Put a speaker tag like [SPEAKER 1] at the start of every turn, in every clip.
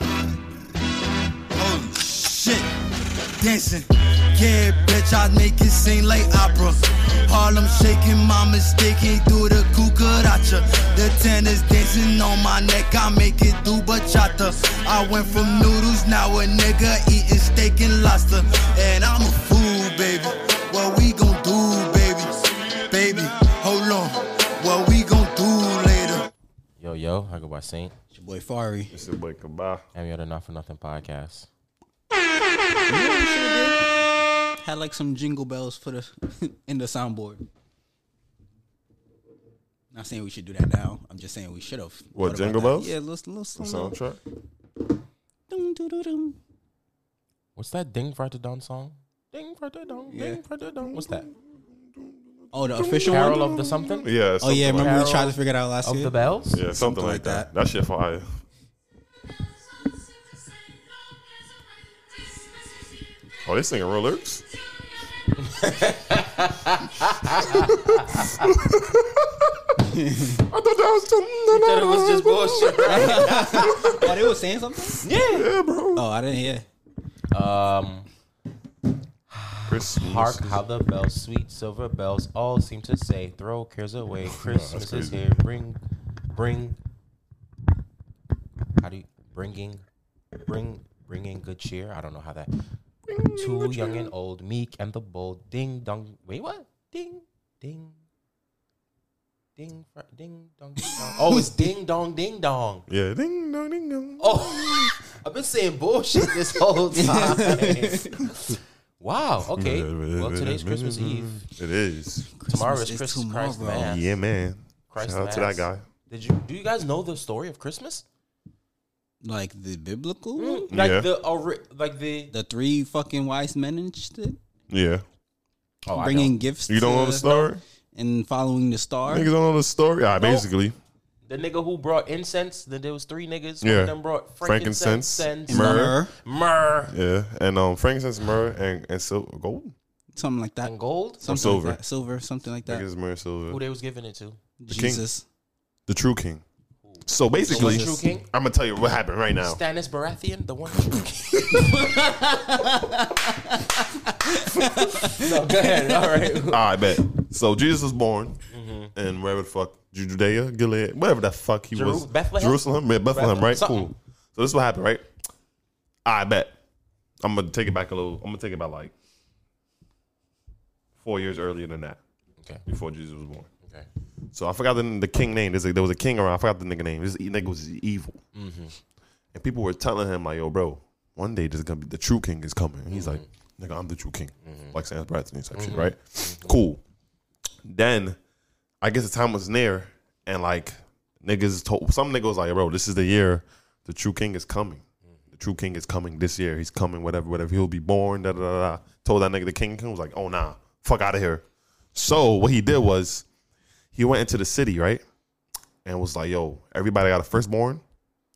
[SPEAKER 1] Oh, shit. Dancing. Yeah, bitch, I make it seem like opera. Harlem shaking, my mistake ain't do the cucaracha. The tennis dancing on my neck, I make it do bachata. I went from noodles, now a nigga eating steak and lobster. And I'm a fool, baby. What we gon' do, baby? Baby, hold on. What we gon' do later?
[SPEAKER 2] Yo, yo, I go by Saint.
[SPEAKER 3] Your boy Fari.
[SPEAKER 4] It's your boy Kabah.
[SPEAKER 2] And we are the Not For Nothing podcast.
[SPEAKER 3] Had like some jingle bells for the in the soundboard. Not saying we should do that now. I'm just saying we should have. thought about
[SPEAKER 4] What, jingle
[SPEAKER 3] that.
[SPEAKER 4] bells?
[SPEAKER 3] Yeah, little little song.
[SPEAKER 4] Soundtrack.
[SPEAKER 3] Dum, dum, dum, dum.
[SPEAKER 2] What's that Ding Fratter Dong song? Ding Fratter Dong,
[SPEAKER 3] Yeah.
[SPEAKER 2] Ding Fratter Dong. What's that?
[SPEAKER 3] Oh, the official
[SPEAKER 2] Carol
[SPEAKER 3] one.
[SPEAKER 2] of the something?
[SPEAKER 4] Yeah.
[SPEAKER 3] Oh
[SPEAKER 4] something
[SPEAKER 3] yeah, remember
[SPEAKER 2] Carol
[SPEAKER 3] we tried to figure it out last
[SPEAKER 2] Of
[SPEAKER 3] year.
[SPEAKER 2] the bells?
[SPEAKER 4] Like, yeah, something like that. That shit fire. Oh, they singing real lyrics. I thought that was.
[SPEAKER 2] That it was just bullshit, right?
[SPEAKER 3] oh, they were saying something.
[SPEAKER 4] yeah, bro.
[SPEAKER 3] Oh, I didn't hear.
[SPEAKER 2] Um,
[SPEAKER 4] Christmas.
[SPEAKER 2] hark how the bells, sweet silver bells, all seem to say, throw cares away. Christmas is
[SPEAKER 4] crazy.
[SPEAKER 2] here. Bring, bring. How do you bringing, bring, bringing good cheer? I don't know how that. Two young and old, meek and the bold. Ding dong. Wait, what? Ding, ding. Ding, fr- ding, dong, ding, dong. Oh, it's ding, dong, ding, dong.
[SPEAKER 4] Yeah. Ding dong ding dong.
[SPEAKER 2] Oh, I've been saying bullshit this whole time. wow. Okay. Well, today's Christmas Eve.
[SPEAKER 4] It is.
[SPEAKER 2] Tomorrow is
[SPEAKER 3] is
[SPEAKER 2] Christmas Christ
[SPEAKER 3] tomorrow.
[SPEAKER 2] Mass.
[SPEAKER 4] Yeah, man.
[SPEAKER 2] Christ
[SPEAKER 4] Shout out to
[SPEAKER 2] Mass.
[SPEAKER 4] that guy.
[SPEAKER 2] Did you? Do you guys know the story of Christmas?
[SPEAKER 3] Like the biblical, one?
[SPEAKER 2] Like
[SPEAKER 4] Yeah.
[SPEAKER 2] the ori- like the.
[SPEAKER 3] the three fucking wise men and shit,
[SPEAKER 4] Yeah.
[SPEAKER 2] Oh, I
[SPEAKER 3] bringing
[SPEAKER 2] know.
[SPEAKER 3] gifts.
[SPEAKER 4] You don't
[SPEAKER 3] to-
[SPEAKER 4] know the story?
[SPEAKER 3] and following the star.
[SPEAKER 4] Niggas don't know the story. Ah, basically.
[SPEAKER 2] the nigga who brought incense. Then there was three niggas. One
[SPEAKER 4] Yeah.
[SPEAKER 2] of them brought frankincense,
[SPEAKER 4] Frankincense,
[SPEAKER 2] sense,
[SPEAKER 4] myrrh.
[SPEAKER 3] Myrrh,
[SPEAKER 2] myrrh,
[SPEAKER 4] Yeah, and um, frankincense, myrrh, and and silver, gold.
[SPEAKER 3] something like that.
[SPEAKER 2] and gold.
[SPEAKER 3] Something
[SPEAKER 4] silver.
[SPEAKER 3] Like that. Silver, something like that.
[SPEAKER 4] Frankincense, myrrh,
[SPEAKER 2] Who
[SPEAKER 4] silver.
[SPEAKER 2] they was giving it to?
[SPEAKER 4] king.
[SPEAKER 3] Jesus.
[SPEAKER 4] The true king. So basically,
[SPEAKER 2] The true king?
[SPEAKER 4] I'm gonna tell you what happened right now.
[SPEAKER 2] Stannis Baratheon, the one. no, go ahead. All right.
[SPEAKER 4] I bet. So Jesus was born in wherever the fuck Ju- Judea, Gilead, whatever the fuck he
[SPEAKER 2] Jeru-
[SPEAKER 4] was.
[SPEAKER 2] Bethlehem?
[SPEAKER 4] Jerusalem, yeah, Bethlehem,
[SPEAKER 2] Bethlehem,
[SPEAKER 4] right?
[SPEAKER 2] something.
[SPEAKER 4] Cool. So this is what happened, right? I bet. I'm gonna take it back a little. I'm gonna take it back like four years earlier than that,
[SPEAKER 2] Okay.
[SPEAKER 4] before Jesus was born.
[SPEAKER 2] Okay.
[SPEAKER 4] So I forgot the, the king name. There's a, there was a king around. I forgot the nigga name. This e- nigga was evil,
[SPEAKER 2] Mm-hmm.
[SPEAKER 4] and people were telling him like, "Yo, bro, one day there's gonna be the true king is coming." And he's
[SPEAKER 2] Mm-hmm.
[SPEAKER 4] like, "Nigga, I'm the true king," like Sam Bratton type shit, right? Cool. Then I guess the time was near, and like niggas told some nigga was like, "Bro, this is the year the true king is coming. The true king is coming this year. He's coming. Whatever, whatever. He'll be born." Da da da. da. Told that nigga the king king was like, "Oh nah, fuck out of here." So what he did was he went into the city, right? And was like, yo, everybody got a firstborn,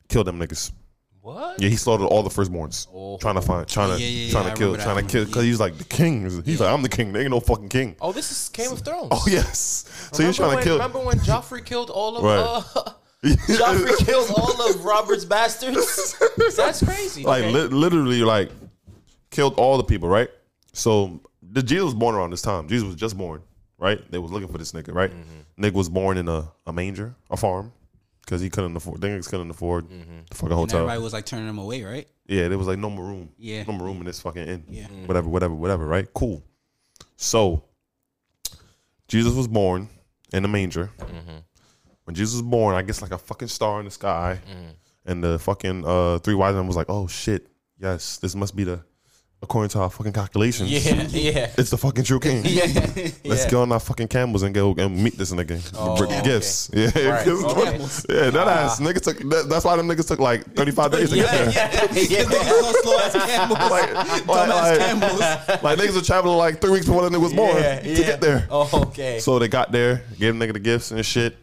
[SPEAKER 4] kill them niggas.
[SPEAKER 2] What?
[SPEAKER 4] Yeah, he slaughtered all the firstborns. Trying to find, trying to,
[SPEAKER 3] Oh. Yeah, yeah, yeah,
[SPEAKER 4] trying
[SPEAKER 3] I
[SPEAKER 4] to kill,
[SPEAKER 3] remember that
[SPEAKER 4] trying to
[SPEAKER 3] one.
[SPEAKER 4] kill. Cause he's like, the king. is- He's like, I'm the king. There ain't no fucking king.
[SPEAKER 2] Oh, this is Game of Thrones.
[SPEAKER 4] Oh, yes. So
[SPEAKER 2] Remember
[SPEAKER 4] he's trying
[SPEAKER 2] when-
[SPEAKER 4] to kill.
[SPEAKER 2] Remember when Joffrey killed all of
[SPEAKER 4] Right.
[SPEAKER 2] uh, Joffrey killed all of Robert's bastards? That's crazy.
[SPEAKER 4] like,
[SPEAKER 2] okay.
[SPEAKER 4] li- literally, like, killed all the people, right? So the Jesus was born around this time. Jesus was just born, right? They was looking for this nigga, right? Nigga was born in a, a manger, a farm, because he couldn't afford. They niggas couldn't afford the fucking
[SPEAKER 3] And
[SPEAKER 4] hotel.
[SPEAKER 3] everybody was like turning them away, right?
[SPEAKER 4] Yeah, there was like no more room.
[SPEAKER 3] Yeah.
[SPEAKER 4] No more room in this fucking inn.
[SPEAKER 3] Yeah.
[SPEAKER 2] Mm.
[SPEAKER 4] Whatever, whatever, whatever, right? Cool. So Jesus was born in the manger.
[SPEAKER 2] Mm-hmm.
[SPEAKER 4] When Jesus was born, I guess like a fucking star in the sky.
[SPEAKER 2] Mm.
[SPEAKER 4] And the fucking uh, three wise men was like, oh shit, yes, this must be the, according to our fucking calculations,
[SPEAKER 2] yeah, yeah,
[SPEAKER 4] it's the fucking true king.
[SPEAKER 2] yeah.
[SPEAKER 4] Let's
[SPEAKER 2] yeah.
[SPEAKER 4] get on our fucking camels and go and meet this nigga.
[SPEAKER 2] Oh,
[SPEAKER 4] Bring
[SPEAKER 2] okay.
[SPEAKER 4] Gifts. Yeah.
[SPEAKER 2] Right,
[SPEAKER 4] gifts.
[SPEAKER 2] okay.
[SPEAKER 4] Yeah, that ass nigga took, that, that's why them niggas took like 35 days to get there.
[SPEAKER 2] Yeah, yeah, yeah.
[SPEAKER 3] so slow as
[SPEAKER 4] like, like, like, like, niggas were traveling like three weeks before the nigga was born
[SPEAKER 2] Yeah,
[SPEAKER 4] to
[SPEAKER 2] yeah.
[SPEAKER 4] get there.
[SPEAKER 2] Oh, okay.
[SPEAKER 4] So they got there, gave the nigga the gifts and shit.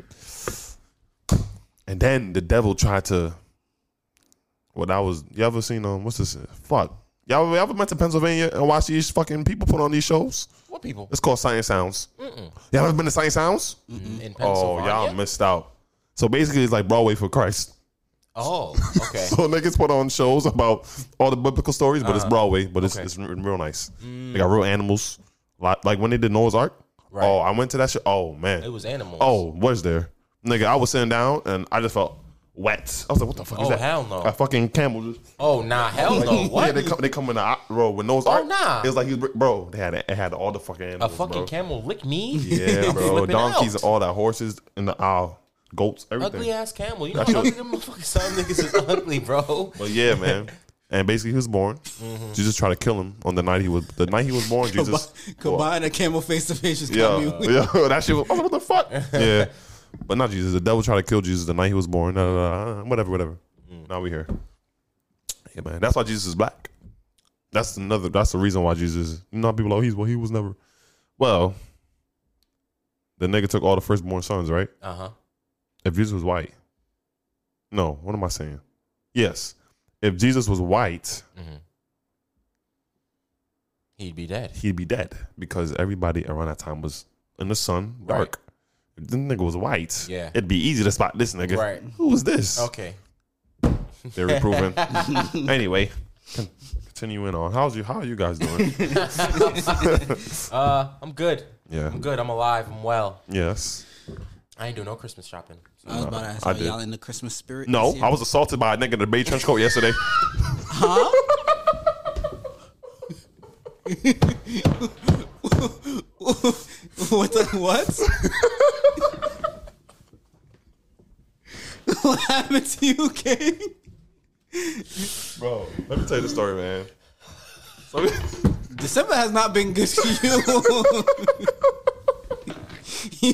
[SPEAKER 4] And then the devil tried to. Well, that was you ever seen um what's this? Fuck, y'all ever- y'all ever went to Pennsylvania and watched these fucking people put on these shows?
[SPEAKER 2] what people
[SPEAKER 4] It's called Science Sounds. Y'all ever been to Science Sounds?
[SPEAKER 2] in Pennsylvania?
[SPEAKER 4] Oh, y'all missed out. So basically, it's like Broadway for Christ.
[SPEAKER 2] Oh, okay.
[SPEAKER 4] So niggas put on shows about all the biblical stories, but it's Broadway, but it's,
[SPEAKER 2] Uh-huh. Okay. Mm.
[SPEAKER 4] it's re- real nice. They got real animals. Like, like when they did Noah's Ark.
[SPEAKER 2] Right.
[SPEAKER 4] Oh, I went to that shit. Oh man.
[SPEAKER 2] it was animals.
[SPEAKER 4] Oh, was there? Nigga, I was sitting down and I just felt wet. I was like, what the fuck
[SPEAKER 2] Oh,
[SPEAKER 4] is that?
[SPEAKER 2] hell no.
[SPEAKER 4] A fucking camel just
[SPEAKER 2] oh nah, hell no.
[SPEAKER 4] like, Yeah,
[SPEAKER 2] What? Oh,
[SPEAKER 4] they come they come in the eye- bro with Noah's Ark.
[SPEAKER 2] nah.
[SPEAKER 4] It was like he was, bro, they had it had all the fucking
[SPEAKER 2] a
[SPEAKER 4] animals,
[SPEAKER 2] fucking
[SPEAKER 4] bro.
[SPEAKER 2] camel lick me?
[SPEAKER 4] Yeah, bro.
[SPEAKER 2] Flipping
[SPEAKER 4] Donkeys
[SPEAKER 2] out.
[SPEAKER 4] and all that, horses in the aisle, goats, everything.
[SPEAKER 2] Ugly ass camel. You know how ugly them motherfucking some niggas is ugly, bro.
[SPEAKER 4] But yeah, man. And basically, he was born. Jesus tried to kill him on the night he was the night he was born. Jesus,
[SPEAKER 3] Combine a camel face to face just
[SPEAKER 4] yeah,
[SPEAKER 3] got me weak.
[SPEAKER 4] yeah, that shit was I was like, what the fuck. Yeah, but not Jesus. The devil tried to kill Jesus the night he was born. Nah, nah, nah, whatever, whatever. Now we here. Yeah, man. That's why Jesus is black. That's another. That's the reason why Jesus. You know, people are like he's well, he was never. Well, the nigga took all the firstborn sons, right?
[SPEAKER 2] Uh huh.
[SPEAKER 4] if Jesus was white. No, what am I saying? Yes. If Jesus was white,
[SPEAKER 2] Mm-hmm. He'd be dead.
[SPEAKER 4] he'd be dead because everybody around that time was in the sun, dark. If this nigga was white,
[SPEAKER 2] Yeah.
[SPEAKER 4] it'd be easy to spot this nigga.
[SPEAKER 2] Right.
[SPEAKER 4] Who was this?
[SPEAKER 2] Okay.
[SPEAKER 4] Very proven. anyway, con- continuing on. How's you? How are you guys doing?
[SPEAKER 2] Uh, I'm good.
[SPEAKER 4] Yeah.
[SPEAKER 2] I'm good. I'm alive. I'm well.
[SPEAKER 4] yes.
[SPEAKER 2] I ain't doing no Christmas shopping. So.
[SPEAKER 3] I was about to ask,
[SPEAKER 4] I
[SPEAKER 3] are
[SPEAKER 4] did.
[SPEAKER 3] y'all in the Christmas spirit?
[SPEAKER 4] No,
[SPEAKER 3] this year?
[SPEAKER 4] I was assaulted by a nigga in a bay trench coat yesterday.
[SPEAKER 3] what the what? what happened to you, King?
[SPEAKER 4] Bro, let me tell you the story, man.
[SPEAKER 3] December has not been good for you.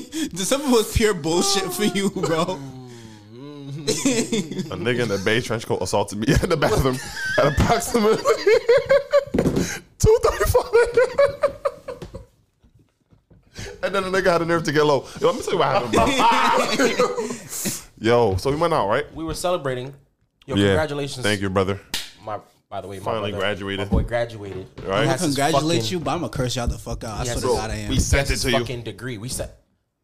[SPEAKER 3] December was pure bullshit for you, bro.
[SPEAKER 2] Mm-hmm.
[SPEAKER 4] A nigga in a beige trench coat assaulted me in the bathroom at approximately two thirty-five. and then the nigga had the nerve to get low. Yo, let me tell you what happened, bro. Yo, so we went out, right?
[SPEAKER 2] We were celebrating. Yo, congratulations.
[SPEAKER 4] Thank you, brother.
[SPEAKER 2] My, by the way, my
[SPEAKER 4] Finally
[SPEAKER 2] brother-
[SPEAKER 4] graduated.
[SPEAKER 2] My boy graduated.
[SPEAKER 4] Right?
[SPEAKER 3] I
[SPEAKER 2] Has his
[SPEAKER 3] congratulate
[SPEAKER 2] fucking-
[SPEAKER 3] you, but I'm gonna curse y'all the fuck out. I
[SPEAKER 2] Yes,
[SPEAKER 3] swear
[SPEAKER 2] bro.
[SPEAKER 3] to God, I am.
[SPEAKER 4] We sent it to you.
[SPEAKER 2] Fucking degree. We said.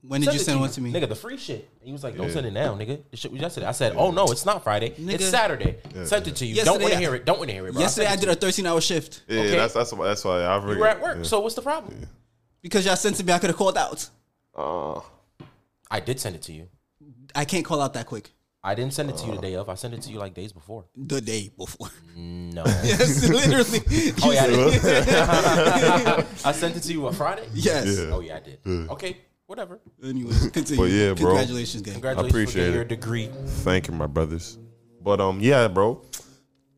[SPEAKER 3] When did you send one to me?
[SPEAKER 2] Nigga, the free shit. He was like, don't send it now, nigga. The shit was yesterday. I said, oh no, it's not Friday. It's
[SPEAKER 3] Nigga.
[SPEAKER 2] Saturday. Sent it to you. don't
[SPEAKER 3] Yesterday
[SPEAKER 2] want to
[SPEAKER 3] I-
[SPEAKER 2] hear it. Don't want to hear it, bro.
[SPEAKER 3] Yesterday, I
[SPEAKER 2] sent
[SPEAKER 3] did
[SPEAKER 2] it
[SPEAKER 3] a 13 hour shift
[SPEAKER 4] Yeah,
[SPEAKER 2] Okay.
[SPEAKER 4] that's that's why that's why I
[SPEAKER 2] to you.
[SPEAKER 4] forget.
[SPEAKER 2] You were at work.
[SPEAKER 4] Yeah.
[SPEAKER 2] So what's the problem?
[SPEAKER 3] because y'all sent to me. I could have called out.
[SPEAKER 2] I did send it to you.
[SPEAKER 3] I can't call out that quick.
[SPEAKER 2] I didn't send it to you the
[SPEAKER 4] Uh.
[SPEAKER 2] day of. I sent it to you like days before.
[SPEAKER 3] The day before.
[SPEAKER 2] No.
[SPEAKER 3] Yes, literally.
[SPEAKER 2] Oh yeah, I, did.
[SPEAKER 4] What?
[SPEAKER 2] I sent it to you on Friday.
[SPEAKER 3] Yes.
[SPEAKER 4] Yeah.
[SPEAKER 2] Oh yeah, I did. Okay, whatever.
[SPEAKER 3] Anyway, continue.
[SPEAKER 4] But yeah, bro.
[SPEAKER 3] Congratulations, gang.
[SPEAKER 2] Congratulations
[SPEAKER 4] appreciate
[SPEAKER 2] for getting
[SPEAKER 4] it.
[SPEAKER 2] your degree.
[SPEAKER 4] Thank you, my brothers. But um, yeah, bro.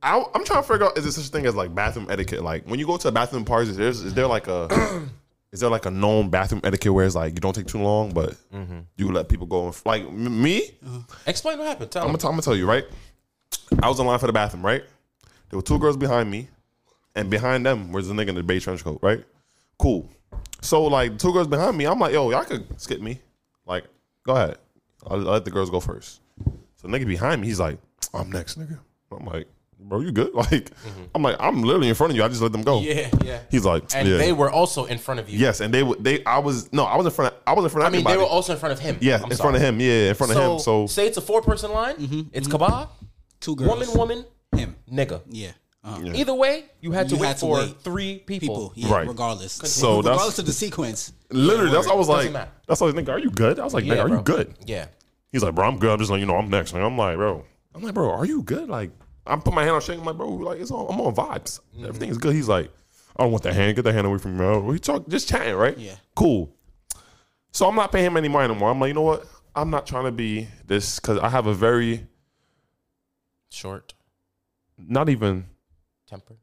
[SPEAKER 4] I, I'm trying to figure out is there such a thing as like bathroom etiquette? Like when you go to a bathroom party, is there, is there like a is there like a known bathroom etiquette where it's like you don't take too long, but you let people go? And, like m- me,
[SPEAKER 2] Explain what happened. Tell
[SPEAKER 4] I'm
[SPEAKER 2] me.
[SPEAKER 4] gonna, t- I'm gonna tell you, right? I was in line for the bathroom, right? There were two girls behind me, and behind them was the nigga in the beige trench coat, right? Cool. So like two girls behind me, I'm like, yo, y'all could skip me. Like, go ahead. I'll, I'll let the girls go first. So nigga behind me, he's like, I'm next, nigga. I'm like, bro, you good? Like, I'm like, I'm literally in front of you. I just let them go.
[SPEAKER 2] yeah, yeah.
[SPEAKER 4] He's like,
[SPEAKER 2] and
[SPEAKER 4] yeah.
[SPEAKER 2] they were also in front of you.
[SPEAKER 4] yes, and they would. They, I was no, I was in front. Of, I was in front
[SPEAKER 2] I
[SPEAKER 4] of
[SPEAKER 2] mean,
[SPEAKER 4] everybody.
[SPEAKER 2] they were also in front of him.
[SPEAKER 4] yeah,
[SPEAKER 2] I'm
[SPEAKER 4] in
[SPEAKER 2] sorry.
[SPEAKER 4] front of him. Yeah, in front of him. So Mm-hmm.
[SPEAKER 2] say it's a four person line. It's Kabah,
[SPEAKER 3] Two girls.
[SPEAKER 2] woman, woman,
[SPEAKER 3] Him.
[SPEAKER 2] nigga.
[SPEAKER 3] Yeah. Uh-huh.
[SPEAKER 2] Either way, you had to
[SPEAKER 3] You
[SPEAKER 2] wait
[SPEAKER 3] had to
[SPEAKER 2] for
[SPEAKER 3] wait.
[SPEAKER 2] three people.
[SPEAKER 3] People. Yeah,
[SPEAKER 4] Right.
[SPEAKER 3] regardless.
[SPEAKER 4] So that's-
[SPEAKER 3] regardless of the sequence.
[SPEAKER 4] Literally, that's what I was
[SPEAKER 2] Doesn't
[SPEAKER 4] like.
[SPEAKER 2] matter.
[SPEAKER 4] That's what I was like, nigga, are you good? I was like,
[SPEAKER 2] Yeah,
[SPEAKER 4] nigga, are
[SPEAKER 2] bro.
[SPEAKER 4] you good?
[SPEAKER 2] Yeah.
[SPEAKER 4] He's like, bro, I'm good. I'm just like, you know, I'm next. Like, I'm like, bro, I'm like, bro, are you good? Like, I'm putting my hand on shaking. I'm like, bro, like it's on. I'm on vibes.
[SPEAKER 2] Mm-hmm.
[SPEAKER 4] Everything's good. He's like, I don't want that hand. Get that hand away from me. bro. We talk, just chatting, right?
[SPEAKER 3] Yeah.
[SPEAKER 4] Cool. So I'm not paying him any money anymore. I'm like, you know what? I'm not trying to be this because I have a very
[SPEAKER 2] Short
[SPEAKER 4] not even.
[SPEAKER 2] temper.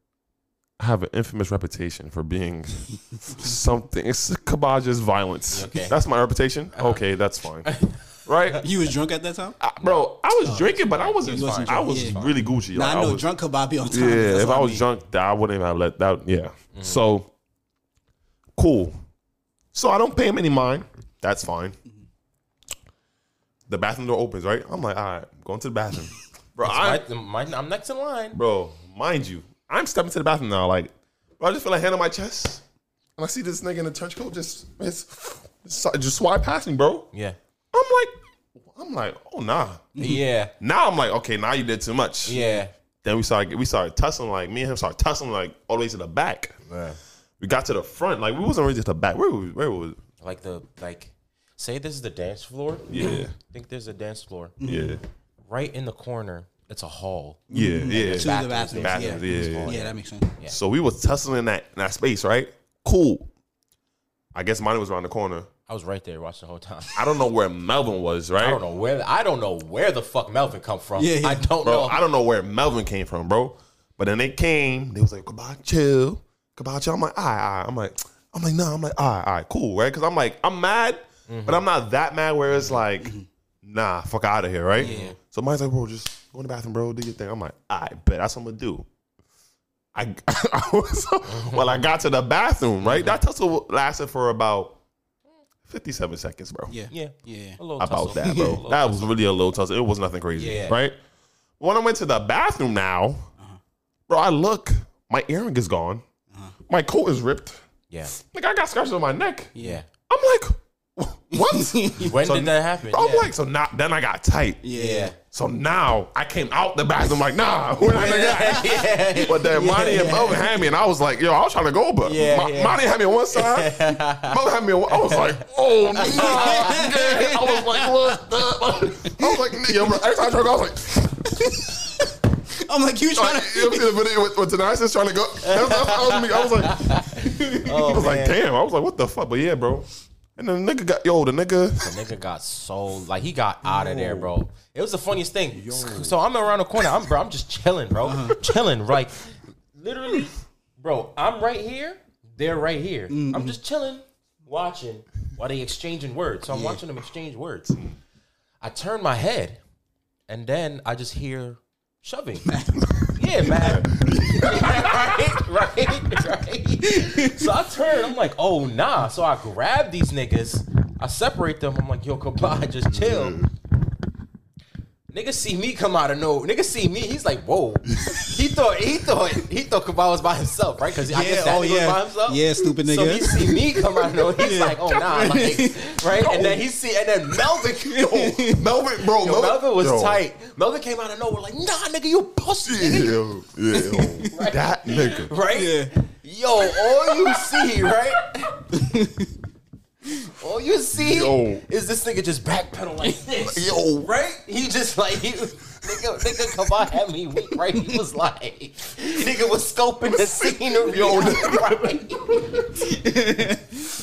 [SPEAKER 4] I have an infamous reputation for being something. It's Kabaja's violence.
[SPEAKER 2] Okay. Uh-huh.
[SPEAKER 4] That's my reputation. Okay, that's fine. right?
[SPEAKER 3] You was drunk at that time?
[SPEAKER 4] I- bro, I was drinking, but I wasn't.
[SPEAKER 3] You Oh, wasn't
[SPEAKER 4] I
[SPEAKER 3] drunk,
[SPEAKER 4] was
[SPEAKER 3] yeah.
[SPEAKER 4] really Gucci.
[SPEAKER 3] Nah,
[SPEAKER 4] Like,
[SPEAKER 3] I know
[SPEAKER 4] was,
[SPEAKER 3] drunk kababi on time.
[SPEAKER 4] Yeah,
[SPEAKER 3] That's
[SPEAKER 4] if
[SPEAKER 3] what
[SPEAKER 4] I was
[SPEAKER 3] mean. Mm.
[SPEAKER 4] drunk, that I wouldn't have let that. Yeah. So, cool. So I don't pay him any mind. That's fine. The bathroom door opens, right? I'm like, all right, I'm going to the bathroom, bro. I,
[SPEAKER 2] I, my, I'm next in line.
[SPEAKER 4] bro, mind you, I'm stepping to the bathroom now. Like, bro, I just feel a hand on my chest, and I see this nigga in a trench coat just, just, just swipe past me, bro.
[SPEAKER 2] Yeah.
[SPEAKER 4] I'm like, I'm like, oh nah.
[SPEAKER 2] yeah,
[SPEAKER 4] Now I'm like, okay, now you did too much.
[SPEAKER 2] yeah.
[SPEAKER 4] Then we started we started tussling like me and him started tussling like all the way to the back. We got to the front like we wasn't really at the back. Where was where was
[SPEAKER 2] Like the like, say this is the dance floor.
[SPEAKER 4] yeah
[SPEAKER 2] think there's a dance floor
[SPEAKER 4] yeah
[SPEAKER 2] right in the corner. It's a hall.
[SPEAKER 4] yeah yeah.
[SPEAKER 3] To the bathrooms.
[SPEAKER 4] Bathrooms,
[SPEAKER 3] yeah.
[SPEAKER 4] yeah, yeah.
[SPEAKER 3] Yeah, that makes sense.
[SPEAKER 4] So we was tussling in that in that space right. Cool. I guess mine was around the corner.
[SPEAKER 2] I was right there watching the whole time.
[SPEAKER 4] I don't know where Melvin was right.
[SPEAKER 2] I don't know where I don't know where the fuck Melvin come from.
[SPEAKER 3] Yeah, yeah.
[SPEAKER 2] I don't
[SPEAKER 4] bro.
[SPEAKER 2] know.
[SPEAKER 4] I don't know where Melvin came from, bro. But then they came. They was like, "Goodbye, chill, goodbye, chill." I'm like, "All right, all right." I'm like, "I'm like, no." I'm like, "All right, all right, cool, right?" Because I'm like, I'm mad,
[SPEAKER 2] Mm-hmm.
[SPEAKER 4] but I'm not that mad where it's like, "Nah, fuck out of here," right? So mine's like, "Bro, just go in the bathroom, bro. Do your thing." I'm like, "All right, bet that's what I'm gonna do." I, I was
[SPEAKER 2] Mm-hmm.
[SPEAKER 4] well, I got to the bathroom, right? That tussle lasted for about fifty-seven seconds, bro
[SPEAKER 3] Yeah.
[SPEAKER 2] yeah,
[SPEAKER 3] Yeah.
[SPEAKER 2] A little
[SPEAKER 4] about
[SPEAKER 2] tussle.
[SPEAKER 4] that,
[SPEAKER 2] A
[SPEAKER 4] bro.
[SPEAKER 2] little-
[SPEAKER 4] that was really a low tussle. It was nothing crazy,
[SPEAKER 2] Yeah.
[SPEAKER 4] right? When I went to the bathroom now, bro, I look, my earring is gone, my coat is ripped,
[SPEAKER 2] yeah,
[SPEAKER 4] like I got scratches on my neck.
[SPEAKER 2] yeah.
[SPEAKER 4] I'm like, what?
[SPEAKER 2] When
[SPEAKER 4] So-
[SPEAKER 2] did that happen?
[SPEAKER 4] I'm
[SPEAKER 2] yeah.
[SPEAKER 4] like, so now then I got tight.
[SPEAKER 2] yeah,
[SPEAKER 4] So now I came out the bathroom like, nah, we're not gonna
[SPEAKER 2] yeah,
[SPEAKER 4] get But then Monty and Melvin had me, and I was like, yo, I was trying to go, but
[SPEAKER 2] Yeah,
[SPEAKER 4] Mo-
[SPEAKER 2] yeah.
[SPEAKER 4] Monty had me on one side, Melvin had me on one. I was like, oh, no. I was like, what the? I was like, nigga, bro. Every time I try to go, I was like,
[SPEAKER 3] I'm like, you trying
[SPEAKER 4] like,
[SPEAKER 3] to.
[SPEAKER 4] you ever see the video with, with Tenacious trying to go? That's, that's, that was me. I was like,
[SPEAKER 2] Oh,
[SPEAKER 4] I was like, damn. I was like, what the fuck? But yeah, bro. And then the nigga got, yo, the nigga.
[SPEAKER 2] Nigga got so like he got out of there, bro. It was the funniest thing. So I'm around the corner. I'm bro. I'm just chilling, bro. Chilling, right? Literally, bro. I'm right here. They're right here. I'm just chilling, watching while they exchanging words. So I'm watching them exchange words. I turn my head, and then I just hear shoving. yeah, man. right, right, right. So I turn. I'm like, oh nah. So I grab these niggas. I separate them. I'm like, yo, goodbye. Just chill. Niggas see me come out of no. Niggas see me. He's like, whoa. he thought he thought he thought Kabal was by himself, right? Because I guess that nigga was by himself.
[SPEAKER 3] oh, Yeah, stupid
[SPEAKER 2] So he
[SPEAKER 3] nigga.
[SPEAKER 2] see me come out of nowhere. He's like, "Oh nah," like, right? And then he see, and then Melvin, yo,
[SPEAKER 4] Melvin, bro.
[SPEAKER 2] Melvin was
[SPEAKER 4] yo.
[SPEAKER 2] tight. Melvin came out of nowhere, like, "Nah, nigga, you pussy."
[SPEAKER 4] Yeah,
[SPEAKER 2] nigga."
[SPEAKER 4] yo, yeah, yo. That nigga.
[SPEAKER 2] Right?
[SPEAKER 3] Yeah.
[SPEAKER 2] Yo, all you see, right? all you see
[SPEAKER 4] Yo.
[SPEAKER 2] is this nigga just backpedal like this.
[SPEAKER 4] Yo.
[SPEAKER 2] Right? He just like he was nigga, nigga come out at me weak, right? He was like nigga was scoping the scenery.
[SPEAKER 4] Yo,
[SPEAKER 2] right?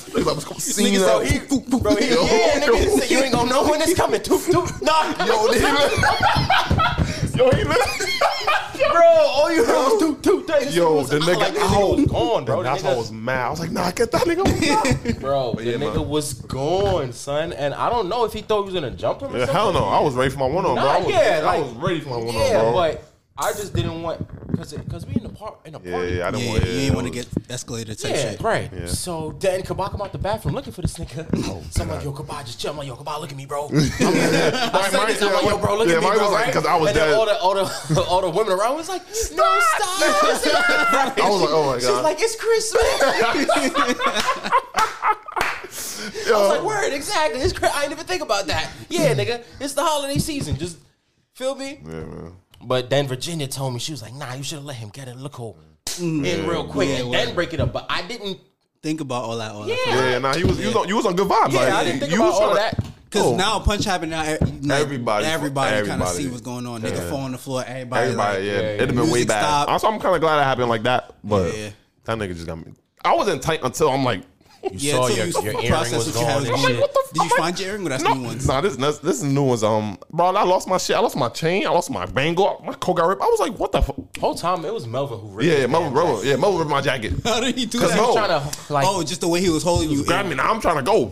[SPEAKER 4] Niggas, I was gonna see
[SPEAKER 2] Nigga, so
[SPEAKER 4] that.
[SPEAKER 2] he, bro, he,
[SPEAKER 4] Yo.
[SPEAKER 2] yeah, nigga, he said, you ain't gonna know when it's coming. Toop, toop, knock.
[SPEAKER 4] Yo, he look. Yo, he look.
[SPEAKER 2] bro, all you heard was toop, toop, toop.
[SPEAKER 4] Yo,
[SPEAKER 2] was
[SPEAKER 4] the
[SPEAKER 2] out,
[SPEAKER 4] nigga
[SPEAKER 2] like,
[SPEAKER 4] out.
[SPEAKER 2] was gone, bro. The
[SPEAKER 4] That's why I
[SPEAKER 2] nigga-
[SPEAKER 4] was mad. I was like, nah, get that nigga. off my-
[SPEAKER 2] Bro, the
[SPEAKER 4] yeah,
[SPEAKER 2] nigga
[SPEAKER 4] man.
[SPEAKER 2] was gone, son, and I don't know if he thought he was gonna jump him. Or
[SPEAKER 4] Yeah,
[SPEAKER 2] something.
[SPEAKER 4] Hell no, I was ready for my one on, bro. I
[SPEAKER 2] Nah,
[SPEAKER 4] was,
[SPEAKER 2] yeah,
[SPEAKER 4] I
[SPEAKER 2] like-
[SPEAKER 4] was ready for my one on,
[SPEAKER 2] Yeah,
[SPEAKER 4] bro.
[SPEAKER 2] but I just didn't want because because we in the park in a
[SPEAKER 4] yeah,
[SPEAKER 2] party.
[SPEAKER 4] yeah, I didn't
[SPEAKER 3] Yeah,
[SPEAKER 4] want.
[SPEAKER 3] you ain't want to get escalated type
[SPEAKER 2] Yeah,
[SPEAKER 3] shit.
[SPEAKER 2] right.
[SPEAKER 4] Yeah.
[SPEAKER 2] So then Kabak come out the bathroom looking for this nigga. so I'm like, yo, Kabak, just chill. I'm like, yo, Kabak, look at me, bro. I'm like, I said
[SPEAKER 4] Mike-
[SPEAKER 2] this, I'm like,
[SPEAKER 4] yeah,
[SPEAKER 2] yo, bro, look
[SPEAKER 4] yeah,
[SPEAKER 2] at me,
[SPEAKER 4] Mike
[SPEAKER 2] bro,
[SPEAKER 4] was like,
[SPEAKER 2] right?
[SPEAKER 4] 'cause I was
[SPEAKER 2] and then
[SPEAKER 4] dead.
[SPEAKER 2] all the, all, the, all the women around was like, no, stop. stop.
[SPEAKER 4] I was like, oh my
[SPEAKER 2] She's
[SPEAKER 4] God.
[SPEAKER 2] like, it's Christmas. I was like, word, exactly. It's cra- I didn't even think about that. Yeah, nigga, it's the holiday season. Just feel me.
[SPEAKER 4] Yeah, man.
[SPEAKER 2] But then Virginia told me she was like, nah, you should have let him get it. Look who in real quick
[SPEAKER 3] Yeah,
[SPEAKER 2] and
[SPEAKER 3] yeah.
[SPEAKER 2] then break it up. But I didn't.
[SPEAKER 3] Think about all that. All that.
[SPEAKER 2] Yeah,
[SPEAKER 4] Yeah, nah, he was, you was on, you was on good vibes.
[SPEAKER 2] yeah,
[SPEAKER 4] like,
[SPEAKER 2] I didn't think
[SPEAKER 4] you
[SPEAKER 2] about
[SPEAKER 4] was
[SPEAKER 2] all of
[SPEAKER 4] tryna-
[SPEAKER 2] that.
[SPEAKER 3] Because
[SPEAKER 4] Oh.
[SPEAKER 3] now punch happened. Now e- like,
[SPEAKER 4] Everybody-
[SPEAKER 3] everybody, kind of
[SPEAKER 4] everybody.
[SPEAKER 3] see what's going on. Nigga
[SPEAKER 4] Yeah.
[SPEAKER 3] fall on the floor. Everybody,
[SPEAKER 4] Everybody,
[SPEAKER 3] like,
[SPEAKER 4] yeah,
[SPEAKER 2] yeah, yeah.
[SPEAKER 4] it'd have been way
[SPEAKER 3] Music
[SPEAKER 4] bad.
[SPEAKER 3] stopped.
[SPEAKER 4] Also, I'm kind of glad it happened like that, but
[SPEAKER 3] Yeah.
[SPEAKER 4] that nigga just got me. I wasn't tight until I'm like,
[SPEAKER 2] You
[SPEAKER 3] Yeah,
[SPEAKER 2] saw
[SPEAKER 3] until
[SPEAKER 2] your,
[SPEAKER 3] you
[SPEAKER 2] your
[SPEAKER 3] process
[SPEAKER 2] earring was
[SPEAKER 3] what you
[SPEAKER 2] gone
[SPEAKER 3] had
[SPEAKER 2] and
[SPEAKER 3] was
[SPEAKER 2] shit.
[SPEAKER 3] going Did you find your earring? Well, that's
[SPEAKER 4] no,
[SPEAKER 3] new ones.
[SPEAKER 4] nah, this, this this is new ones. Um, bro, I lost my shit. I lost my chain. I lost my bangle. My coat got ripped. I was like, what the fuck?
[SPEAKER 2] Whole time it was Melvin who ripped
[SPEAKER 4] Yeah, yeah,
[SPEAKER 2] his
[SPEAKER 4] Mo,
[SPEAKER 2] damn
[SPEAKER 4] bro,
[SPEAKER 2] jacket.
[SPEAKER 4] yeah, Mo ripped my jacket.
[SPEAKER 3] How did he do
[SPEAKER 4] 'Cause
[SPEAKER 3] that?
[SPEAKER 4] no.
[SPEAKER 2] Trying to like
[SPEAKER 3] Oh, just the way he was holding you.
[SPEAKER 4] Grab me now. I'm trying to go.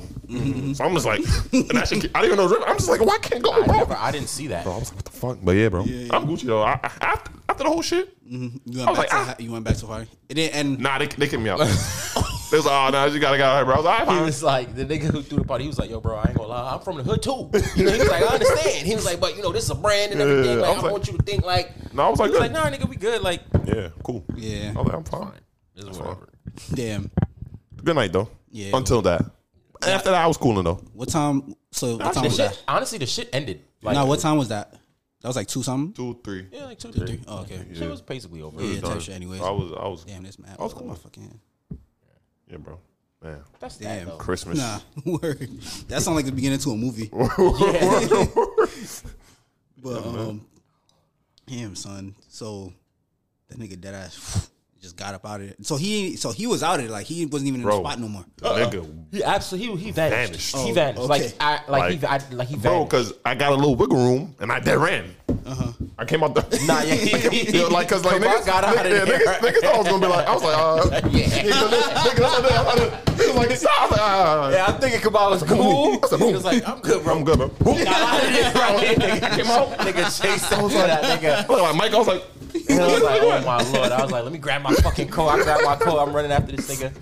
[SPEAKER 4] So I'm just like, and I, should, I didn't even know. it was ripped. I'm just like, why can't go,
[SPEAKER 2] I,
[SPEAKER 4] bro?
[SPEAKER 2] never, I didn't see that.
[SPEAKER 4] I was like, what the fuck? But yeah, Mm-hmm. bro, I'm Gucci though. I, I, after, after the whole shit,
[SPEAKER 3] You went,
[SPEAKER 4] was
[SPEAKER 3] back
[SPEAKER 4] like,
[SPEAKER 3] to, you went back to party. It didn't end.
[SPEAKER 4] nah, they, they kicked me out. they was like, oh no, you gotta get out of here, bro. I was like, all
[SPEAKER 2] He
[SPEAKER 4] right, fine.
[SPEAKER 2] was like the nigga who threw the party. He was like, "Yo, bro, I ain't gonna lie, I'm from the hood too." You know, he was like, "I understand." He was like, "But you know, this is a brand and everything.
[SPEAKER 4] Yeah,
[SPEAKER 2] Like,
[SPEAKER 4] I
[SPEAKER 2] I,
[SPEAKER 4] was like-
[SPEAKER 2] want you to think like."
[SPEAKER 4] No, I was like,
[SPEAKER 2] he was like,
[SPEAKER 4] good.
[SPEAKER 2] "Nah, nigga, we good. Like,
[SPEAKER 4] yeah, cool.
[SPEAKER 3] Yeah.
[SPEAKER 4] I was like, I'm fine.
[SPEAKER 2] this is whatever."
[SPEAKER 3] Damn.
[SPEAKER 4] Good night though.
[SPEAKER 3] Yeah.
[SPEAKER 4] Until that. After that, I was cooling though.
[SPEAKER 3] What time? So what time
[SPEAKER 2] The
[SPEAKER 3] was that?
[SPEAKER 2] shit, honestly, the shit ended. Like,
[SPEAKER 3] no, what time was that? That was like two something.
[SPEAKER 4] Two, three.
[SPEAKER 2] Yeah, like two, three.
[SPEAKER 3] Three. Oh, okay.
[SPEAKER 2] Shit was basically over.
[SPEAKER 3] Yeah,
[SPEAKER 4] Done.
[SPEAKER 3] type shit. Anyways,
[SPEAKER 4] I was, I was,
[SPEAKER 3] damn, this mad.
[SPEAKER 4] was
[SPEAKER 3] Oh,
[SPEAKER 4] cool.
[SPEAKER 3] my fucking hand.
[SPEAKER 4] yeah, bro. Man,
[SPEAKER 2] That's
[SPEAKER 3] Damn.
[SPEAKER 2] that, though.
[SPEAKER 4] Christmas.
[SPEAKER 3] Nah, word. That sounds like the beginning to a movie. but um, him son. So that nigga dead ass just got up out of it. So he so he was out of it. Like he wasn't even in
[SPEAKER 4] Bro.
[SPEAKER 3] the spot no more.
[SPEAKER 4] The nigga,
[SPEAKER 2] He absolutely he, he vanished.
[SPEAKER 4] Vanished.
[SPEAKER 2] He
[SPEAKER 4] Oh,
[SPEAKER 2] vanished.
[SPEAKER 3] okay.
[SPEAKER 2] Like I like,
[SPEAKER 4] Like-
[SPEAKER 2] he I, like he
[SPEAKER 4] bro,
[SPEAKER 2] vanished.
[SPEAKER 4] because I got a little wiggle room and I dead ran. I came out the
[SPEAKER 2] Nah, yeah, he-
[SPEAKER 4] I came- yo, like, cause like
[SPEAKER 2] Kamal
[SPEAKER 4] niggas,
[SPEAKER 2] got out of
[SPEAKER 4] niggas,
[SPEAKER 2] there.
[SPEAKER 4] niggas, niggas thought I was gonna be like, I was like, uh,
[SPEAKER 2] Yeah.
[SPEAKER 4] nigga, nigga, that's what they- I was like, niggas like, stop, I was like, uh,
[SPEAKER 2] yeah, I'm thinking Kabal was cool.
[SPEAKER 4] I said,
[SPEAKER 2] He
[SPEAKER 4] boom.
[SPEAKER 2] was like, I'm good, bro.
[SPEAKER 4] I'm good, bro. Boom.
[SPEAKER 2] Got out of there, bro. Nigga came out. Nigga chased him for that nigga.
[SPEAKER 4] I was like, Mike, I was like,
[SPEAKER 2] And I was like, oh my lord. I was like, let me grab my fucking coat. I grabbed my coat. I'm running after this nigga.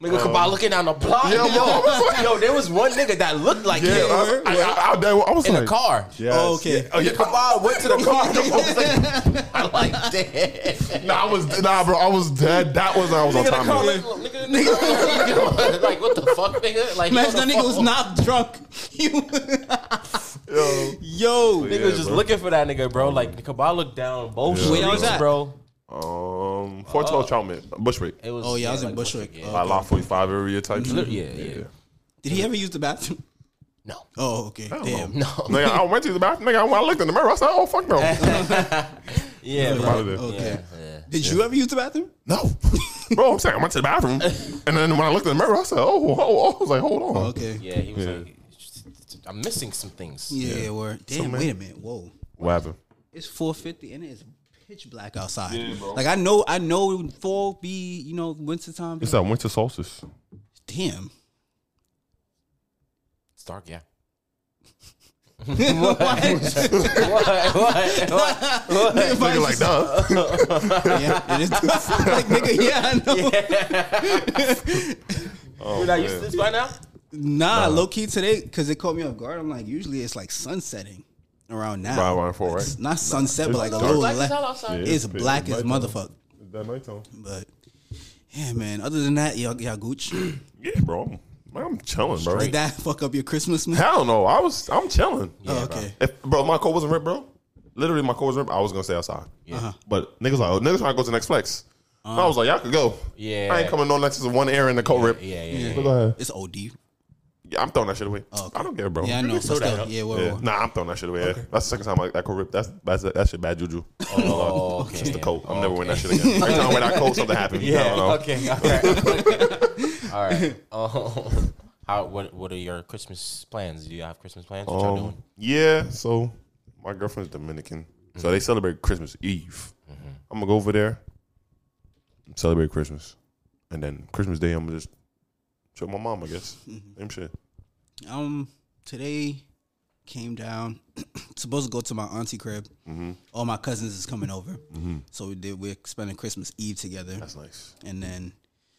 [SPEAKER 2] Nigga Kabal looking down the block.
[SPEAKER 4] Um, Yeah, bro, I was like-
[SPEAKER 2] yo, there was one nigga that looked like
[SPEAKER 4] yeah, I was,
[SPEAKER 2] him
[SPEAKER 4] I, I, I, dead- I was
[SPEAKER 2] in
[SPEAKER 4] like,
[SPEAKER 2] a car.
[SPEAKER 4] Yes.
[SPEAKER 3] Oh, okay.
[SPEAKER 4] Oh, yeah.
[SPEAKER 2] Kabal went to the car. I'm like, damn.
[SPEAKER 4] Nah, I was nah, bro. I was dead. That was I was on
[SPEAKER 2] Nigga, the
[SPEAKER 4] time.
[SPEAKER 2] car,
[SPEAKER 4] man.
[SPEAKER 2] like, nigga, nigga, like, what the fuck, nigga? Like,
[SPEAKER 3] Imagine
[SPEAKER 2] what
[SPEAKER 3] that
[SPEAKER 2] the
[SPEAKER 3] nigga was
[SPEAKER 2] fuck?
[SPEAKER 3] not drunk. He- Yo,
[SPEAKER 4] Yo.
[SPEAKER 2] Nigga was just looking for that nigga, bro. Like, Kabal looked down both
[SPEAKER 4] Yeah.
[SPEAKER 3] Where y'all
[SPEAKER 2] streets,
[SPEAKER 3] was at?
[SPEAKER 2] bro.
[SPEAKER 4] Um, four twelve
[SPEAKER 2] Oh.
[SPEAKER 4] Troutman, Bushwick,
[SPEAKER 2] It was.
[SPEAKER 3] Oh, yeah, I was in
[SPEAKER 2] like,
[SPEAKER 3] Bushwick.
[SPEAKER 2] yeah.
[SPEAKER 3] Oh.
[SPEAKER 4] by lot forty five area type.
[SPEAKER 2] Li-
[SPEAKER 4] shit.
[SPEAKER 2] Yeah, yeah.
[SPEAKER 3] did he ever use the bathroom?
[SPEAKER 2] No,
[SPEAKER 3] Oh, okay. Damn.
[SPEAKER 2] no.
[SPEAKER 4] Nigga, I went to the bathroom. Nigga, when I looked in the mirror, I said, "Oh fuck no."
[SPEAKER 2] Yeah,
[SPEAKER 4] Probably
[SPEAKER 2] bro.
[SPEAKER 4] did.
[SPEAKER 3] Okay.
[SPEAKER 2] Yeah.
[SPEAKER 3] Did you ever use the bathroom?
[SPEAKER 4] No, bro. I'm saying I went to the bathroom, and then when I looked in the mirror, I said, "Oh, oh, oh." I was like, "Hold on."
[SPEAKER 3] Okay.
[SPEAKER 2] Yeah, he was like, I'm missing some things.
[SPEAKER 3] Yeah, word. Damn. wait a minute. Whoa.
[SPEAKER 4] What happened?
[SPEAKER 3] It's four fifty and it's pitch black outside. Like I know, I know it would fall be you know winter time.
[SPEAKER 4] It's that winter solstice.
[SPEAKER 3] Damn.
[SPEAKER 2] It's dark, yeah.
[SPEAKER 3] What?
[SPEAKER 2] What? What? What?
[SPEAKER 4] Nigga, like, duh.
[SPEAKER 3] yeah, it is. like nigga, yeah, I know.
[SPEAKER 4] Oh,
[SPEAKER 2] You're not used to
[SPEAKER 4] man.
[SPEAKER 2] this by now?
[SPEAKER 3] Nah, low key today because it caught me off guard. I'm like, usually it's like sunsetting around now.
[SPEAKER 4] Right around four, right?
[SPEAKER 3] It's not sunset, but like a
[SPEAKER 4] It's
[SPEAKER 3] little
[SPEAKER 2] Black
[SPEAKER 4] dark.
[SPEAKER 2] as
[SPEAKER 3] left.
[SPEAKER 2] hell outside.
[SPEAKER 4] Yeah.
[SPEAKER 3] It's
[SPEAKER 4] It's
[SPEAKER 3] black as
[SPEAKER 4] nighttime.
[SPEAKER 3] motherfucker.
[SPEAKER 4] That night time.
[SPEAKER 3] But yeah, man. Other than that, y'all, y'all gooch.
[SPEAKER 4] Yeah, bro. I'm, man, I'm chilling, bro.
[SPEAKER 3] Did that fuck up your Christmas? Man?
[SPEAKER 4] Hell no. I was. I'm chilling.
[SPEAKER 3] oh, okay.
[SPEAKER 4] If bro, my coat wasn't ripped, bro. Literally, my coat was ripped. I was gonna stay outside.
[SPEAKER 2] Uh-huh.
[SPEAKER 4] But niggas like, oh, niggas trying to go to the next flex.
[SPEAKER 3] Uh-huh.
[SPEAKER 4] I was like, y'all could go.
[SPEAKER 2] Yeah.
[SPEAKER 4] I ain't coming no next to one air in the coat rip.
[SPEAKER 2] Yeah, yeah, yeah.
[SPEAKER 4] But go ahead.
[SPEAKER 3] It's OD.
[SPEAKER 4] Yeah, I'm throwing that shit away. I don't care, bro.
[SPEAKER 3] Oh, Yeah, I know. But
[SPEAKER 2] throw that
[SPEAKER 3] still,
[SPEAKER 2] up.
[SPEAKER 3] yeah, word,
[SPEAKER 4] Yeah.
[SPEAKER 3] word.
[SPEAKER 4] Nah, I'm throwing that shit away. That's the second time I, I coat rip. That's that's that shit bad juju.
[SPEAKER 2] Oh, okay.
[SPEAKER 4] It's the coat. I'm never wearing that shit again. Every time I wear that coat, something happens. Yeah.
[SPEAKER 2] Yeah. Okay. All right. all right. Oh, how? What? What are your Christmas plans? Do you have Christmas plans? What y'all doing?
[SPEAKER 4] Um, yeah. So my girlfriend's Dominican, so they celebrate Christmas Eve. I'm gonna go over there, celebrate Christmas, and then Christmas Day I'm gonna just chill with my mom. I guess
[SPEAKER 3] Mm-hmm.
[SPEAKER 4] same shit.
[SPEAKER 3] Um, today came down. supposed to go to my auntie crib.
[SPEAKER 4] Mm-hmm.
[SPEAKER 3] All my cousins is coming over, so we did. We're spending Christmas Eve together,
[SPEAKER 4] That's nice.
[SPEAKER 3] and then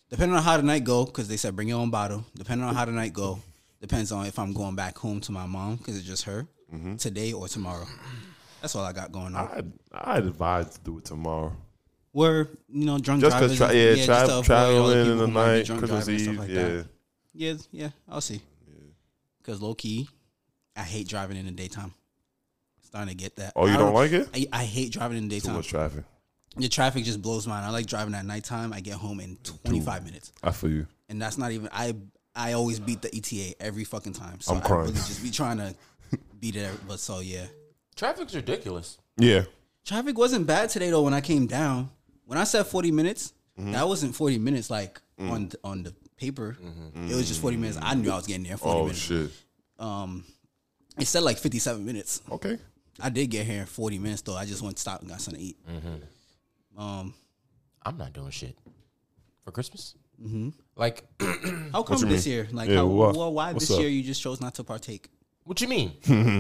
[SPEAKER 3] depending on how the night go, because they said bring your own bottle. Depending on how the night go, depends on if I'm going back home to my mom because it's just her
[SPEAKER 4] Mm-hmm.
[SPEAKER 3] today or tomorrow. That's all I got going on.
[SPEAKER 4] I'd I'd advise to do it tomorrow.
[SPEAKER 3] We're you know drunk
[SPEAKER 4] Just
[SPEAKER 3] drivers.
[SPEAKER 4] cause tra-
[SPEAKER 3] and-
[SPEAKER 4] yeah,
[SPEAKER 3] just
[SPEAKER 4] tra-
[SPEAKER 3] to avoid all the
[SPEAKER 4] traveling
[SPEAKER 3] people
[SPEAKER 4] in the
[SPEAKER 3] who might be
[SPEAKER 4] night,
[SPEAKER 3] drunk
[SPEAKER 4] Christmas
[SPEAKER 3] driving and stuff
[SPEAKER 4] Eve,
[SPEAKER 3] like
[SPEAKER 4] yeah.
[SPEAKER 3] that. Yeah, yeah, I'll see. Because low key, I hate driving in the daytime. Starting to get that.
[SPEAKER 4] Oh, you
[SPEAKER 3] I
[SPEAKER 4] don't like it?
[SPEAKER 3] I, I hate driving in the
[SPEAKER 4] Too
[SPEAKER 3] daytime.
[SPEAKER 4] much traffic.
[SPEAKER 3] The traffic just blows mine. I like driving at nighttime. I get home in 25 minutes.
[SPEAKER 4] I feel you.
[SPEAKER 3] And that's not even, I I always beat the ETA every fucking time. So
[SPEAKER 4] I'm
[SPEAKER 3] I
[SPEAKER 4] crying.
[SPEAKER 3] really just be trying to beat it. every- But so, yeah.
[SPEAKER 2] Traffic's ridiculous.
[SPEAKER 4] Yeah.
[SPEAKER 3] Traffic wasn't bad today though. When I came down, when I said forty minutes,
[SPEAKER 4] Mm-hmm.
[SPEAKER 3] that wasn't forty minutes like
[SPEAKER 4] Mm.
[SPEAKER 3] on on the paper. It was just forty minutes. I knew I was getting there. in Forty
[SPEAKER 4] Mm-hmm. Oh
[SPEAKER 3] minutes.
[SPEAKER 4] shit.
[SPEAKER 3] Um, it said like fifty seven minutes.
[SPEAKER 4] Okay.
[SPEAKER 3] I did get here in forty minutes though. I just went to stop and got something to eat.
[SPEAKER 4] Mm.
[SPEAKER 3] Um,
[SPEAKER 2] I'm not doing shit for Christmas. Like,
[SPEAKER 3] how come
[SPEAKER 4] you
[SPEAKER 3] this
[SPEAKER 4] mean?
[SPEAKER 3] year? Like,
[SPEAKER 4] Yeah,
[SPEAKER 3] how,
[SPEAKER 4] wha-
[SPEAKER 3] well, why
[SPEAKER 4] what's
[SPEAKER 3] this
[SPEAKER 4] up? Mm-hmm.
[SPEAKER 3] year you just chose not to partake?
[SPEAKER 2] what you mean,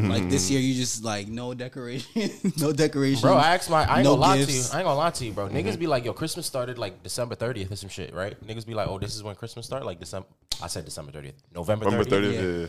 [SPEAKER 3] Like this year you just like no decoration, no decoration,
[SPEAKER 2] bro? I asked my. I ain't
[SPEAKER 3] No
[SPEAKER 2] gonna lie to you.
[SPEAKER 3] gifts. Mm-hmm.
[SPEAKER 2] I ain't gonna lie to you, bro. Niggas be like, yo, Christmas started like December 30th or some shit, right? Niggas be like, oh, this is when Christmas started. Like December. I said December 30th. November 30th.
[SPEAKER 4] Number thirty. Yeah.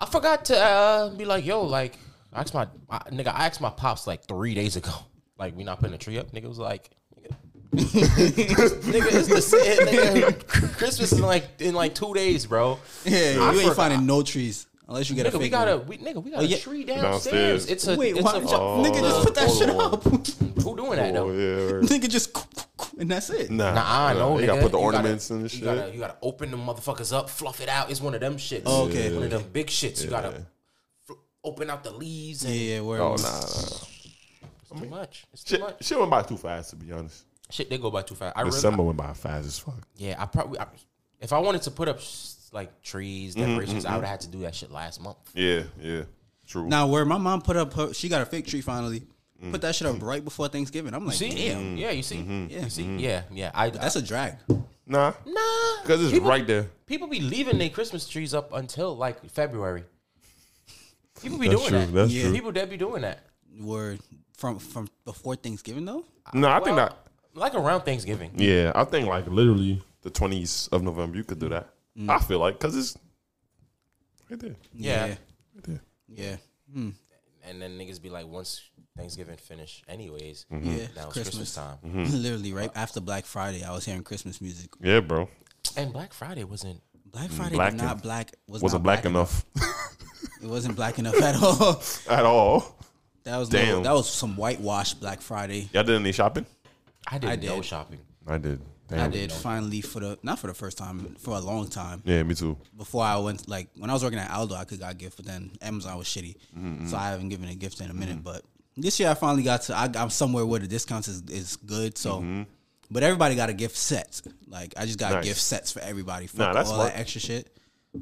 [SPEAKER 2] I forgot to uh, be like, yo, like, I asked my I, nigga, I asked my pops like three days ago, like, we not putting a tree up. Nigga was like, nigga, nigga, it's the same. Nigga, Christmas is like in like two days, bro.
[SPEAKER 3] Yeah, you
[SPEAKER 2] I
[SPEAKER 3] ain't
[SPEAKER 2] forgot.
[SPEAKER 3] finding no trees unless you get a
[SPEAKER 2] Nigga,
[SPEAKER 3] fake
[SPEAKER 2] we got
[SPEAKER 3] one.
[SPEAKER 2] a we, nigga, we got
[SPEAKER 3] yeah.
[SPEAKER 2] a tree downstairs.
[SPEAKER 4] Downstairs.
[SPEAKER 2] It's a
[SPEAKER 3] Wait,
[SPEAKER 2] it's
[SPEAKER 3] why,
[SPEAKER 2] a,
[SPEAKER 4] Oh,
[SPEAKER 3] nigga? Just put that
[SPEAKER 4] hold
[SPEAKER 3] shit
[SPEAKER 4] on.
[SPEAKER 3] up.
[SPEAKER 2] who doing that though?
[SPEAKER 4] Oh, yeah. right.
[SPEAKER 3] nigga, just and that's it.
[SPEAKER 4] Nah,
[SPEAKER 2] Nah, no,
[SPEAKER 4] You
[SPEAKER 2] nigga.
[SPEAKER 4] gotta put the
[SPEAKER 2] You
[SPEAKER 4] ornaments
[SPEAKER 2] gotta-
[SPEAKER 4] and
[SPEAKER 2] You
[SPEAKER 4] shit.
[SPEAKER 2] gotta, you gotta open them motherfuckers up, fluff it out. It's one of them shits.
[SPEAKER 3] Oh, okay.
[SPEAKER 2] One of them big shits. You gotta fl- open out the leaves
[SPEAKER 3] Yeah,
[SPEAKER 2] and
[SPEAKER 3] yeah, where
[SPEAKER 4] oh nah,
[SPEAKER 3] was-
[SPEAKER 4] nah. nah.
[SPEAKER 2] it's too much. It's too
[SPEAKER 4] Shit,
[SPEAKER 2] much.
[SPEAKER 4] shit went by too fast to be honest.
[SPEAKER 2] Shit, they go by too fast. I really,
[SPEAKER 4] December went by fast as fuck.
[SPEAKER 2] yeah, I probably, I, if I wanted to put up s- like trees,
[SPEAKER 4] Mm-hmm,
[SPEAKER 2] decorations, I would have had to do that shit last month.
[SPEAKER 4] Yeah, yeah, true.
[SPEAKER 3] Now where my mom put up her, she got a fake tree finally. Put that shit up right before Thanksgiving. I'm like,
[SPEAKER 2] See,
[SPEAKER 4] Mm-hmm.
[SPEAKER 3] damn,
[SPEAKER 2] yeah, you see,
[SPEAKER 3] Yeah.
[SPEAKER 2] you see, yeah, yeah. I
[SPEAKER 3] that's a drag.
[SPEAKER 4] Nah,
[SPEAKER 2] nah,
[SPEAKER 4] because it's
[SPEAKER 2] people-
[SPEAKER 4] right there.
[SPEAKER 2] People be leaving their Christmas trees up until like February. People be
[SPEAKER 4] That's
[SPEAKER 2] doing
[SPEAKER 4] true,
[SPEAKER 2] that.
[SPEAKER 4] that's
[SPEAKER 3] Yeah. true.
[SPEAKER 2] People that be doing that.
[SPEAKER 3] Word from from before Thanksgiving though.
[SPEAKER 4] No, I think
[SPEAKER 2] Well,
[SPEAKER 4] that.
[SPEAKER 2] Like around Thanksgiving.
[SPEAKER 4] Yeah, I think like literally the twenties of November you could do that. I feel like because it's right there.
[SPEAKER 2] Yeah.
[SPEAKER 3] yeah,
[SPEAKER 4] Right there.
[SPEAKER 3] yeah.
[SPEAKER 2] And then niggas be like, once Thanksgiving finish, anyways,
[SPEAKER 4] Mm-hmm.
[SPEAKER 3] Yeah,
[SPEAKER 2] now it's Christmas,
[SPEAKER 3] Christmas.
[SPEAKER 2] time.
[SPEAKER 3] Literally right after Black Friday, I was hearing Christmas music.
[SPEAKER 4] Yeah, bro.
[SPEAKER 2] And Black Friday wasn't.
[SPEAKER 3] Mm, Black Friday
[SPEAKER 4] black
[SPEAKER 3] did not
[SPEAKER 4] and-
[SPEAKER 3] black was
[SPEAKER 4] Wasn't
[SPEAKER 3] not
[SPEAKER 4] black enough
[SPEAKER 3] It wasn't black enough at all.
[SPEAKER 4] at all.
[SPEAKER 3] That was
[SPEAKER 4] Damn.
[SPEAKER 3] no- that was some whitewash Black Friday.
[SPEAKER 4] Y'all did any shopping?
[SPEAKER 2] I did,
[SPEAKER 3] did.
[SPEAKER 2] no shopping.
[SPEAKER 4] I did.
[SPEAKER 3] I did finally for the not for the first time for a long time.
[SPEAKER 4] Yeah, me too.
[SPEAKER 3] Before I went like when I was working at Aldo, I could got a gift, but then Amazon was shitty,
[SPEAKER 4] Mm-hmm.
[SPEAKER 3] so I haven't given a gift in a minute. But this year I finally got to I, I'm somewhere where the discounts is, is good. So, but everybody got a gift set. Like I just got
[SPEAKER 4] Mm-hmm. Nice.
[SPEAKER 3] gift sets for everybody. Fuck
[SPEAKER 4] Nah, that's
[SPEAKER 3] all
[SPEAKER 4] smart.
[SPEAKER 3] that extra shit.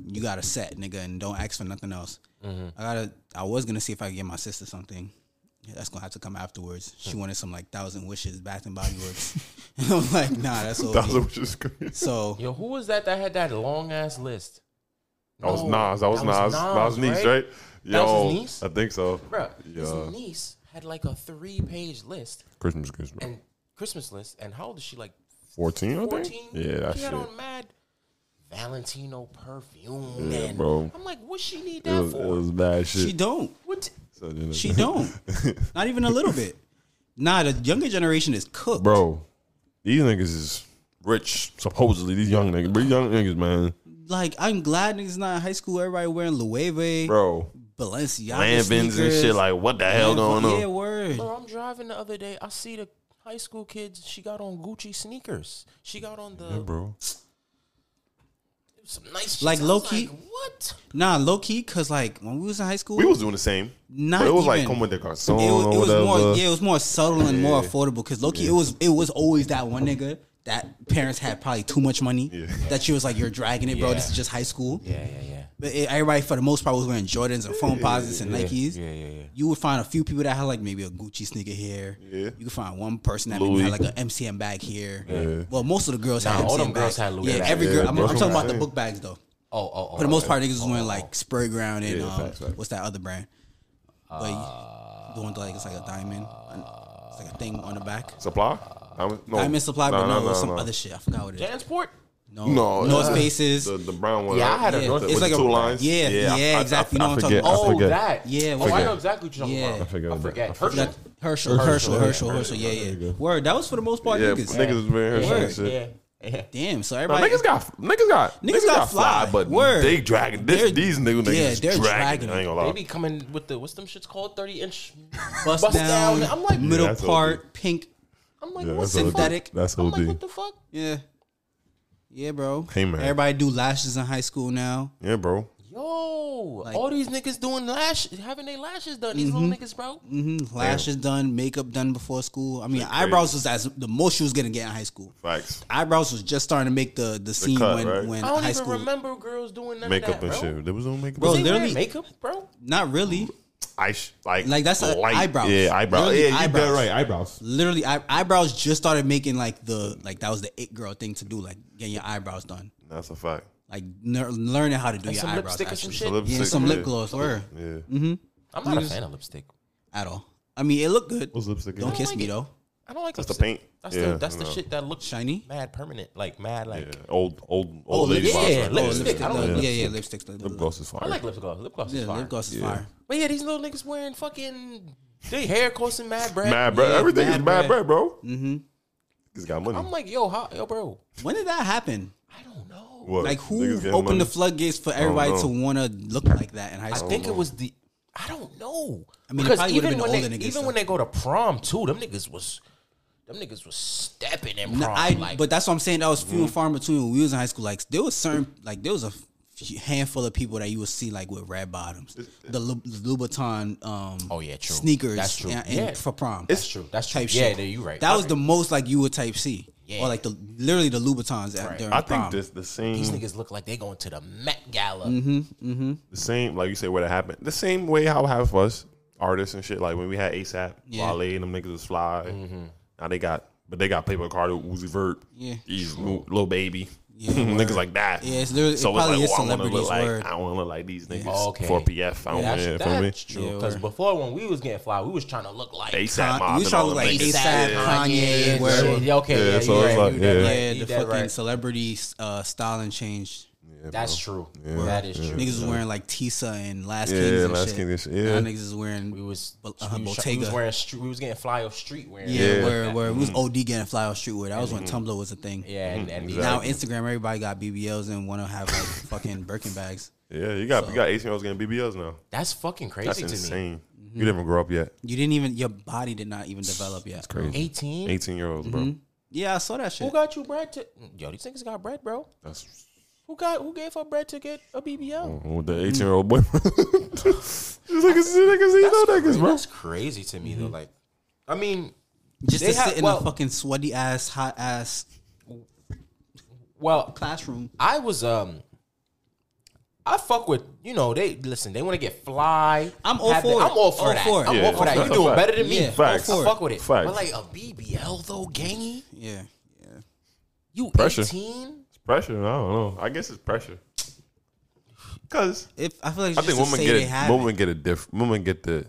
[SPEAKER 3] You got a set, nigga, and don't ask for nothing else. I gotta. I was gonna see if I could get my sister something. Yeah, that's gonna have to come afterwards. She wanted some like thousand wishes, Bath and Body Works. I'm like, nah, that's over.
[SPEAKER 4] That was which is crazy.
[SPEAKER 3] So
[SPEAKER 2] Yo, who was that that had that long ass list?
[SPEAKER 4] That was
[SPEAKER 2] No,
[SPEAKER 4] Nas. That was Nas. That was niece, right?
[SPEAKER 2] That was his
[SPEAKER 4] Yo,
[SPEAKER 2] niece?
[SPEAKER 4] I think so.
[SPEAKER 2] Bruh,
[SPEAKER 4] Yeah.
[SPEAKER 2] his niece had like a three page list
[SPEAKER 4] Christmas, Christmas.
[SPEAKER 2] and Christmas list. And how old is she? Like
[SPEAKER 4] 14, I think?
[SPEAKER 2] 14?
[SPEAKER 4] Yeah, that
[SPEAKER 2] she
[SPEAKER 4] shit.
[SPEAKER 2] had on mad Valentino perfume.
[SPEAKER 4] Yeah,
[SPEAKER 2] and
[SPEAKER 4] bro.
[SPEAKER 2] I'm like, what she need
[SPEAKER 4] It
[SPEAKER 2] that
[SPEAKER 4] was, it
[SPEAKER 2] for?
[SPEAKER 4] was bad
[SPEAKER 3] she
[SPEAKER 4] shit.
[SPEAKER 3] don't.
[SPEAKER 2] what?
[SPEAKER 4] So, you know,
[SPEAKER 3] She don't. Not even a little bit. Nah, the younger generation is cooked.
[SPEAKER 4] Bro, these niggas is rich, supposedly. These young niggas. But these young niggas, man.
[SPEAKER 3] Like, I'm glad niggas not in high school. Everybody wearing Lueve,
[SPEAKER 4] Bro.
[SPEAKER 3] Balenciaga
[SPEAKER 4] Lambins and
[SPEAKER 3] sneakers.
[SPEAKER 4] shit. Like, what the hell going
[SPEAKER 3] Yeah,
[SPEAKER 4] on?
[SPEAKER 3] word.
[SPEAKER 2] Bro, I'm driving the other day. I see the high school kids. She got on Gucci sneakers. She got on the
[SPEAKER 4] Bro.
[SPEAKER 2] some nice.
[SPEAKER 3] Like
[SPEAKER 2] shits. I was
[SPEAKER 3] low-key?
[SPEAKER 2] like, what?
[SPEAKER 3] Nah, low key, cause like when we was in high school,
[SPEAKER 4] We was doing the same.
[SPEAKER 3] Not
[SPEAKER 4] but it was like
[SPEAKER 3] even.
[SPEAKER 4] come with the garçon
[SPEAKER 3] it was,
[SPEAKER 4] or
[SPEAKER 3] it was
[SPEAKER 4] whatever.
[SPEAKER 3] more yeah, it was more subtle and more affordable. Cause Loki, it was it was always that one nigga that parents had probably too much money that she was like, "You're dragging it, bro. This is just high school."
[SPEAKER 2] Yeah, yeah, yeah.
[SPEAKER 3] But it, everybody for the most part was wearing Jordans and phone posits and Nikes.
[SPEAKER 2] Yeah, yeah, yeah.
[SPEAKER 3] You would find a few people that had like maybe a Gucci sneaker here.
[SPEAKER 4] Yeah.
[SPEAKER 3] You could find one person that
[SPEAKER 4] Louis.
[SPEAKER 3] maybe had like an MCM bag here. Well, most of the girls had
[SPEAKER 2] Nah,
[SPEAKER 3] MCM
[SPEAKER 2] all them
[SPEAKER 3] bags.
[SPEAKER 2] girls had Louis
[SPEAKER 3] Yeah,
[SPEAKER 2] bags.
[SPEAKER 3] every
[SPEAKER 4] Yeah,
[SPEAKER 3] girl. I'm,
[SPEAKER 4] bro,
[SPEAKER 3] I'm talking about the
[SPEAKER 4] same.
[SPEAKER 3] book bags though.
[SPEAKER 2] Oh, oh, oh.
[SPEAKER 3] For the most
[SPEAKER 2] oh,
[SPEAKER 3] part, niggas was wearing
[SPEAKER 2] oh,
[SPEAKER 3] like Spur Ground and um,
[SPEAKER 4] facts, facts.
[SPEAKER 3] what's that other brand? But
[SPEAKER 2] Uh,
[SPEAKER 3] you- the one that like it's like a diamond, it's like a thing on the back.
[SPEAKER 4] Supply? I'm, no.
[SPEAKER 3] Diamond supply,
[SPEAKER 4] Oh. Nah,
[SPEAKER 3] but no,
[SPEAKER 4] nah,
[SPEAKER 3] it was
[SPEAKER 4] nah,
[SPEAKER 3] some
[SPEAKER 4] nah.
[SPEAKER 3] other shit. I forgot what it is.
[SPEAKER 2] Jansport.
[SPEAKER 3] No,
[SPEAKER 4] No,
[SPEAKER 3] no
[SPEAKER 4] uh,
[SPEAKER 3] spaces.
[SPEAKER 4] The, the brown one.
[SPEAKER 2] Yeah, I
[SPEAKER 4] right?
[SPEAKER 2] had a
[SPEAKER 4] With
[SPEAKER 2] North
[SPEAKER 4] the-
[SPEAKER 3] Face. It's
[SPEAKER 4] with
[SPEAKER 3] like
[SPEAKER 4] the
[SPEAKER 3] a-
[SPEAKER 4] two lines.
[SPEAKER 3] yeah, yeah, exactly. You
[SPEAKER 4] I,
[SPEAKER 3] know
[SPEAKER 4] I,
[SPEAKER 3] what I'm
[SPEAKER 4] forget.
[SPEAKER 3] talking
[SPEAKER 4] I
[SPEAKER 2] Oh,
[SPEAKER 4] forget.
[SPEAKER 2] that.
[SPEAKER 3] Yeah,
[SPEAKER 2] Oh, I
[SPEAKER 3] forget.
[SPEAKER 2] know exactly what you're talking
[SPEAKER 3] Yeah.
[SPEAKER 2] about.
[SPEAKER 3] I
[SPEAKER 4] forget
[SPEAKER 2] I
[SPEAKER 4] about
[SPEAKER 2] forget.
[SPEAKER 4] that.
[SPEAKER 2] Herschel.
[SPEAKER 3] That- Herschel, Herschel, Herschel, Herschel. Yeah, yeah. Word. That was for the most part
[SPEAKER 4] Yeah,
[SPEAKER 3] niggas.
[SPEAKER 4] niggas was wearing
[SPEAKER 3] Word.
[SPEAKER 4] Herschel shit.
[SPEAKER 2] Yeah. yeah.
[SPEAKER 3] Damn. So
[SPEAKER 4] Nah,
[SPEAKER 3] everybody.
[SPEAKER 4] niggas got niggas got niggas, got, fly, but
[SPEAKER 3] Word.
[SPEAKER 4] they dragging this,
[SPEAKER 3] They're-
[SPEAKER 4] these niggas
[SPEAKER 3] yeah,
[SPEAKER 4] niggas
[SPEAKER 3] they're
[SPEAKER 4] dragging.
[SPEAKER 3] dragging.
[SPEAKER 4] I ain't gonna
[SPEAKER 2] They
[SPEAKER 4] lie.
[SPEAKER 2] be coming with the what's them shits called thirty inch
[SPEAKER 3] bust,
[SPEAKER 2] bust
[SPEAKER 3] down,
[SPEAKER 2] down. I'm like,
[SPEAKER 3] middle
[SPEAKER 4] Yeah, that's
[SPEAKER 3] part pink.
[SPEAKER 2] I'm like,
[SPEAKER 4] Yeah,
[SPEAKER 2] what
[SPEAKER 4] that's
[SPEAKER 2] the
[SPEAKER 4] OD.
[SPEAKER 3] synthetic.
[SPEAKER 2] fuck?
[SPEAKER 4] That's
[SPEAKER 2] I'm like,
[SPEAKER 4] OD.
[SPEAKER 2] what the fuck?
[SPEAKER 3] Yeah, yeah, bro.
[SPEAKER 4] Hey, man.
[SPEAKER 3] Everybody do lashes in high school now.
[SPEAKER 4] Yeah, bro.
[SPEAKER 2] Yo, all these niggas doing lash, having their lashes done. These little niggas, bro.
[SPEAKER 3] Mm, Lashes done, makeup done before school. I mean, eyebrows was as the most you was gonna get in high school.
[SPEAKER 4] Facts.
[SPEAKER 3] Eyebrows was just starting to make the the scene
[SPEAKER 4] cut,
[SPEAKER 3] when
[SPEAKER 4] right?
[SPEAKER 3] when
[SPEAKER 2] I don't
[SPEAKER 3] high
[SPEAKER 2] even
[SPEAKER 3] school.
[SPEAKER 2] remember girls doing none
[SPEAKER 4] Makeup
[SPEAKER 2] of that,
[SPEAKER 4] and
[SPEAKER 2] bro.
[SPEAKER 4] shit. There was no makeup.
[SPEAKER 3] Bro,
[SPEAKER 2] They
[SPEAKER 3] literally-
[SPEAKER 2] wearing makeup, bro.
[SPEAKER 3] Not really.
[SPEAKER 4] Ice, like
[SPEAKER 3] Like, that's, uh,
[SPEAKER 4] light-
[SPEAKER 3] eyebrows.
[SPEAKER 4] Yeah, eyebrows.
[SPEAKER 3] Literally
[SPEAKER 4] Yeah, you
[SPEAKER 3] eyebrows.
[SPEAKER 4] dead right. Eyebrows.
[SPEAKER 3] Literally, eye, eyebrows just started making like the like that was the it girl thing to do, like getting your eyebrows done,
[SPEAKER 4] That's a fact.
[SPEAKER 3] like ner- learning how to do
[SPEAKER 2] And
[SPEAKER 3] your
[SPEAKER 2] some
[SPEAKER 3] eyebrows.
[SPEAKER 2] lipstick or some
[SPEAKER 3] actually.
[SPEAKER 2] shit.
[SPEAKER 4] The lipstick,
[SPEAKER 3] Yeah, some
[SPEAKER 4] yeah.
[SPEAKER 3] lip gloss were
[SPEAKER 4] Yeah.
[SPEAKER 2] I'm not a fan of lipstick.
[SPEAKER 3] at all. I mean, it looked good.
[SPEAKER 4] What's lipstick?
[SPEAKER 3] Don't
[SPEAKER 4] again?
[SPEAKER 3] kiss
[SPEAKER 2] like
[SPEAKER 3] me
[SPEAKER 2] it.
[SPEAKER 3] though.
[SPEAKER 2] I don't like
[SPEAKER 4] That's the
[SPEAKER 2] lipstick.
[SPEAKER 4] paint.
[SPEAKER 2] That's
[SPEAKER 4] Yeah,
[SPEAKER 2] the that's the
[SPEAKER 4] no.
[SPEAKER 2] shit that looks
[SPEAKER 3] Shiny?
[SPEAKER 2] mad permanent, like mad like.
[SPEAKER 4] Yeah. Old, old,
[SPEAKER 3] Oh,
[SPEAKER 4] old lady.
[SPEAKER 3] lip-
[SPEAKER 4] vibes
[SPEAKER 2] yeah,
[SPEAKER 4] right
[SPEAKER 3] oh,
[SPEAKER 4] there.
[SPEAKER 2] lipstick. I don't
[SPEAKER 3] yeah,
[SPEAKER 2] like
[SPEAKER 3] yeah, yeah, lipstick.
[SPEAKER 4] Lip gloss is fire.
[SPEAKER 2] I like lip gloss. Lip gloss
[SPEAKER 3] Yeah,
[SPEAKER 2] is fire.
[SPEAKER 3] lip gloss is fire.
[SPEAKER 2] But yeah, these little niggas wearing fucking they hair costing mad bread.
[SPEAKER 4] Mad bread. Everything
[SPEAKER 3] mad
[SPEAKER 4] is mad
[SPEAKER 3] bread.
[SPEAKER 4] bread, bro. Mm-hmm. He's got money.
[SPEAKER 2] I'm like, yo, how, yo, bro,
[SPEAKER 3] When did that happen?
[SPEAKER 2] I don't know.
[SPEAKER 4] What?
[SPEAKER 3] Like who
[SPEAKER 4] Niggas
[SPEAKER 3] opened
[SPEAKER 4] getting money?
[SPEAKER 3] the floodgates for everybody
[SPEAKER 4] know.
[SPEAKER 3] to want to look like that in high
[SPEAKER 2] I
[SPEAKER 3] school?
[SPEAKER 2] think it was the. I don't know. I
[SPEAKER 3] mean, it
[SPEAKER 2] because
[SPEAKER 3] probably would've
[SPEAKER 2] even
[SPEAKER 3] been
[SPEAKER 2] when
[SPEAKER 3] older
[SPEAKER 2] they,
[SPEAKER 3] niggas,
[SPEAKER 2] even
[SPEAKER 3] though.
[SPEAKER 2] when they go to prom too, them niggas was, them niggas was stepping in prom.
[SPEAKER 3] No, I,
[SPEAKER 2] like,
[SPEAKER 3] but that's what I'm saying. That was few
[SPEAKER 4] Mm-hmm.
[SPEAKER 3] and far between when we was in high school. Like there was certain, like there was a few- handful of people that you would see like with red bottoms, the Lu- Louboutin. Um,
[SPEAKER 2] Oh, yeah, true.
[SPEAKER 3] Sneakers.
[SPEAKER 2] That's true.
[SPEAKER 3] And, and
[SPEAKER 2] Yeah.
[SPEAKER 3] for prom,
[SPEAKER 2] that's true. That's true.
[SPEAKER 3] type
[SPEAKER 2] yeah,
[SPEAKER 3] shit.
[SPEAKER 2] no, you right.
[SPEAKER 3] That
[SPEAKER 2] I
[SPEAKER 3] was the most like you would type C,
[SPEAKER 2] Yeah.
[SPEAKER 3] or like the literally the Louboutins at, during
[SPEAKER 4] I
[SPEAKER 3] prom.
[SPEAKER 4] think this the
[SPEAKER 2] These
[SPEAKER 4] same,
[SPEAKER 2] niggas look like they going to the Met Gala.
[SPEAKER 4] the same, like you say, where it happened. The same way how half of us artists and shit. Like when we had ASAP,
[SPEAKER 3] Yeah. Mm-hmm.
[SPEAKER 4] Wale, and them niggas was fly. Now they got, but they got paper card, Uzi Vert,
[SPEAKER 3] Yeah.
[SPEAKER 4] little baby, niggas like that.
[SPEAKER 3] Yeah, it's literally- it probably is
[SPEAKER 4] I wanna look
[SPEAKER 3] celebrities'
[SPEAKER 4] like
[SPEAKER 3] word.
[SPEAKER 4] I want to look like these niggas
[SPEAKER 2] Oh, okay.
[SPEAKER 4] for PF. I don't
[SPEAKER 2] Yeah,
[SPEAKER 4] want
[SPEAKER 2] that's,
[SPEAKER 4] to feel me.
[SPEAKER 2] that's true.
[SPEAKER 3] Yeah,
[SPEAKER 2] Because
[SPEAKER 3] word.
[SPEAKER 2] before when we was getting fly, we was trying to look like
[SPEAKER 4] ASAP mob.
[SPEAKER 3] we
[SPEAKER 4] and
[SPEAKER 3] trying
[SPEAKER 4] all
[SPEAKER 3] to
[SPEAKER 4] them
[SPEAKER 3] like
[SPEAKER 4] niggas.
[SPEAKER 3] ASAP,
[SPEAKER 4] Yeah.
[SPEAKER 3] Kanye,
[SPEAKER 2] yeah,
[SPEAKER 3] word.
[SPEAKER 2] shit. Yeah, okay,
[SPEAKER 4] Yeah,
[SPEAKER 2] yeah,
[SPEAKER 4] so
[SPEAKER 2] you
[SPEAKER 4] it's
[SPEAKER 2] right,
[SPEAKER 4] like,
[SPEAKER 2] you that
[SPEAKER 4] yeah.
[SPEAKER 2] right,
[SPEAKER 3] yeah,
[SPEAKER 2] you
[SPEAKER 3] the
[SPEAKER 2] that
[SPEAKER 3] fucking
[SPEAKER 2] right.
[SPEAKER 3] celebrity uh, styling change.
[SPEAKER 2] That's true. That is true.
[SPEAKER 3] Niggas was wearing like Tisa and Last
[SPEAKER 4] Yeah,
[SPEAKER 3] Kings and
[SPEAKER 4] Last
[SPEAKER 3] shit.
[SPEAKER 4] King and shit,
[SPEAKER 3] Now
[SPEAKER 4] yeah.
[SPEAKER 3] niggas is wearing.
[SPEAKER 2] We was,
[SPEAKER 3] Bo- uh,
[SPEAKER 2] we, was try- we was
[SPEAKER 3] Bottega.
[SPEAKER 2] wearing street. We was getting fly off street wearing.
[SPEAKER 3] yeah, where where we was OD getting fly on streetwear. That was when Tumblr was a thing.
[SPEAKER 2] Mm-hmm. yeah, and, and these-
[SPEAKER 3] Now Instagram, everybody got BBLs and want to have like fucking Birkin bags.
[SPEAKER 4] Yeah, you got you got 18 year olds getting BBLs now.
[SPEAKER 2] that's fucking crazy
[SPEAKER 4] That's
[SPEAKER 2] to me.
[SPEAKER 4] insane.
[SPEAKER 3] Mm-hmm.
[SPEAKER 4] You didn't even grow up yet.
[SPEAKER 3] You didn't even your body did not even develop yet.
[SPEAKER 2] Eighteen.
[SPEAKER 4] 18 year olds, bro.
[SPEAKER 3] Yeah, I saw that shit.
[SPEAKER 2] Who got you bread to? Yo, these niggas got bread, bro.
[SPEAKER 4] That's
[SPEAKER 2] Who got? Who gave her bread to get a BBL?
[SPEAKER 3] Mm-hmm.
[SPEAKER 4] with the 18 year old boyfriend. These niggas, these niggas, these no niggas, bro.
[SPEAKER 2] That's crazy to me though. Like, I mean,
[SPEAKER 3] Just
[SPEAKER 2] They
[SPEAKER 3] to
[SPEAKER 2] have-
[SPEAKER 3] sit in
[SPEAKER 2] well-
[SPEAKER 3] a fucking sweaty ass, hot ass
[SPEAKER 2] well,
[SPEAKER 3] classroom.
[SPEAKER 2] I was um. I fuck with you know they listen they want to get fly.
[SPEAKER 3] I'm all
[SPEAKER 2] have the-
[SPEAKER 3] for it.
[SPEAKER 2] I'm all for
[SPEAKER 3] All
[SPEAKER 2] that.
[SPEAKER 3] for
[SPEAKER 2] I'm
[SPEAKER 3] it.
[SPEAKER 2] all
[SPEAKER 4] Yeah,
[SPEAKER 2] for that.
[SPEAKER 4] facts.
[SPEAKER 2] You doing
[SPEAKER 4] Facts.
[SPEAKER 2] better than me.
[SPEAKER 3] Yeah,
[SPEAKER 4] Facts.
[SPEAKER 2] I fuck with it.
[SPEAKER 4] Facts.
[SPEAKER 2] But like a BBL though, gangy.
[SPEAKER 3] Yeah, yeah.
[SPEAKER 2] You
[SPEAKER 4] Pressure.
[SPEAKER 2] 18?
[SPEAKER 4] Pressure, I don't know. I guess it's pressure. Cause
[SPEAKER 3] If I feel like
[SPEAKER 4] I
[SPEAKER 3] just
[SPEAKER 4] think
[SPEAKER 3] to
[SPEAKER 4] women
[SPEAKER 3] say
[SPEAKER 4] get
[SPEAKER 3] they
[SPEAKER 4] it.
[SPEAKER 3] have it.
[SPEAKER 4] Women get a diff. Women get the.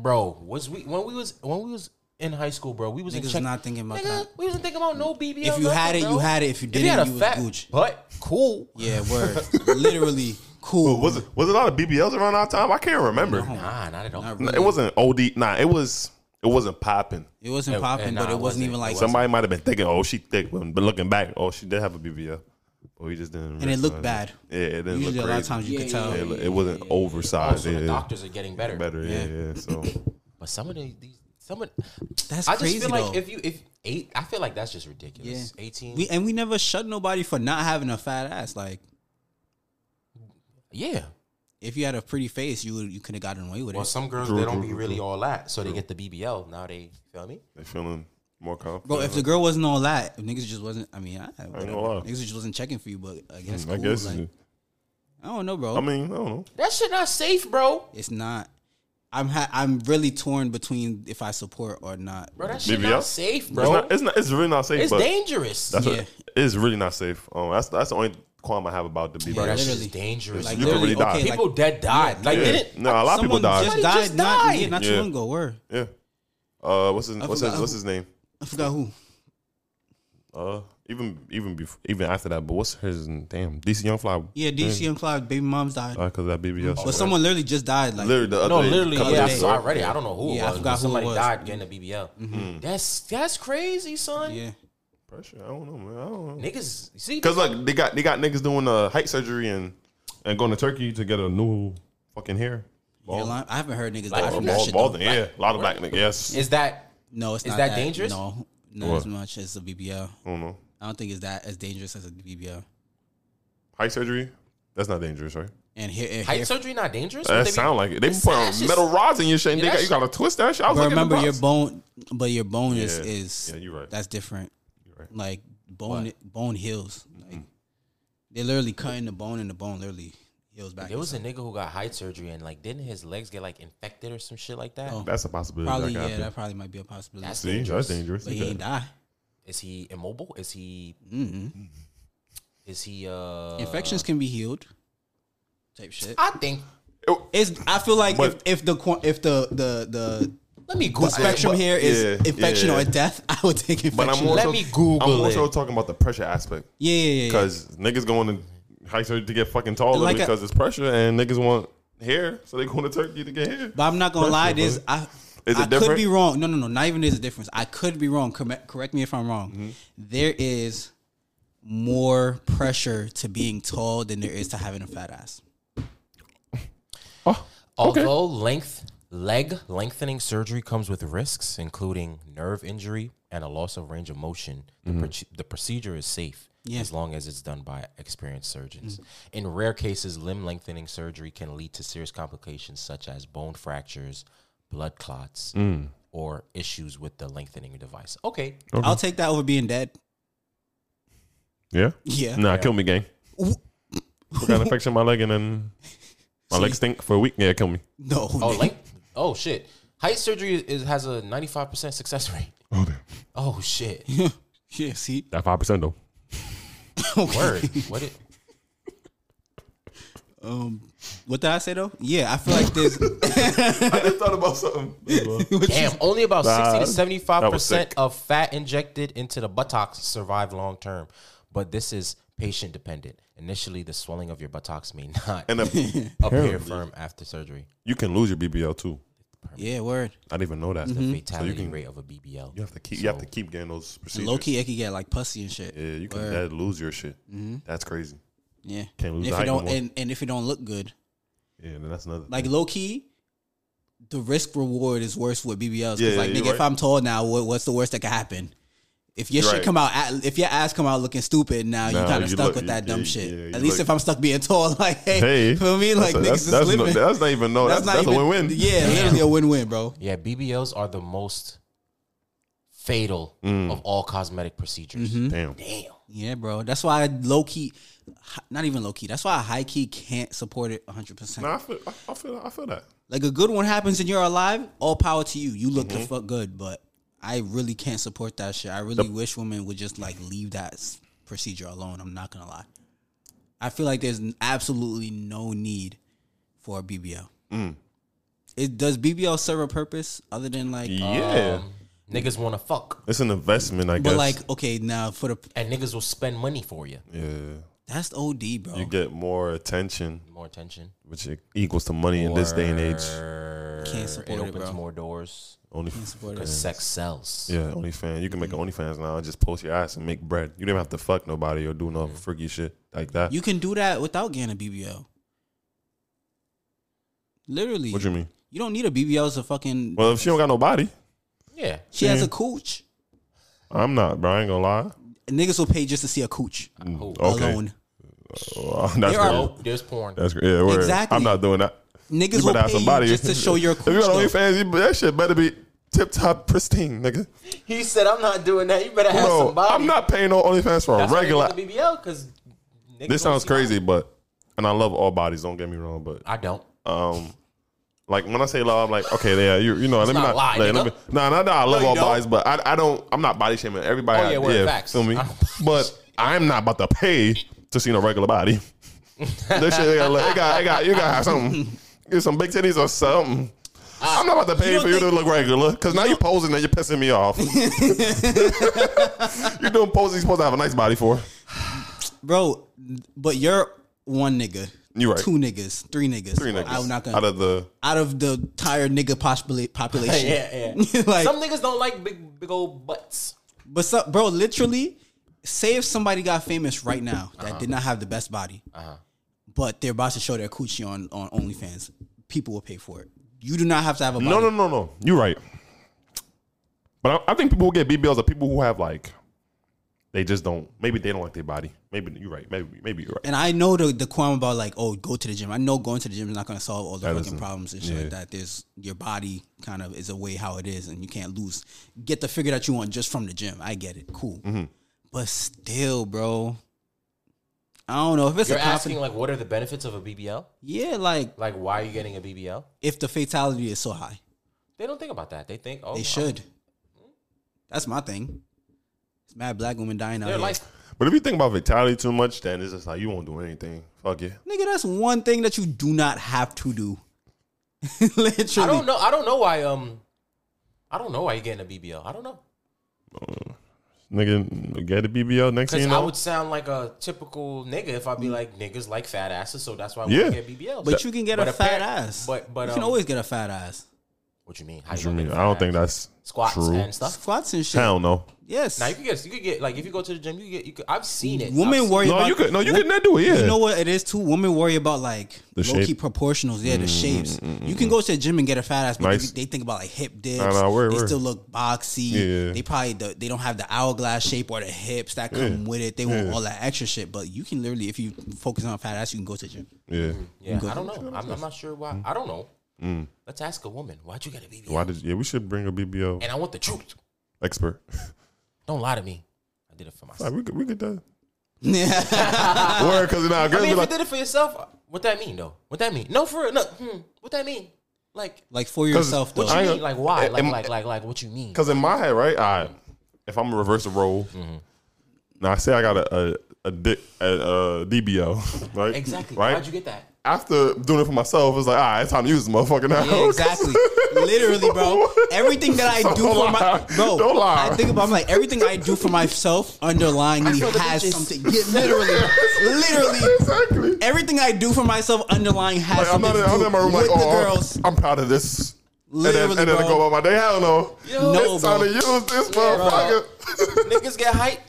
[SPEAKER 2] bro. Was we when we was when we was in high school, bro? We was in
[SPEAKER 3] Niggas
[SPEAKER 2] check-
[SPEAKER 3] not thinking about
[SPEAKER 2] nigga,
[SPEAKER 3] that.
[SPEAKER 2] We wasn't thinking about no BBL.
[SPEAKER 3] If you had
[SPEAKER 2] nothing,
[SPEAKER 3] it,
[SPEAKER 2] bro.
[SPEAKER 3] you had it. If you
[SPEAKER 2] If
[SPEAKER 3] didn't,
[SPEAKER 2] you
[SPEAKER 3] you,
[SPEAKER 2] had a
[SPEAKER 3] was
[SPEAKER 2] fat
[SPEAKER 3] Gucci.
[SPEAKER 2] butt, cool.
[SPEAKER 3] Yeah, word. Literally cool.
[SPEAKER 4] Was it was it a lot of BBLs around our time? I can't remember.
[SPEAKER 2] Nah, not at all.
[SPEAKER 4] Nah, It wasn't OD. Nah, it was it wasn't popping.
[SPEAKER 3] It wasn't
[SPEAKER 2] It-
[SPEAKER 3] popping,
[SPEAKER 2] nah,
[SPEAKER 3] but it
[SPEAKER 2] it
[SPEAKER 3] wasn't,
[SPEAKER 2] wasn't.
[SPEAKER 3] even
[SPEAKER 2] It
[SPEAKER 3] like.
[SPEAKER 2] wasn't.
[SPEAKER 4] Somebody might have been thinking, "Oh, she thick," but but looking back, oh, she did have a BBL. But we Oh, just didn't.
[SPEAKER 3] And it looked
[SPEAKER 4] recognize it.
[SPEAKER 3] bad.
[SPEAKER 4] Yeah, it didn't
[SPEAKER 3] Usually,
[SPEAKER 4] look
[SPEAKER 3] a lot of
[SPEAKER 4] crazy.
[SPEAKER 3] times you
[SPEAKER 2] Yeah,
[SPEAKER 3] could
[SPEAKER 2] yeah,
[SPEAKER 3] tell.
[SPEAKER 4] Yeah, it, look- it wasn't oversized.
[SPEAKER 2] Also,
[SPEAKER 4] yeah,
[SPEAKER 2] the
[SPEAKER 4] yeah.
[SPEAKER 2] doctors are getting better.
[SPEAKER 4] better. Yeah, yeah. So
[SPEAKER 2] But some of the, these, some of,
[SPEAKER 3] That's
[SPEAKER 2] I just
[SPEAKER 3] crazy
[SPEAKER 2] feel like
[SPEAKER 3] though.
[SPEAKER 2] if you if eight, I feel like that's just ridiculous.
[SPEAKER 3] Yeah.
[SPEAKER 2] Eighteen,
[SPEAKER 3] we and we never shut nobody for not having a fat ass. Like
[SPEAKER 2] yeah.
[SPEAKER 3] if you had a pretty face, you would, you could have gotten away with
[SPEAKER 2] Well,
[SPEAKER 3] it.
[SPEAKER 2] some girls they don't be really all that, so they get the BBL. Now they feel me.
[SPEAKER 4] they feeling more confident.
[SPEAKER 3] Bro, if the girl wasn't all that, if niggas just wasn't. I mean, I, whatever.
[SPEAKER 4] gonna lie. Mm,
[SPEAKER 3] niggas just wasn't checking for you, but I guess
[SPEAKER 4] I
[SPEAKER 3] cool,
[SPEAKER 4] guess.
[SPEAKER 3] like, I don't know, bro.
[SPEAKER 4] I mean, I don't know.
[SPEAKER 2] That shit not safe, bro.
[SPEAKER 3] it's not. I'm ha- I'm really torn between if I support or not.
[SPEAKER 2] Bro, that shit
[SPEAKER 4] BBL?
[SPEAKER 2] not safe, bro.
[SPEAKER 4] It's not. It's not. It's really not safe.
[SPEAKER 2] It's
[SPEAKER 4] but
[SPEAKER 2] dangerous.
[SPEAKER 4] That's
[SPEAKER 3] Yeah.
[SPEAKER 4] what, it's really not safe. Um, that's that's the only qualm I have about the BBL.
[SPEAKER 2] Bro, that shit is
[SPEAKER 3] Literally.
[SPEAKER 2] dangerous.
[SPEAKER 3] Like
[SPEAKER 4] You could
[SPEAKER 3] literally,
[SPEAKER 4] really die.
[SPEAKER 3] okay,
[SPEAKER 2] people
[SPEAKER 3] like
[SPEAKER 2] dead died. like
[SPEAKER 4] yeah.
[SPEAKER 2] they didn't.
[SPEAKER 4] no, a lot of people
[SPEAKER 3] someone
[SPEAKER 4] died.
[SPEAKER 3] Just
[SPEAKER 2] Somebody
[SPEAKER 3] died,
[SPEAKER 2] just
[SPEAKER 3] not,
[SPEAKER 2] died.
[SPEAKER 3] yeah, not too
[SPEAKER 4] Yeah.
[SPEAKER 3] long ago. Word.
[SPEAKER 4] yeah. Uh, what's his what's his
[SPEAKER 3] forgot
[SPEAKER 4] what's
[SPEAKER 3] who-
[SPEAKER 4] his name?
[SPEAKER 3] I forgot who.
[SPEAKER 4] Uh, even even before, even after that, but what's his n- damn DC Young Fly?
[SPEAKER 3] Yeah, DC and Clyde, baby mom's died.
[SPEAKER 4] because that BBL. shit,
[SPEAKER 3] but
[SPEAKER 4] right?
[SPEAKER 3] someone literally just died. Like
[SPEAKER 4] Oh, literally the other
[SPEAKER 2] No,
[SPEAKER 4] day,
[SPEAKER 2] literally,
[SPEAKER 4] couple
[SPEAKER 2] yeah, I
[SPEAKER 4] days
[SPEAKER 2] saw
[SPEAKER 4] ago.
[SPEAKER 2] already. I don't know who
[SPEAKER 3] Yeah, I
[SPEAKER 2] it was.
[SPEAKER 3] forgot
[SPEAKER 2] but
[SPEAKER 3] who
[SPEAKER 2] somebody
[SPEAKER 3] it was. Mm-hmm.
[SPEAKER 2] died getting a BBL.
[SPEAKER 4] Mm.
[SPEAKER 2] That's that's crazy, son.
[SPEAKER 3] Yeah.
[SPEAKER 4] Pressure. I don't know, man. I don't know.
[SPEAKER 2] Niggas, see,
[SPEAKER 4] Because like they got they got niggas doing uh, height surgery and and going to Turkey to get a new fucking hair.
[SPEAKER 3] Your
[SPEAKER 4] Bald,
[SPEAKER 3] line- I haven't heard niggas
[SPEAKER 4] bald,
[SPEAKER 3] die from that
[SPEAKER 4] bald,
[SPEAKER 3] shit.
[SPEAKER 4] balding.
[SPEAKER 3] though.
[SPEAKER 4] Yeah, a lot of black niggas. Yes.
[SPEAKER 2] is that
[SPEAKER 3] No, it's
[SPEAKER 2] Is
[SPEAKER 3] not
[SPEAKER 2] that dangerous?
[SPEAKER 3] No, not
[SPEAKER 4] What?
[SPEAKER 3] as much as the BBL.
[SPEAKER 4] I don't know.
[SPEAKER 3] I don't think it's that as dangerous as a BBL.
[SPEAKER 4] Height surgery. That's not dangerous, right?
[SPEAKER 3] And here, and
[SPEAKER 2] height
[SPEAKER 3] here
[SPEAKER 2] surgery not dangerous? Would
[SPEAKER 4] That
[SPEAKER 2] they be-
[SPEAKER 4] sound like it. They
[SPEAKER 2] It's-
[SPEAKER 4] put on
[SPEAKER 2] that's just-
[SPEAKER 4] metal rods in your shit, and
[SPEAKER 2] Yeah,
[SPEAKER 4] they got,
[SPEAKER 2] that's-
[SPEAKER 4] you got to twist that shit. I was
[SPEAKER 3] but
[SPEAKER 4] looking at the
[SPEAKER 3] remember your
[SPEAKER 4] box.
[SPEAKER 3] bone, but your bone is
[SPEAKER 4] Yeah.
[SPEAKER 3] is
[SPEAKER 4] Yeah, you're right.
[SPEAKER 3] That's different.
[SPEAKER 4] right. Mm-hmm.
[SPEAKER 3] Like bone, bone heals. Like they're literally cutting the bone, and the bone literally heals back.
[SPEAKER 2] There was a nigga who got height surgery and like didn't his legs get like infected or some shit like that?
[SPEAKER 3] Oh.
[SPEAKER 4] That's a possibility.
[SPEAKER 3] probably
[SPEAKER 4] that
[SPEAKER 3] yeah,
[SPEAKER 4] could happen.
[SPEAKER 3] that probably might be a possibility.
[SPEAKER 2] That's
[SPEAKER 4] See,
[SPEAKER 2] dangerous.
[SPEAKER 4] that's dangerous.
[SPEAKER 3] but he
[SPEAKER 4] Okay.
[SPEAKER 3] ain't die.
[SPEAKER 2] Is he immobile? Is he?
[SPEAKER 3] Mm-hmm.
[SPEAKER 2] Is he? uh
[SPEAKER 3] Infections can be healed. Type shit.
[SPEAKER 2] I think.
[SPEAKER 4] It-
[SPEAKER 3] It's. I feel like if,
[SPEAKER 4] But-
[SPEAKER 3] if the qua- if the the the
[SPEAKER 2] Let me Google
[SPEAKER 3] the
[SPEAKER 2] it.
[SPEAKER 3] spectrum
[SPEAKER 2] But
[SPEAKER 3] here is
[SPEAKER 4] yeah,
[SPEAKER 3] infection
[SPEAKER 4] yeah.
[SPEAKER 3] or death, I would take infection.
[SPEAKER 4] But I'm
[SPEAKER 2] Let
[SPEAKER 4] also,
[SPEAKER 2] me Google
[SPEAKER 4] I'm also
[SPEAKER 2] it.
[SPEAKER 4] talking about the pressure aspect
[SPEAKER 3] yeah, yeah, yeah, yeah.
[SPEAKER 4] because niggas going to high surgery to get fucking taller
[SPEAKER 3] Like a-
[SPEAKER 4] because it's pressure, and niggas want hair, so they going to Turkey to get hair.
[SPEAKER 3] But I'm not gonna lie,
[SPEAKER 4] Pressure,
[SPEAKER 3] this I
[SPEAKER 4] Is it
[SPEAKER 3] I
[SPEAKER 4] different?
[SPEAKER 3] could be wrong. No, no, no. Not even is a difference. I could be wrong. Correct, correct me if I'm wrong.
[SPEAKER 4] Mm-hmm.
[SPEAKER 3] There is more pressure to being tall than there is to having a fat ass.
[SPEAKER 2] Although length leg lengthening surgery comes with risks, including nerve injury and a loss of range of motion, the, proce- the procedure is safe
[SPEAKER 3] Yeah.
[SPEAKER 2] as long as it's done by experienced surgeons. In rare cases, limb lengthening surgery can lead to serious complications such as bone fractures, blood clots, or issues with the lengthening device. Okay,
[SPEAKER 3] I'll take that over being dead.
[SPEAKER 4] yeah.
[SPEAKER 3] Yeah.
[SPEAKER 4] Nah, kill me, gang. Put that infection in my leg and then my
[SPEAKER 3] So
[SPEAKER 4] leg
[SPEAKER 3] you-
[SPEAKER 4] stink for a week. Yeah, kill me.
[SPEAKER 3] No.
[SPEAKER 2] Oh,
[SPEAKER 3] nigga.
[SPEAKER 2] length. Oh shit. Height surgery is, has a ninety five percent success rate.
[SPEAKER 4] Oh damn.
[SPEAKER 2] Oh shit.
[SPEAKER 3] yeah. See.
[SPEAKER 4] That five percent though.
[SPEAKER 2] Word. What? It,
[SPEAKER 3] Um. What did I say though? Yeah. I feel like there's.
[SPEAKER 4] I just thought about something.
[SPEAKER 2] damn. Only about sixty
[SPEAKER 4] Nah,
[SPEAKER 2] to seventy five
[SPEAKER 4] that was
[SPEAKER 2] percent
[SPEAKER 4] sick.
[SPEAKER 2] of fat injected into the buttocks survive long term, but this is patient dependent. Initially, the swelling of your buttocks may not
[SPEAKER 4] and then
[SPEAKER 2] appear firm after surgery.
[SPEAKER 4] you can lose your BBL too.
[SPEAKER 3] yeah. Word.
[SPEAKER 4] I didn't even know that.
[SPEAKER 3] Mm-hmm.
[SPEAKER 2] The fatality
[SPEAKER 4] Mm-hmm. can-
[SPEAKER 2] rate of a BBL.
[SPEAKER 4] You have to keep. you have to keep getting those procedures.
[SPEAKER 3] Low key, it could get like pussy and shit.
[SPEAKER 4] Yeah, you can
[SPEAKER 3] Word. Mm-hmm.
[SPEAKER 4] that lose your shit. That's crazy.
[SPEAKER 3] Yeah.
[SPEAKER 4] Can't lose
[SPEAKER 3] if
[SPEAKER 4] the
[SPEAKER 3] it
[SPEAKER 4] height no
[SPEAKER 3] don't,
[SPEAKER 4] more.
[SPEAKER 3] and, and if it don't look good,
[SPEAKER 4] Yeah, then that's another.
[SPEAKER 3] like low key, the risk reward is worse with BBLs. Cause
[SPEAKER 4] Yeah,
[SPEAKER 3] like
[SPEAKER 4] yeah,
[SPEAKER 3] nigga,
[SPEAKER 4] you're
[SPEAKER 3] if
[SPEAKER 4] right.
[SPEAKER 3] I'm tall now, what, what's the worst that could happen? If your
[SPEAKER 4] You're
[SPEAKER 3] shit
[SPEAKER 4] right.
[SPEAKER 3] come out, at, if your ass come out looking stupid, now you
[SPEAKER 4] Nah,
[SPEAKER 3] kind
[SPEAKER 4] you
[SPEAKER 3] of stuck
[SPEAKER 4] look-
[SPEAKER 3] with that
[SPEAKER 4] yeah,
[SPEAKER 3] dumb
[SPEAKER 4] yeah,
[SPEAKER 3] shit.
[SPEAKER 4] yeah, you
[SPEAKER 3] at least
[SPEAKER 4] look-
[SPEAKER 3] if I'm stuck being tall, like hey,
[SPEAKER 4] hey,
[SPEAKER 3] feel me? Like
[SPEAKER 4] that's
[SPEAKER 3] niggas
[SPEAKER 4] a- that's,
[SPEAKER 3] is
[SPEAKER 4] that's, no-
[SPEAKER 3] living.
[SPEAKER 4] that's not even no. That's, that's,
[SPEAKER 3] even-
[SPEAKER 4] a win-win.
[SPEAKER 3] Yeah, literally a win-win, bro.
[SPEAKER 2] Yeah, BBLs are the most fatal
[SPEAKER 4] Mm.
[SPEAKER 2] of all cosmetic procedures.
[SPEAKER 4] Damn.
[SPEAKER 2] Damn.
[SPEAKER 3] Yeah, bro. That's why I low key, not even low key. That's why high key can't support it 100. percent
[SPEAKER 4] Nah, I feel. I, I feel. I feel that.
[SPEAKER 3] Like a good one happens and you're alive, all power to you. You look
[SPEAKER 2] Mm-hmm.
[SPEAKER 3] the fuck good, but I really can't support that shit. I really wish women would just like leave that s- procedure alone. I'm not gonna lie. I feel like there's n- absolutely no need for a BBL.
[SPEAKER 2] Mm.
[SPEAKER 3] It does BBL serve a purpose other than like,
[SPEAKER 4] Yeah,
[SPEAKER 2] Niggas want to fuck,
[SPEAKER 4] it's an investment, I
[SPEAKER 3] Uh, but
[SPEAKER 4] guess.
[SPEAKER 3] like okay, now for the
[SPEAKER 2] and niggas will spend money for you.
[SPEAKER 4] yeah,
[SPEAKER 3] that's OD, bro.
[SPEAKER 4] you get more attention,
[SPEAKER 2] More attention.
[SPEAKER 4] which equals to money in this day and age.
[SPEAKER 3] Can't
[SPEAKER 2] It
[SPEAKER 3] support it,
[SPEAKER 2] opens
[SPEAKER 3] bro.
[SPEAKER 2] more doors
[SPEAKER 4] Only,
[SPEAKER 3] support it.
[SPEAKER 2] because sex sells.
[SPEAKER 4] yeah, OnlyFans. You can make an
[SPEAKER 3] Mm-hmm.
[SPEAKER 4] OnlyFans now and just post your ass and make bread. You don't even have to fuck nobody or do no freaky shit like that.
[SPEAKER 3] You can do that without getting a BBL. Literally,
[SPEAKER 4] what you mean?
[SPEAKER 3] you don't need a BBL to fucking.
[SPEAKER 4] Well, if she don't got no body,
[SPEAKER 2] Yeah.
[SPEAKER 3] she has a cooch.
[SPEAKER 4] I'm not, bro. I ain't gonna lie.
[SPEAKER 3] niggas will pay just to see a cooch
[SPEAKER 2] Oh,
[SPEAKER 4] Mm. Okay,
[SPEAKER 3] alone.
[SPEAKER 4] Well, that's
[SPEAKER 3] There are-
[SPEAKER 4] crazy.
[SPEAKER 2] oh, there's porn.
[SPEAKER 4] That's great. Yeah, word.
[SPEAKER 3] Exactly.
[SPEAKER 4] I'm not doing that.
[SPEAKER 3] Niggas will
[SPEAKER 4] You better have
[SPEAKER 3] pay
[SPEAKER 4] somebody
[SPEAKER 3] you just to show your
[SPEAKER 4] If you
[SPEAKER 3] cooch.
[SPEAKER 4] got
[SPEAKER 3] though.
[SPEAKER 4] OnlyFans, you, that shit better be tip top pristine, nigga.
[SPEAKER 2] He said, "I'm not doing that. You better have
[SPEAKER 4] Bro,
[SPEAKER 2] somebody."
[SPEAKER 4] I'm not paying no OnlyFans for
[SPEAKER 2] That's
[SPEAKER 4] a
[SPEAKER 2] why they
[SPEAKER 4] regular.
[SPEAKER 2] get the BBL because
[SPEAKER 4] This sounds crazy, but and I love all bodies. Don't get me wrong, but
[SPEAKER 2] I don't.
[SPEAKER 4] um, like when I say love, I'm like, okay, yeah, you you know, let me
[SPEAKER 2] not
[SPEAKER 4] not,
[SPEAKER 2] a lie,
[SPEAKER 4] like, let
[SPEAKER 2] nigga.
[SPEAKER 4] me, nah, nah, nah, I love
[SPEAKER 2] you
[SPEAKER 4] all
[SPEAKER 2] don't.
[SPEAKER 4] bodies, but I, I don't, I'm not body shaming everybody.
[SPEAKER 2] Oh,
[SPEAKER 4] I-
[SPEAKER 2] yeah, we're facts.
[SPEAKER 4] feel me?
[SPEAKER 2] I don't-
[SPEAKER 4] But I'm not about to pay to see no regular body. this shit, it got, it got, it got, you gotta have something, get some big titties or something.
[SPEAKER 2] Ah,
[SPEAKER 4] I'm not about to pay
[SPEAKER 3] you
[SPEAKER 4] for
[SPEAKER 3] don't
[SPEAKER 4] you to
[SPEAKER 3] think-
[SPEAKER 4] look regular because now you're posing and you're pissing me off. you're doing posing you're supposed to have a nice body for.
[SPEAKER 3] bro. But you're one nigga.
[SPEAKER 4] You right.
[SPEAKER 3] Two niggas, three niggas.
[SPEAKER 4] Three niggas.
[SPEAKER 3] I'm not gonna
[SPEAKER 4] out of the
[SPEAKER 3] out of the entire nigga popula- population.
[SPEAKER 2] Yeah, yeah.
[SPEAKER 3] like,
[SPEAKER 2] Some niggas don't like big, big old butts.
[SPEAKER 3] but some, bro, literally, say if somebody got famous right now
[SPEAKER 4] Uh-huh.
[SPEAKER 3] that did not have the best body, but they're about to show their coochie on on OnlyFans, people will pay for it. You do not have to have a body.
[SPEAKER 4] No, no, no, no. You're right. But I, I think people who get BBLs are people who have like, they just don't. Maybe they don't like their body. Maybe you're right. Maybe maybe you're right.
[SPEAKER 3] and I know the the qualm about like, oh, go to the gym. I know going to the gym is not going to solve all the
[SPEAKER 4] That
[SPEAKER 3] fucking
[SPEAKER 4] isn't-
[SPEAKER 3] problems and shit
[SPEAKER 4] yeah.
[SPEAKER 3] like that. There's your body kind of is a way how it is, and you can't lose get the figure that you want just from the gym. I get it, cool,
[SPEAKER 4] Mm-hmm.
[SPEAKER 3] but still, bro, I don't know if it's
[SPEAKER 2] You're
[SPEAKER 3] a
[SPEAKER 2] asking
[SPEAKER 3] confident.
[SPEAKER 2] like, what are the benefits of a BBL?
[SPEAKER 3] yeah, like
[SPEAKER 2] Like, why are you getting a BBL?
[SPEAKER 3] if the fatality is so high,
[SPEAKER 2] They don't think about that. They think, oh,
[SPEAKER 3] they
[SPEAKER 2] I'm-
[SPEAKER 3] should. That's my thing. It's mad black women dying out
[SPEAKER 2] They're
[SPEAKER 3] here.
[SPEAKER 2] like,
[SPEAKER 4] But if you think about vitality too much, then it's just like you won't do anything. Fuck yeah.
[SPEAKER 3] Nigga, that's one thing that you do not have to do. Literally,
[SPEAKER 2] I don't know. I don't know why. Um, I don't know why you're getting a BBL. I don't know.
[SPEAKER 4] Nigga, get a BBL next thing
[SPEAKER 2] Because
[SPEAKER 4] you
[SPEAKER 2] I
[SPEAKER 4] know.
[SPEAKER 2] would sound like a typical nigga if I'd be like, niggas like fat asses, so that's why we
[SPEAKER 4] Yeah.
[SPEAKER 2] get BBLs.
[SPEAKER 3] but you can get
[SPEAKER 2] But
[SPEAKER 3] a fat
[SPEAKER 2] appar-
[SPEAKER 3] ass.
[SPEAKER 2] but- but,
[SPEAKER 3] you can
[SPEAKER 2] um,
[SPEAKER 3] always get a fat ass.
[SPEAKER 2] what What you mean? How
[SPEAKER 4] What you
[SPEAKER 2] gonna
[SPEAKER 4] mean?
[SPEAKER 2] get
[SPEAKER 4] I don't
[SPEAKER 2] fat?
[SPEAKER 4] think that's
[SPEAKER 2] squats
[SPEAKER 4] true.
[SPEAKER 2] and stuff.
[SPEAKER 3] Squats and shit.
[SPEAKER 4] Hell no.
[SPEAKER 3] Yes.
[SPEAKER 2] Now you can get you could get like if you go to the gym you get you could, I've seen it. I've
[SPEAKER 3] Women
[SPEAKER 2] seen-
[SPEAKER 3] worry
[SPEAKER 4] No,
[SPEAKER 3] about
[SPEAKER 4] you could. No, you could not do it. Yeah.
[SPEAKER 3] You know what it is too? Women worry about like
[SPEAKER 4] The
[SPEAKER 3] low key
[SPEAKER 4] shape.
[SPEAKER 3] proportionals. Yeah, the
[SPEAKER 2] Mm,
[SPEAKER 3] shapes. You can go to the gym and get a fat ass, but
[SPEAKER 4] Nice.
[SPEAKER 3] they, they think about like hip dips.
[SPEAKER 4] Nah, nah, word,
[SPEAKER 3] they
[SPEAKER 4] word.
[SPEAKER 3] still look boxy.
[SPEAKER 4] Yeah.
[SPEAKER 3] They probably do, they don't have the hourglass shape or the hips that come
[SPEAKER 4] Yeah.
[SPEAKER 3] with it. They want
[SPEAKER 4] Yeah.
[SPEAKER 3] all that extra shit. But you can literally, if you focus on fat ass, you can go to the gym.
[SPEAKER 4] Yeah.
[SPEAKER 2] Yeah, I don't know. I'm, I'm not sure why. I don't know. Let's ask a woman. Why'd you get a BBL?
[SPEAKER 4] Why did? Yeah, we should bring a BBL
[SPEAKER 2] and I want the truth.
[SPEAKER 4] expert.
[SPEAKER 2] Don't lie to me. I did it for
[SPEAKER 4] Nah,
[SPEAKER 2] myself.
[SPEAKER 4] we could. We could do.
[SPEAKER 3] Yeah.
[SPEAKER 4] Word, because now
[SPEAKER 2] Uh, I mean,
[SPEAKER 4] girls be
[SPEAKER 2] if you
[SPEAKER 4] like,
[SPEAKER 2] did it for yourself, what that mean though? What that mean? No, for real, no. Hmm, what that mean? Like,
[SPEAKER 3] like for
[SPEAKER 4] 'Cause
[SPEAKER 3] yourself though.
[SPEAKER 4] what
[SPEAKER 2] what you
[SPEAKER 4] I-
[SPEAKER 2] mean? Like, why? Like,
[SPEAKER 4] am-
[SPEAKER 2] like, like, like, what you mean?
[SPEAKER 4] because in my head, right? I, if I'm a reverse a role, now I say I got a a a, dick, a, a DBL, right?
[SPEAKER 2] Exactly.
[SPEAKER 4] Right.
[SPEAKER 2] Why'd you get that?
[SPEAKER 4] After doing it for myself, it's like, all right, it's time to use this motherfucker now.
[SPEAKER 3] Yeah, exactly. Literally, bro. Everything that I do
[SPEAKER 4] Don't
[SPEAKER 3] for my
[SPEAKER 4] lie.
[SPEAKER 3] bro,
[SPEAKER 4] Don't lie.
[SPEAKER 3] I think about I'm like everything I do for myself underlyingly
[SPEAKER 2] feel the
[SPEAKER 3] has
[SPEAKER 2] bitches.
[SPEAKER 3] something. Yeah, literally, literally,
[SPEAKER 4] exactly.
[SPEAKER 3] everything I do for myself underlying has
[SPEAKER 4] Like, I'm
[SPEAKER 3] something
[SPEAKER 4] not. In,
[SPEAKER 3] to
[SPEAKER 4] I'm
[SPEAKER 3] do
[SPEAKER 4] in my room like,
[SPEAKER 3] with
[SPEAKER 4] oh,
[SPEAKER 3] the
[SPEAKER 4] oh,
[SPEAKER 3] girls.
[SPEAKER 4] I'm proud of this. and
[SPEAKER 3] Literally,
[SPEAKER 4] then, and then I
[SPEAKER 3] bro.
[SPEAKER 4] go about my day. Hell no.
[SPEAKER 3] No,
[SPEAKER 4] it's time
[SPEAKER 3] bro.
[SPEAKER 4] to use this motherfucker.
[SPEAKER 2] Niggas get height,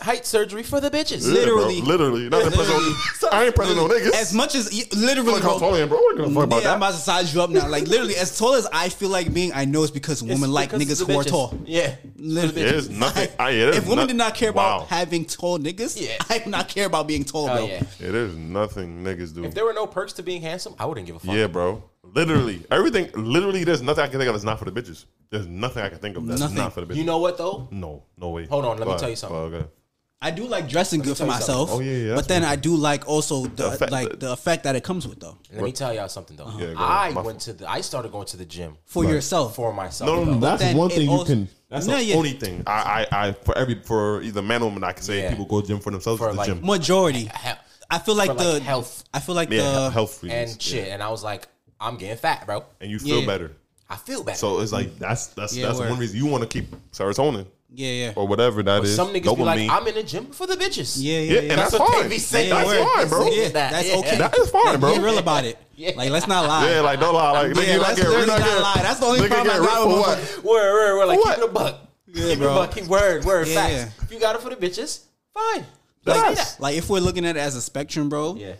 [SPEAKER 2] height surgery for the bitches.
[SPEAKER 4] Yeah, bro.
[SPEAKER 3] Literally.
[SPEAKER 4] literally, not impressing
[SPEAKER 3] Literally.
[SPEAKER 4] on. I ain't pressing on oh, niggas.
[SPEAKER 3] As much as y- literally,
[SPEAKER 4] Look
[SPEAKER 3] bro,
[SPEAKER 4] how tall I am, bro. What the fuck about
[SPEAKER 3] yeah,
[SPEAKER 4] that?
[SPEAKER 3] I'm about to size you up now. Like literally, as tall as I feel like being, I know it's because
[SPEAKER 2] It's
[SPEAKER 3] women like
[SPEAKER 2] because
[SPEAKER 3] niggas
[SPEAKER 2] of the
[SPEAKER 3] who are
[SPEAKER 2] bitches.
[SPEAKER 3] tall.
[SPEAKER 2] Yeah.
[SPEAKER 3] Literally.
[SPEAKER 4] There's nothing. I, yeah, there's
[SPEAKER 3] if women
[SPEAKER 4] no-
[SPEAKER 3] did not care
[SPEAKER 4] Wow.
[SPEAKER 3] about having tall niggas,
[SPEAKER 2] Yeah.
[SPEAKER 3] I do not care about being tall,
[SPEAKER 2] Oh
[SPEAKER 3] bro.
[SPEAKER 2] yeah.
[SPEAKER 4] Yeah, there's nothing niggas do.
[SPEAKER 2] If there were no perks to being handsome, I wouldn't give a fuck.
[SPEAKER 4] yeah, bro. Literally, everything. Literally, there's nothing I can think of that's not for the bitches. There's nothing I can think of that's
[SPEAKER 3] Nothing.
[SPEAKER 4] not for the bitches.
[SPEAKER 2] You know what though?
[SPEAKER 4] no, no way.
[SPEAKER 2] Hold on, let me
[SPEAKER 4] Fuck,
[SPEAKER 2] tell you something.
[SPEAKER 4] fuck, okay.
[SPEAKER 3] I do like dressing good for
[SPEAKER 2] tell you
[SPEAKER 3] myself.
[SPEAKER 4] something. Oh, yeah, yeah, that's
[SPEAKER 3] But then I do like also the,
[SPEAKER 4] effect
[SPEAKER 3] like
[SPEAKER 4] that-
[SPEAKER 3] the effect that it comes with though.
[SPEAKER 2] Let me tell y'all something though.
[SPEAKER 4] Uh-huh. Yeah, go
[SPEAKER 2] I
[SPEAKER 4] ahead. My
[SPEAKER 2] went to the. I started going to the gym
[SPEAKER 3] For yourself.
[SPEAKER 2] for myself.
[SPEAKER 4] No, no, no.
[SPEAKER 2] though.
[SPEAKER 4] That's
[SPEAKER 3] then
[SPEAKER 4] one
[SPEAKER 3] it
[SPEAKER 4] thing you
[SPEAKER 3] also-
[SPEAKER 4] can. That's
[SPEAKER 3] No,
[SPEAKER 4] the
[SPEAKER 3] yeah.
[SPEAKER 4] only thing. I, I, I, for every, for either man or woman, I can say
[SPEAKER 2] Yeah.
[SPEAKER 4] people go gym for themselves.
[SPEAKER 2] For
[SPEAKER 4] to the
[SPEAKER 2] like-
[SPEAKER 4] gym.
[SPEAKER 3] Majority.
[SPEAKER 2] He-
[SPEAKER 3] I feel like
[SPEAKER 2] for,
[SPEAKER 3] the
[SPEAKER 2] like, health.
[SPEAKER 3] I feel like
[SPEAKER 4] Yeah,
[SPEAKER 3] the
[SPEAKER 4] he- health reasons.
[SPEAKER 2] and
[SPEAKER 4] yeah.
[SPEAKER 2] shit. And I was like, I'm getting fat, bro.
[SPEAKER 4] and you feel
[SPEAKER 3] Yeah.
[SPEAKER 4] better.
[SPEAKER 2] I feel bad.
[SPEAKER 4] So it's like that's that's
[SPEAKER 3] Yeah,
[SPEAKER 4] that's
[SPEAKER 3] word.
[SPEAKER 4] one reason you want to keep serotonin
[SPEAKER 3] Yeah, yeah.
[SPEAKER 4] or whatever that is.
[SPEAKER 2] Some niggas be like,
[SPEAKER 4] dopamine.
[SPEAKER 2] I'm in the gym for the bitches.
[SPEAKER 3] Yeah, yeah,
[SPEAKER 4] yeah,
[SPEAKER 3] yeah.
[SPEAKER 4] and that's,
[SPEAKER 2] That's what they
[SPEAKER 4] fine.
[SPEAKER 2] be saying.
[SPEAKER 4] That's
[SPEAKER 3] Yeah,
[SPEAKER 4] fine, bro.
[SPEAKER 3] Yeah,
[SPEAKER 2] that.
[SPEAKER 3] that's
[SPEAKER 2] Yeah.
[SPEAKER 3] okay.
[SPEAKER 4] That is fine,
[SPEAKER 3] Like,
[SPEAKER 4] bro.
[SPEAKER 3] Be real about it.
[SPEAKER 2] Yeah.
[SPEAKER 3] Like let's not lie.
[SPEAKER 4] Yeah, like don't lie. Like nigga,
[SPEAKER 3] Yeah,
[SPEAKER 4] you not
[SPEAKER 3] that's
[SPEAKER 4] get you
[SPEAKER 3] literally
[SPEAKER 4] not
[SPEAKER 3] not
[SPEAKER 4] get
[SPEAKER 3] lie. That's the only
[SPEAKER 4] nigga
[SPEAKER 3] problem
[SPEAKER 4] get
[SPEAKER 3] I got
[SPEAKER 4] ripped
[SPEAKER 3] with
[SPEAKER 4] or
[SPEAKER 3] my-
[SPEAKER 4] what?
[SPEAKER 2] Word, word, word. Like
[SPEAKER 4] What?
[SPEAKER 2] keep it a buck. keep it a
[SPEAKER 3] bro.
[SPEAKER 2] buck. Keep word, word.
[SPEAKER 3] Yeah,
[SPEAKER 2] facts. If you got it for the bitches, fine.
[SPEAKER 4] Like,
[SPEAKER 2] Let's do
[SPEAKER 4] yes.
[SPEAKER 2] that.
[SPEAKER 3] Like if we're looking at it as a spectrum, bro,
[SPEAKER 2] Yeah.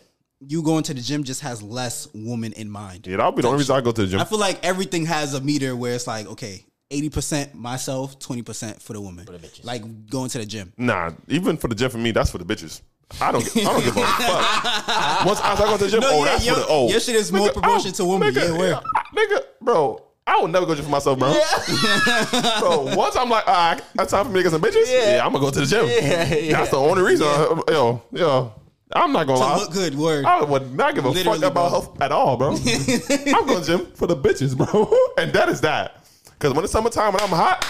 [SPEAKER 3] you going to the gym just has less woman in mind.
[SPEAKER 4] Yeah, that'll be the only reason I go to the gym.
[SPEAKER 3] I feel like everything has a meter where it's like, okay, 80% myself, 20% for the woman.
[SPEAKER 2] bitches.
[SPEAKER 3] like going to the gym.
[SPEAKER 4] Nah, even for the gym for me, that's for the bitches. I don't, I don't give a fuck. Once I go to the gym,
[SPEAKER 3] No,
[SPEAKER 4] oh,
[SPEAKER 3] yeah,
[SPEAKER 4] that's
[SPEAKER 3] your-
[SPEAKER 4] for the oh.
[SPEAKER 3] your shit is more
[SPEAKER 4] Nigga,
[SPEAKER 3] proportion
[SPEAKER 4] I-
[SPEAKER 3] to women.
[SPEAKER 4] Nigga,
[SPEAKER 3] Yeah, word.
[SPEAKER 4] I- nigga, bro, I would never go to gym for myself, bro. bro, once I'm like, all right, that's time for me to get some bitches. Yeah,
[SPEAKER 2] Yeah.
[SPEAKER 4] I'm gonna go to the gym.
[SPEAKER 2] Yeah, yeah.
[SPEAKER 4] That's the only reason. I, yo, yo, I'm not gonna
[SPEAKER 3] To
[SPEAKER 4] lie.
[SPEAKER 3] look good, word.
[SPEAKER 4] I would not give a
[SPEAKER 3] Literally,
[SPEAKER 4] fuck
[SPEAKER 3] bro.
[SPEAKER 4] about health at all, bro. I'm going to gym for the bitches, bro. And that is that. Because when it's summertime and I'm hot,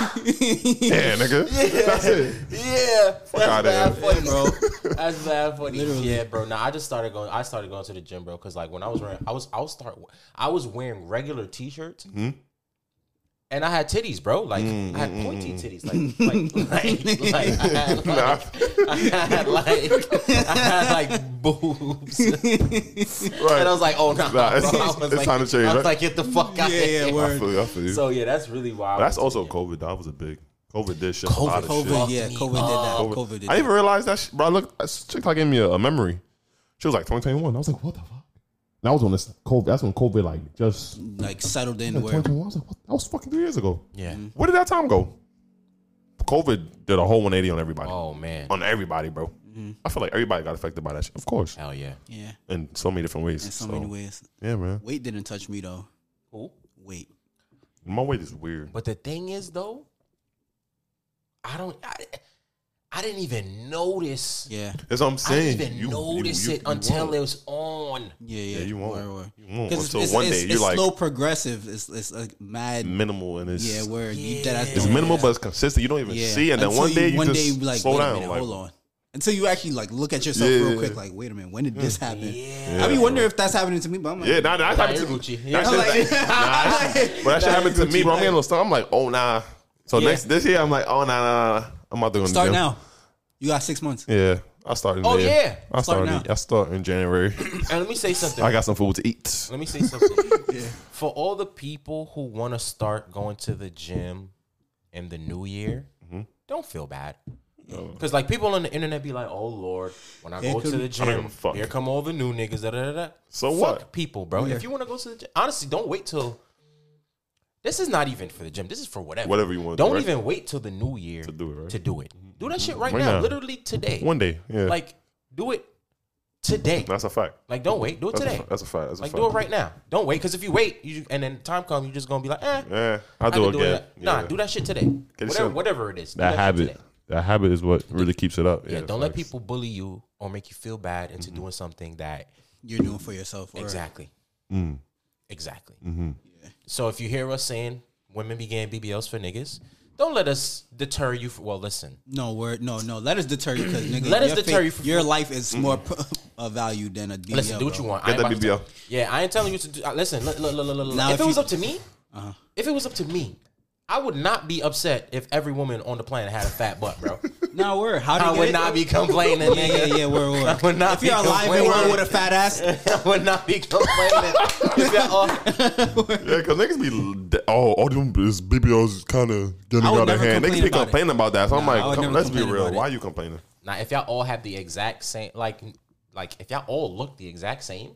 [SPEAKER 4] yeah, nigga. That's it.
[SPEAKER 2] Yeah, that's
[SPEAKER 4] outta
[SPEAKER 2] bad
[SPEAKER 4] here.
[SPEAKER 2] funny, bro. That's bad funny. Yeah, bro. Nah, I just started going. I started going to the gym, bro, because like when I was wearing, I was, I was start, I was wearing regular t-shirts,
[SPEAKER 4] Mm-hmm.
[SPEAKER 2] and I had titties, bro. Like
[SPEAKER 4] Mm,
[SPEAKER 2] I had pointy titties, like, like, like, like, I had,
[SPEAKER 4] Nah.
[SPEAKER 2] like, I had like, I had like boobs,
[SPEAKER 4] Right.
[SPEAKER 2] and I was like, oh nah,
[SPEAKER 4] Nah,
[SPEAKER 2] bro.
[SPEAKER 4] it's-
[SPEAKER 2] I was
[SPEAKER 4] it's
[SPEAKER 2] like,
[SPEAKER 4] time to change,
[SPEAKER 2] I was
[SPEAKER 4] right?
[SPEAKER 2] like, get the fuck out.
[SPEAKER 3] Yeah,
[SPEAKER 2] of
[SPEAKER 3] yeah,
[SPEAKER 2] here.
[SPEAKER 4] I
[SPEAKER 3] word.
[SPEAKER 4] feel you. I feel you.
[SPEAKER 2] So yeah, that's really wild.
[SPEAKER 4] that's also COVID. That was a big. COVID did shit. a lot of
[SPEAKER 3] COVID,
[SPEAKER 4] shit.
[SPEAKER 3] yeah,
[SPEAKER 2] Fuck me
[SPEAKER 3] COVID did that. COVID
[SPEAKER 4] COVID.
[SPEAKER 3] did
[SPEAKER 4] I
[SPEAKER 3] that.
[SPEAKER 4] didn't even realize that. Shit, bro, I look, TikTok gave me a, a memory. She was like 2021. I was like, what the fuck? That was when this COVID. That's when COVID like just
[SPEAKER 3] like settled in where
[SPEAKER 4] 2021. I was like, what? That was fucking three years ago.
[SPEAKER 2] yeah.
[SPEAKER 4] Where did that time go? COVID did a whole 180 on everybody.
[SPEAKER 2] Oh man.
[SPEAKER 4] on everybody, bro.
[SPEAKER 3] Mm-hmm.
[SPEAKER 4] I feel like everybody got affected by that shit, of course,
[SPEAKER 2] Hell yeah.
[SPEAKER 3] yeah,
[SPEAKER 4] in so many different ways.
[SPEAKER 3] in so,
[SPEAKER 4] so,
[SPEAKER 3] many ways.
[SPEAKER 4] yeah, man.
[SPEAKER 3] Weight didn't touch me though.
[SPEAKER 2] Cool.
[SPEAKER 3] Weight.
[SPEAKER 4] My weight is weird.
[SPEAKER 2] But the thing is, though, I don't. I, I didn't even notice.
[SPEAKER 3] Yeah,
[SPEAKER 4] That's what I'm
[SPEAKER 2] I
[SPEAKER 4] saying.
[SPEAKER 2] didn't even
[SPEAKER 4] You- you-
[SPEAKER 2] notice
[SPEAKER 4] you-
[SPEAKER 2] it
[SPEAKER 4] you
[SPEAKER 2] until
[SPEAKER 4] won't.
[SPEAKER 2] it was on.
[SPEAKER 3] yeah, yeah.
[SPEAKER 4] Yeah, you won't.
[SPEAKER 3] Word, word.
[SPEAKER 4] You won't
[SPEAKER 3] 'Cause
[SPEAKER 4] until
[SPEAKER 3] it's,
[SPEAKER 4] one
[SPEAKER 3] it's-
[SPEAKER 4] day
[SPEAKER 3] it's
[SPEAKER 4] you're like
[SPEAKER 3] slow progressive. It's it's like mad.
[SPEAKER 4] minimal and it's
[SPEAKER 3] yeah, word. You dead ass
[SPEAKER 2] Yeah.
[SPEAKER 4] it's
[SPEAKER 3] don't-
[SPEAKER 4] minimal but it's consistent. You don't even
[SPEAKER 3] Yeah.
[SPEAKER 4] see, and then
[SPEAKER 3] Until
[SPEAKER 4] one day you
[SPEAKER 3] one
[SPEAKER 4] just
[SPEAKER 3] day you be like,
[SPEAKER 4] slow
[SPEAKER 3] wait
[SPEAKER 4] down.
[SPEAKER 3] A minute,
[SPEAKER 4] like,
[SPEAKER 3] hold on. Until you actually like look at yourself
[SPEAKER 4] Yeah,
[SPEAKER 3] real
[SPEAKER 4] yeah,
[SPEAKER 3] quick,
[SPEAKER 4] yeah.
[SPEAKER 3] like, wait a minute, when did this happen?
[SPEAKER 2] Yeah.
[SPEAKER 3] I be wondering if that's happening to me, but I'm like,
[SPEAKER 4] Yeah, nah, nah, that happened
[SPEAKER 2] you're
[SPEAKER 4] to me.
[SPEAKER 2] Gucci. Yeah.
[SPEAKER 4] That shit,
[SPEAKER 3] I'm like-
[SPEAKER 4] nah, that shit- but that shit happened to me, bro. I'm getting a little stuff. I'm like, oh nah. So
[SPEAKER 2] Yeah.
[SPEAKER 4] next this year, I'm like, oh nah, nah, nah. I'm about to go in the
[SPEAKER 3] start
[SPEAKER 4] gym.
[SPEAKER 3] now. You got six months.
[SPEAKER 4] Yeah, I started.
[SPEAKER 2] Oh,
[SPEAKER 4] there.
[SPEAKER 2] yeah.
[SPEAKER 4] I
[SPEAKER 3] Start
[SPEAKER 4] started.
[SPEAKER 3] now.
[SPEAKER 4] I start in January.
[SPEAKER 2] And let me say something.
[SPEAKER 4] I got some food to eat.
[SPEAKER 2] Let me say something. For all the people who want to start going to the gym in the new year,
[SPEAKER 4] Mm-hmm.
[SPEAKER 2] don't feel bad. Because like people on the internet be like, "Oh Lord, when I
[SPEAKER 3] Here
[SPEAKER 2] go to
[SPEAKER 3] come-
[SPEAKER 2] the
[SPEAKER 4] I don't
[SPEAKER 2] gym,
[SPEAKER 4] give a fuck.
[SPEAKER 2] here come all the new niggas." Da, da, da, da.
[SPEAKER 4] So
[SPEAKER 2] fuck
[SPEAKER 4] what?
[SPEAKER 2] people, bro? If you want to go to the gym, honestly, don't wait till. This is not even for the gym. This is for whatever.
[SPEAKER 4] Whatever you wanna do,
[SPEAKER 2] Don't
[SPEAKER 4] right?
[SPEAKER 2] even wait till the new year to
[SPEAKER 4] do it, right? Mm-hmm.
[SPEAKER 2] To do it. Do that shit right
[SPEAKER 4] Right
[SPEAKER 2] now,
[SPEAKER 4] now.
[SPEAKER 2] literally today.
[SPEAKER 4] One day, yeah.
[SPEAKER 2] Like, do it today.
[SPEAKER 4] that's a fact.
[SPEAKER 2] Like, don't wait. Do it
[SPEAKER 4] That's
[SPEAKER 2] today.
[SPEAKER 4] a, fa- that's a fact. That's a
[SPEAKER 2] Like
[SPEAKER 4] fact.
[SPEAKER 2] do it right now. Don't wait because if you wait, you and then time comes, you're just gonna be like, eh.
[SPEAKER 4] Yeah, I'll
[SPEAKER 2] I
[SPEAKER 4] do
[SPEAKER 2] can
[SPEAKER 4] it again.
[SPEAKER 2] that. Nah,
[SPEAKER 4] Yeah.
[SPEAKER 2] do that shit today.
[SPEAKER 4] it
[SPEAKER 2] Whatever,
[SPEAKER 4] done.
[SPEAKER 2] whatever it is, do
[SPEAKER 4] That
[SPEAKER 2] shit
[SPEAKER 4] habit.
[SPEAKER 2] today.
[SPEAKER 4] That habit is what really keeps it up.
[SPEAKER 2] Yeah, don't let
[SPEAKER 4] facts. Mm-hmm.
[SPEAKER 2] people bully you or make you feel bad into doing something that
[SPEAKER 3] You're doing for yourself. Or
[SPEAKER 2] exactly,
[SPEAKER 4] Mm.
[SPEAKER 2] exactly.
[SPEAKER 4] Mm-hmm.
[SPEAKER 2] So if you hear us saying women began BBLs for niggas, don't let us deter you. For, well, listen,
[SPEAKER 3] No word. No, no. Let us deter you, because nigga,
[SPEAKER 2] Let us
[SPEAKER 3] your
[SPEAKER 2] deter
[SPEAKER 3] fa-
[SPEAKER 2] you from-
[SPEAKER 3] your life is more
[SPEAKER 4] Mm-hmm.
[SPEAKER 3] p- of value than a DL.
[SPEAKER 2] listen, do what
[SPEAKER 3] bro.
[SPEAKER 2] you want. I
[SPEAKER 4] Get
[SPEAKER 2] ain't
[SPEAKER 4] that
[SPEAKER 2] about to
[SPEAKER 4] BBL.
[SPEAKER 2] tell- yeah, I ain't telling you to do. Uh, listen, look, look, look, look, look.
[SPEAKER 3] Now,
[SPEAKER 2] if,
[SPEAKER 3] if
[SPEAKER 2] it was
[SPEAKER 3] you- Uh-huh.
[SPEAKER 2] up to me, if it was up to me, I would not be upset if every woman on the planet had a fat butt, bro.
[SPEAKER 3] Now word. How do
[SPEAKER 2] I
[SPEAKER 3] you get
[SPEAKER 2] would
[SPEAKER 3] it?
[SPEAKER 2] not be complaining,
[SPEAKER 3] Yeah, yeah,
[SPEAKER 2] nigga.
[SPEAKER 3] yeah. Word, word.
[SPEAKER 2] I would not
[SPEAKER 3] if
[SPEAKER 2] be
[SPEAKER 3] you're alive and well
[SPEAKER 2] complaining.
[SPEAKER 3] with a fat ass,
[SPEAKER 2] I would not be complaining. If y'all all-
[SPEAKER 4] Yeah, because niggas be de- oh, all them this BBLs is kind of getting
[SPEAKER 3] I would
[SPEAKER 4] out of
[SPEAKER 3] never
[SPEAKER 4] hand. Niggas
[SPEAKER 3] complain
[SPEAKER 4] be
[SPEAKER 3] about it.
[SPEAKER 4] complaining about that. So I'm
[SPEAKER 3] Nah, I would
[SPEAKER 4] like, come,
[SPEAKER 3] never
[SPEAKER 4] let's be
[SPEAKER 3] complain
[SPEAKER 4] real.
[SPEAKER 3] about it.
[SPEAKER 4] Why you complaining?
[SPEAKER 2] now, if y'all all have the exact same, like, like if y'all all look the exact same,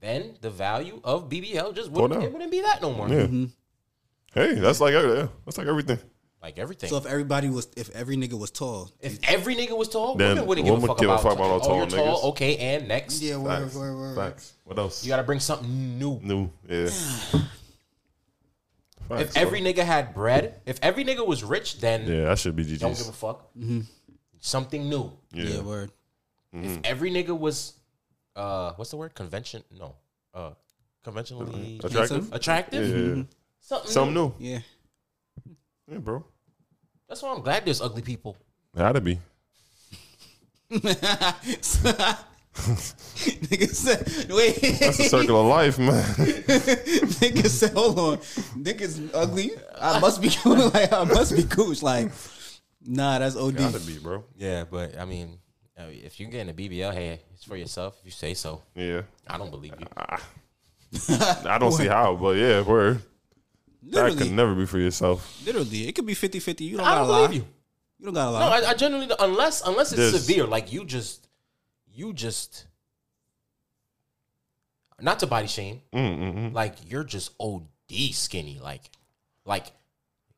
[SPEAKER 2] then the value of BBL just wouldn't,
[SPEAKER 4] down.
[SPEAKER 2] it wouldn't be that no more.
[SPEAKER 4] Yeah. Hey, that's like every- yeah, that's like everything.
[SPEAKER 2] Like everything.
[SPEAKER 3] so if everybody was, if every nigga was tall,
[SPEAKER 2] if every nigga was tall,
[SPEAKER 4] Then
[SPEAKER 2] women wouldn't give a
[SPEAKER 4] women
[SPEAKER 2] fuck
[SPEAKER 4] give a
[SPEAKER 2] about,
[SPEAKER 4] fuck about all
[SPEAKER 2] oh, you're
[SPEAKER 4] tall niggas.
[SPEAKER 2] tall, okay, and next.
[SPEAKER 3] yeah, word,
[SPEAKER 4] Facts.
[SPEAKER 3] word, word, word.
[SPEAKER 4] Facts. What else?
[SPEAKER 2] You gotta bring something new.
[SPEAKER 4] new. Yeah. Facts,
[SPEAKER 2] If every
[SPEAKER 4] bro.
[SPEAKER 2] nigga had bread, if every nigga was rich, then
[SPEAKER 4] yeah, that should be
[SPEAKER 2] don't give a
[SPEAKER 4] GG's.
[SPEAKER 2] fuck.
[SPEAKER 3] Mm-hmm.
[SPEAKER 2] Something new.
[SPEAKER 3] Yeah.
[SPEAKER 4] Yeah.
[SPEAKER 3] word.
[SPEAKER 4] Mm-hmm.
[SPEAKER 2] If every nigga was, uh, what's the word? Convention? No, uh, conventionally
[SPEAKER 4] Attractive. Yeah.
[SPEAKER 2] attractive. Mm-hmm. Something.
[SPEAKER 4] Something
[SPEAKER 2] new.
[SPEAKER 4] new.
[SPEAKER 3] Yeah,
[SPEAKER 4] Yeah, bro.
[SPEAKER 2] That's why I'm glad there's ugly people.
[SPEAKER 4] Gotta be.
[SPEAKER 3] nigga said, wait.
[SPEAKER 4] That's the circle of life, man.
[SPEAKER 3] Nigga said, hold on. Nigga's ugly. I must be cool. Like, I must be gooch. Like, nah, that's OD.
[SPEAKER 4] Gotta be, bro.
[SPEAKER 2] Yeah, but I mean, I mean, if you're getting a BBL, hey, it's for yourself. If you say so,
[SPEAKER 4] Yeah.
[SPEAKER 2] I don't believe you.
[SPEAKER 4] I don't see how, but yeah, word. That
[SPEAKER 3] Literally,
[SPEAKER 4] could never be for yourself.
[SPEAKER 3] literally. It could be 50 50. You don't
[SPEAKER 2] I
[SPEAKER 3] gotta
[SPEAKER 2] don't
[SPEAKER 3] lie.
[SPEAKER 2] believe you.
[SPEAKER 3] You don't gotta
[SPEAKER 2] No,
[SPEAKER 3] lie.
[SPEAKER 2] I, I generally don't- unless unless it's
[SPEAKER 4] This-
[SPEAKER 2] severe, like you just, you just. Not to body shame,
[SPEAKER 3] Mm,
[SPEAKER 2] like you're just OD skinny, like, like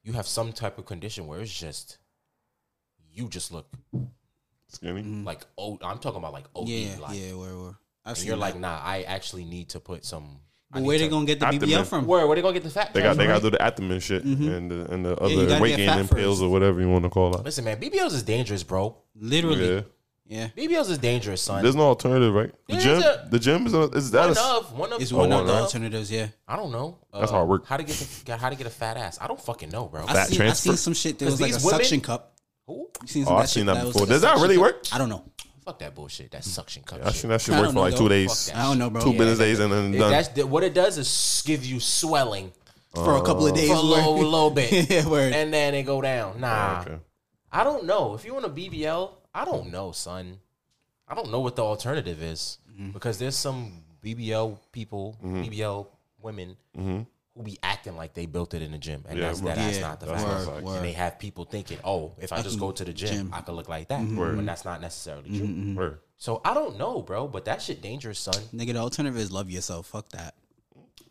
[SPEAKER 2] you have some type of condition where it's just, you just look
[SPEAKER 4] Skinny.
[SPEAKER 2] like oh I'm talking about like OD
[SPEAKER 3] yeah,
[SPEAKER 2] like
[SPEAKER 3] yeah, where, where. I've
[SPEAKER 2] and
[SPEAKER 3] seen
[SPEAKER 2] you're
[SPEAKER 3] that.
[SPEAKER 2] like nah I actually need to put some I
[SPEAKER 3] But
[SPEAKER 2] need
[SPEAKER 3] where they
[SPEAKER 2] to-
[SPEAKER 3] gonna get the
[SPEAKER 4] Abdomen.
[SPEAKER 3] BBL from?
[SPEAKER 2] where where they gonna get the fat
[SPEAKER 4] They
[SPEAKER 2] from,
[SPEAKER 4] got they
[SPEAKER 2] right?
[SPEAKER 4] got to do the abdomen shit and the, and the
[SPEAKER 3] you
[SPEAKER 4] other
[SPEAKER 3] gotta
[SPEAKER 4] weight
[SPEAKER 3] get
[SPEAKER 4] gain
[SPEAKER 3] fat
[SPEAKER 4] and
[SPEAKER 3] first.
[SPEAKER 4] pills or whatever you want to call it.
[SPEAKER 2] listen man BBLs is dangerous bro
[SPEAKER 3] Literally.
[SPEAKER 4] Yeah,
[SPEAKER 3] Yeah. yeah.
[SPEAKER 2] BBLs is dangerous son
[SPEAKER 4] there's no alternative, right? The
[SPEAKER 2] There's
[SPEAKER 4] gym,
[SPEAKER 2] a-
[SPEAKER 4] the gym is, a- is that
[SPEAKER 2] one
[SPEAKER 4] is
[SPEAKER 2] of one of
[SPEAKER 3] It's
[SPEAKER 2] oh,
[SPEAKER 3] one
[SPEAKER 4] one
[SPEAKER 3] of the
[SPEAKER 4] of-
[SPEAKER 3] alternatives, yeah.
[SPEAKER 2] I don't know uh,
[SPEAKER 4] That's hard work.
[SPEAKER 2] how to get the, how to get a fat ass I don't fucking know bro
[SPEAKER 3] I
[SPEAKER 4] Fat
[SPEAKER 3] seen, I
[SPEAKER 4] transfer.
[SPEAKER 3] seen some shit that
[SPEAKER 2] 'Cause
[SPEAKER 3] was like a
[SPEAKER 2] these women-
[SPEAKER 3] suction cup.
[SPEAKER 2] who
[SPEAKER 3] You seen
[SPEAKER 4] Oh,
[SPEAKER 3] some
[SPEAKER 4] I've
[SPEAKER 3] that
[SPEAKER 4] seen
[SPEAKER 3] shit
[SPEAKER 4] that
[SPEAKER 3] was
[SPEAKER 4] before.
[SPEAKER 3] like a
[SPEAKER 4] Does that
[SPEAKER 3] suction
[SPEAKER 4] really
[SPEAKER 3] cup?
[SPEAKER 4] work?
[SPEAKER 3] I don't know.
[SPEAKER 2] fuck that bullshit that suction cup
[SPEAKER 4] I
[SPEAKER 2] shit.
[SPEAKER 4] think that shit
[SPEAKER 3] I
[SPEAKER 4] work
[SPEAKER 3] don't
[SPEAKER 4] for like
[SPEAKER 3] know,
[SPEAKER 4] two
[SPEAKER 3] though.
[SPEAKER 4] days,
[SPEAKER 2] Fuck
[SPEAKER 3] I don't know, bro.
[SPEAKER 4] two
[SPEAKER 3] Yeah,
[SPEAKER 4] business days, and then
[SPEAKER 2] It-
[SPEAKER 4] done.
[SPEAKER 2] that's the- what it does is gives you swelling
[SPEAKER 3] For a couple of days.
[SPEAKER 2] Uh, for a little,
[SPEAKER 3] word.
[SPEAKER 2] little bit
[SPEAKER 3] yeah, word.
[SPEAKER 2] and then it go down nah
[SPEAKER 4] Oh, Okay.
[SPEAKER 2] I don't know. If you want a BBL, I don't know, son. I don't know what the alternative is
[SPEAKER 4] Mm-hmm.
[SPEAKER 2] because there's some BBL people, BBL women who be acting like they built it in the gym, and
[SPEAKER 4] Mm-hmm. Yeah,
[SPEAKER 2] that's
[SPEAKER 4] right.
[SPEAKER 2] that's
[SPEAKER 3] Yeah,
[SPEAKER 2] not the
[SPEAKER 4] that's
[SPEAKER 2] fact.
[SPEAKER 4] not
[SPEAKER 3] fact.
[SPEAKER 2] And they have people thinking, oh, if I, just
[SPEAKER 3] can
[SPEAKER 2] go to the gym,
[SPEAKER 3] gym.
[SPEAKER 2] I could look like that,
[SPEAKER 4] Mm-hmm. Word.
[SPEAKER 2] but that's not necessarily true.
[SPEAKER 4] Word.
[SPEAKER 2] So I don't know, bro. But that shit dangerous, son.
[SPEAKER 3] Nigga, the alternative is love yourself. Fuck that.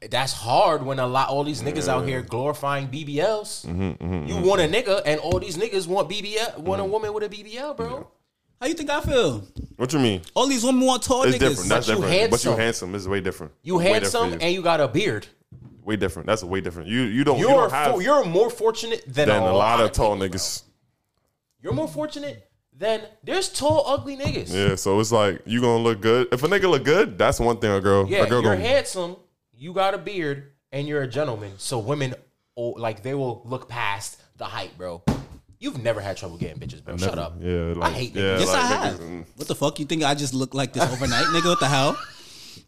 [SPEAKER 2] That's hard when a lot all these niggas out here glorifying BBLs.
[SPEAKER 4] Mm-hmm,
[SPEAKER 2] you want a nigga, and all these niggas want BBL, want a
[SPEAKER 4] Mm-hmm.
[SPEAKER 2] woman with a BBL, bro.
[SPEAKER 3] How you think I feel?
[SPEAKER 4] What you mean?
[SPEAKER 3] All these women want tall
[SPEAKER 4] It's
[SPEAKER 3] niggas.
[SPEAKER 4] different. That's
[SPEAKER 2] But you
[SPEAKER 4] different. But you
[SPEAKER 2] handsome.
[SPEAKER 4] handsome. It's way different.
[SPEAKER 2] You
[SPEAKER 4] Way different
[SPEAKER 2] handsome
[SPEAKER 4] for you.
[SPEAKER 2] and you got a beard.
[SPEAKER 4] way different. That's way different. You you don't you
[SPEAKER 2] You're
[SPEAKER 4] don't have
[SPEAKER 2] fo- you're more fortunate than,
[SPEAKER 4] than a lot of
[SPEAKER 2] people,
[SPEAKER 4] tall
[SPEAKER 2] bro.
[SPEAKER 4] niggas.
[SPEAKER 2] You're more fortunate than there's tall ugly niggas. Yeah,
[SPEAKER 4] Yeah, so it's like you gonna look good. If a nigga look good, that's one thing. A girl, a girl
[SPEAKER 2] you're
[SPEAKER 4] gonna
[SPEAKER 2] handsome, you got a beard, and you're a gentleman. So women, oh, like they will look past the height, bro. You've never had trouble getting bitches, bro. Shut
[SPEAKER 4] never-
[SPEAKER 2] up.
[SPEAKER 4] yeah,
[SPEAKER 2] I
[SPEAKER 4] like-
[SPEAKER 2] hate
[SPEAKER 4] yeah,
[SPEAKER 2] niggas.
[SPEAKER 3] Yes,
[SPEAKER 4] like
[SPEAKER 3] I have.
[SPEAKER 4] niggas- mm.
[SPEAKER 3] What the fuck? You think I just look like this overnight, nigga? What the hell?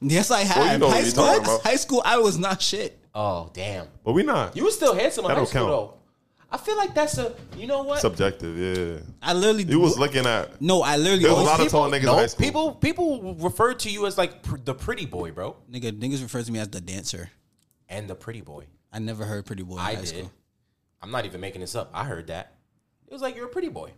[SPEAKER 3] Yes, I have.
[SPEAKER 4] know what
[SPEAKER 3] high,
[SPEAKER 4] you're
[SPEAKER 3] school,
[SPEAKER 4] talking about.
[SPEAKER 3] high school, I was not shit.
[SPEAKER 2] Oh damn,
[SPEAKER 4] but we not.
[SPEAKER 2] you were still handsome in
[SPEAKER 4] That
[SPEAKER 2] high
[SPEAKER 4] don't
[SPEAKER 2] school
[SPEAKER 4] count.
[SPEAKER 2] though. I feel like that's a. You know what?
[SPEAKER 4] Subjective, yeah.
[SPEAKER 3] I literally
[SPEAKER 4] You was looking at
[SPEAKER 3] no. I literally
[SPEAKER 4] There was a
[SPEAKER 3] always-
[SPEAKER 4] lot of tall niggas in high school.
[SPEAKER 2] people people refer to you as like pr- the pretty boy, bro,
[SPEAKER 3] nigga niggas refers to me as the dancer.
[SPEAKER 2] and the pretty boy.
[SPEAKER 3] I never heard pretty boy in
[SPEAKER 2] I
[SPEAKER 3] high
[SPEAKER 2] did.
[SPEAKER 3] school.
[SPEAKER 2] I'm not even making this up. I heard that. It was like you're a pretty boy.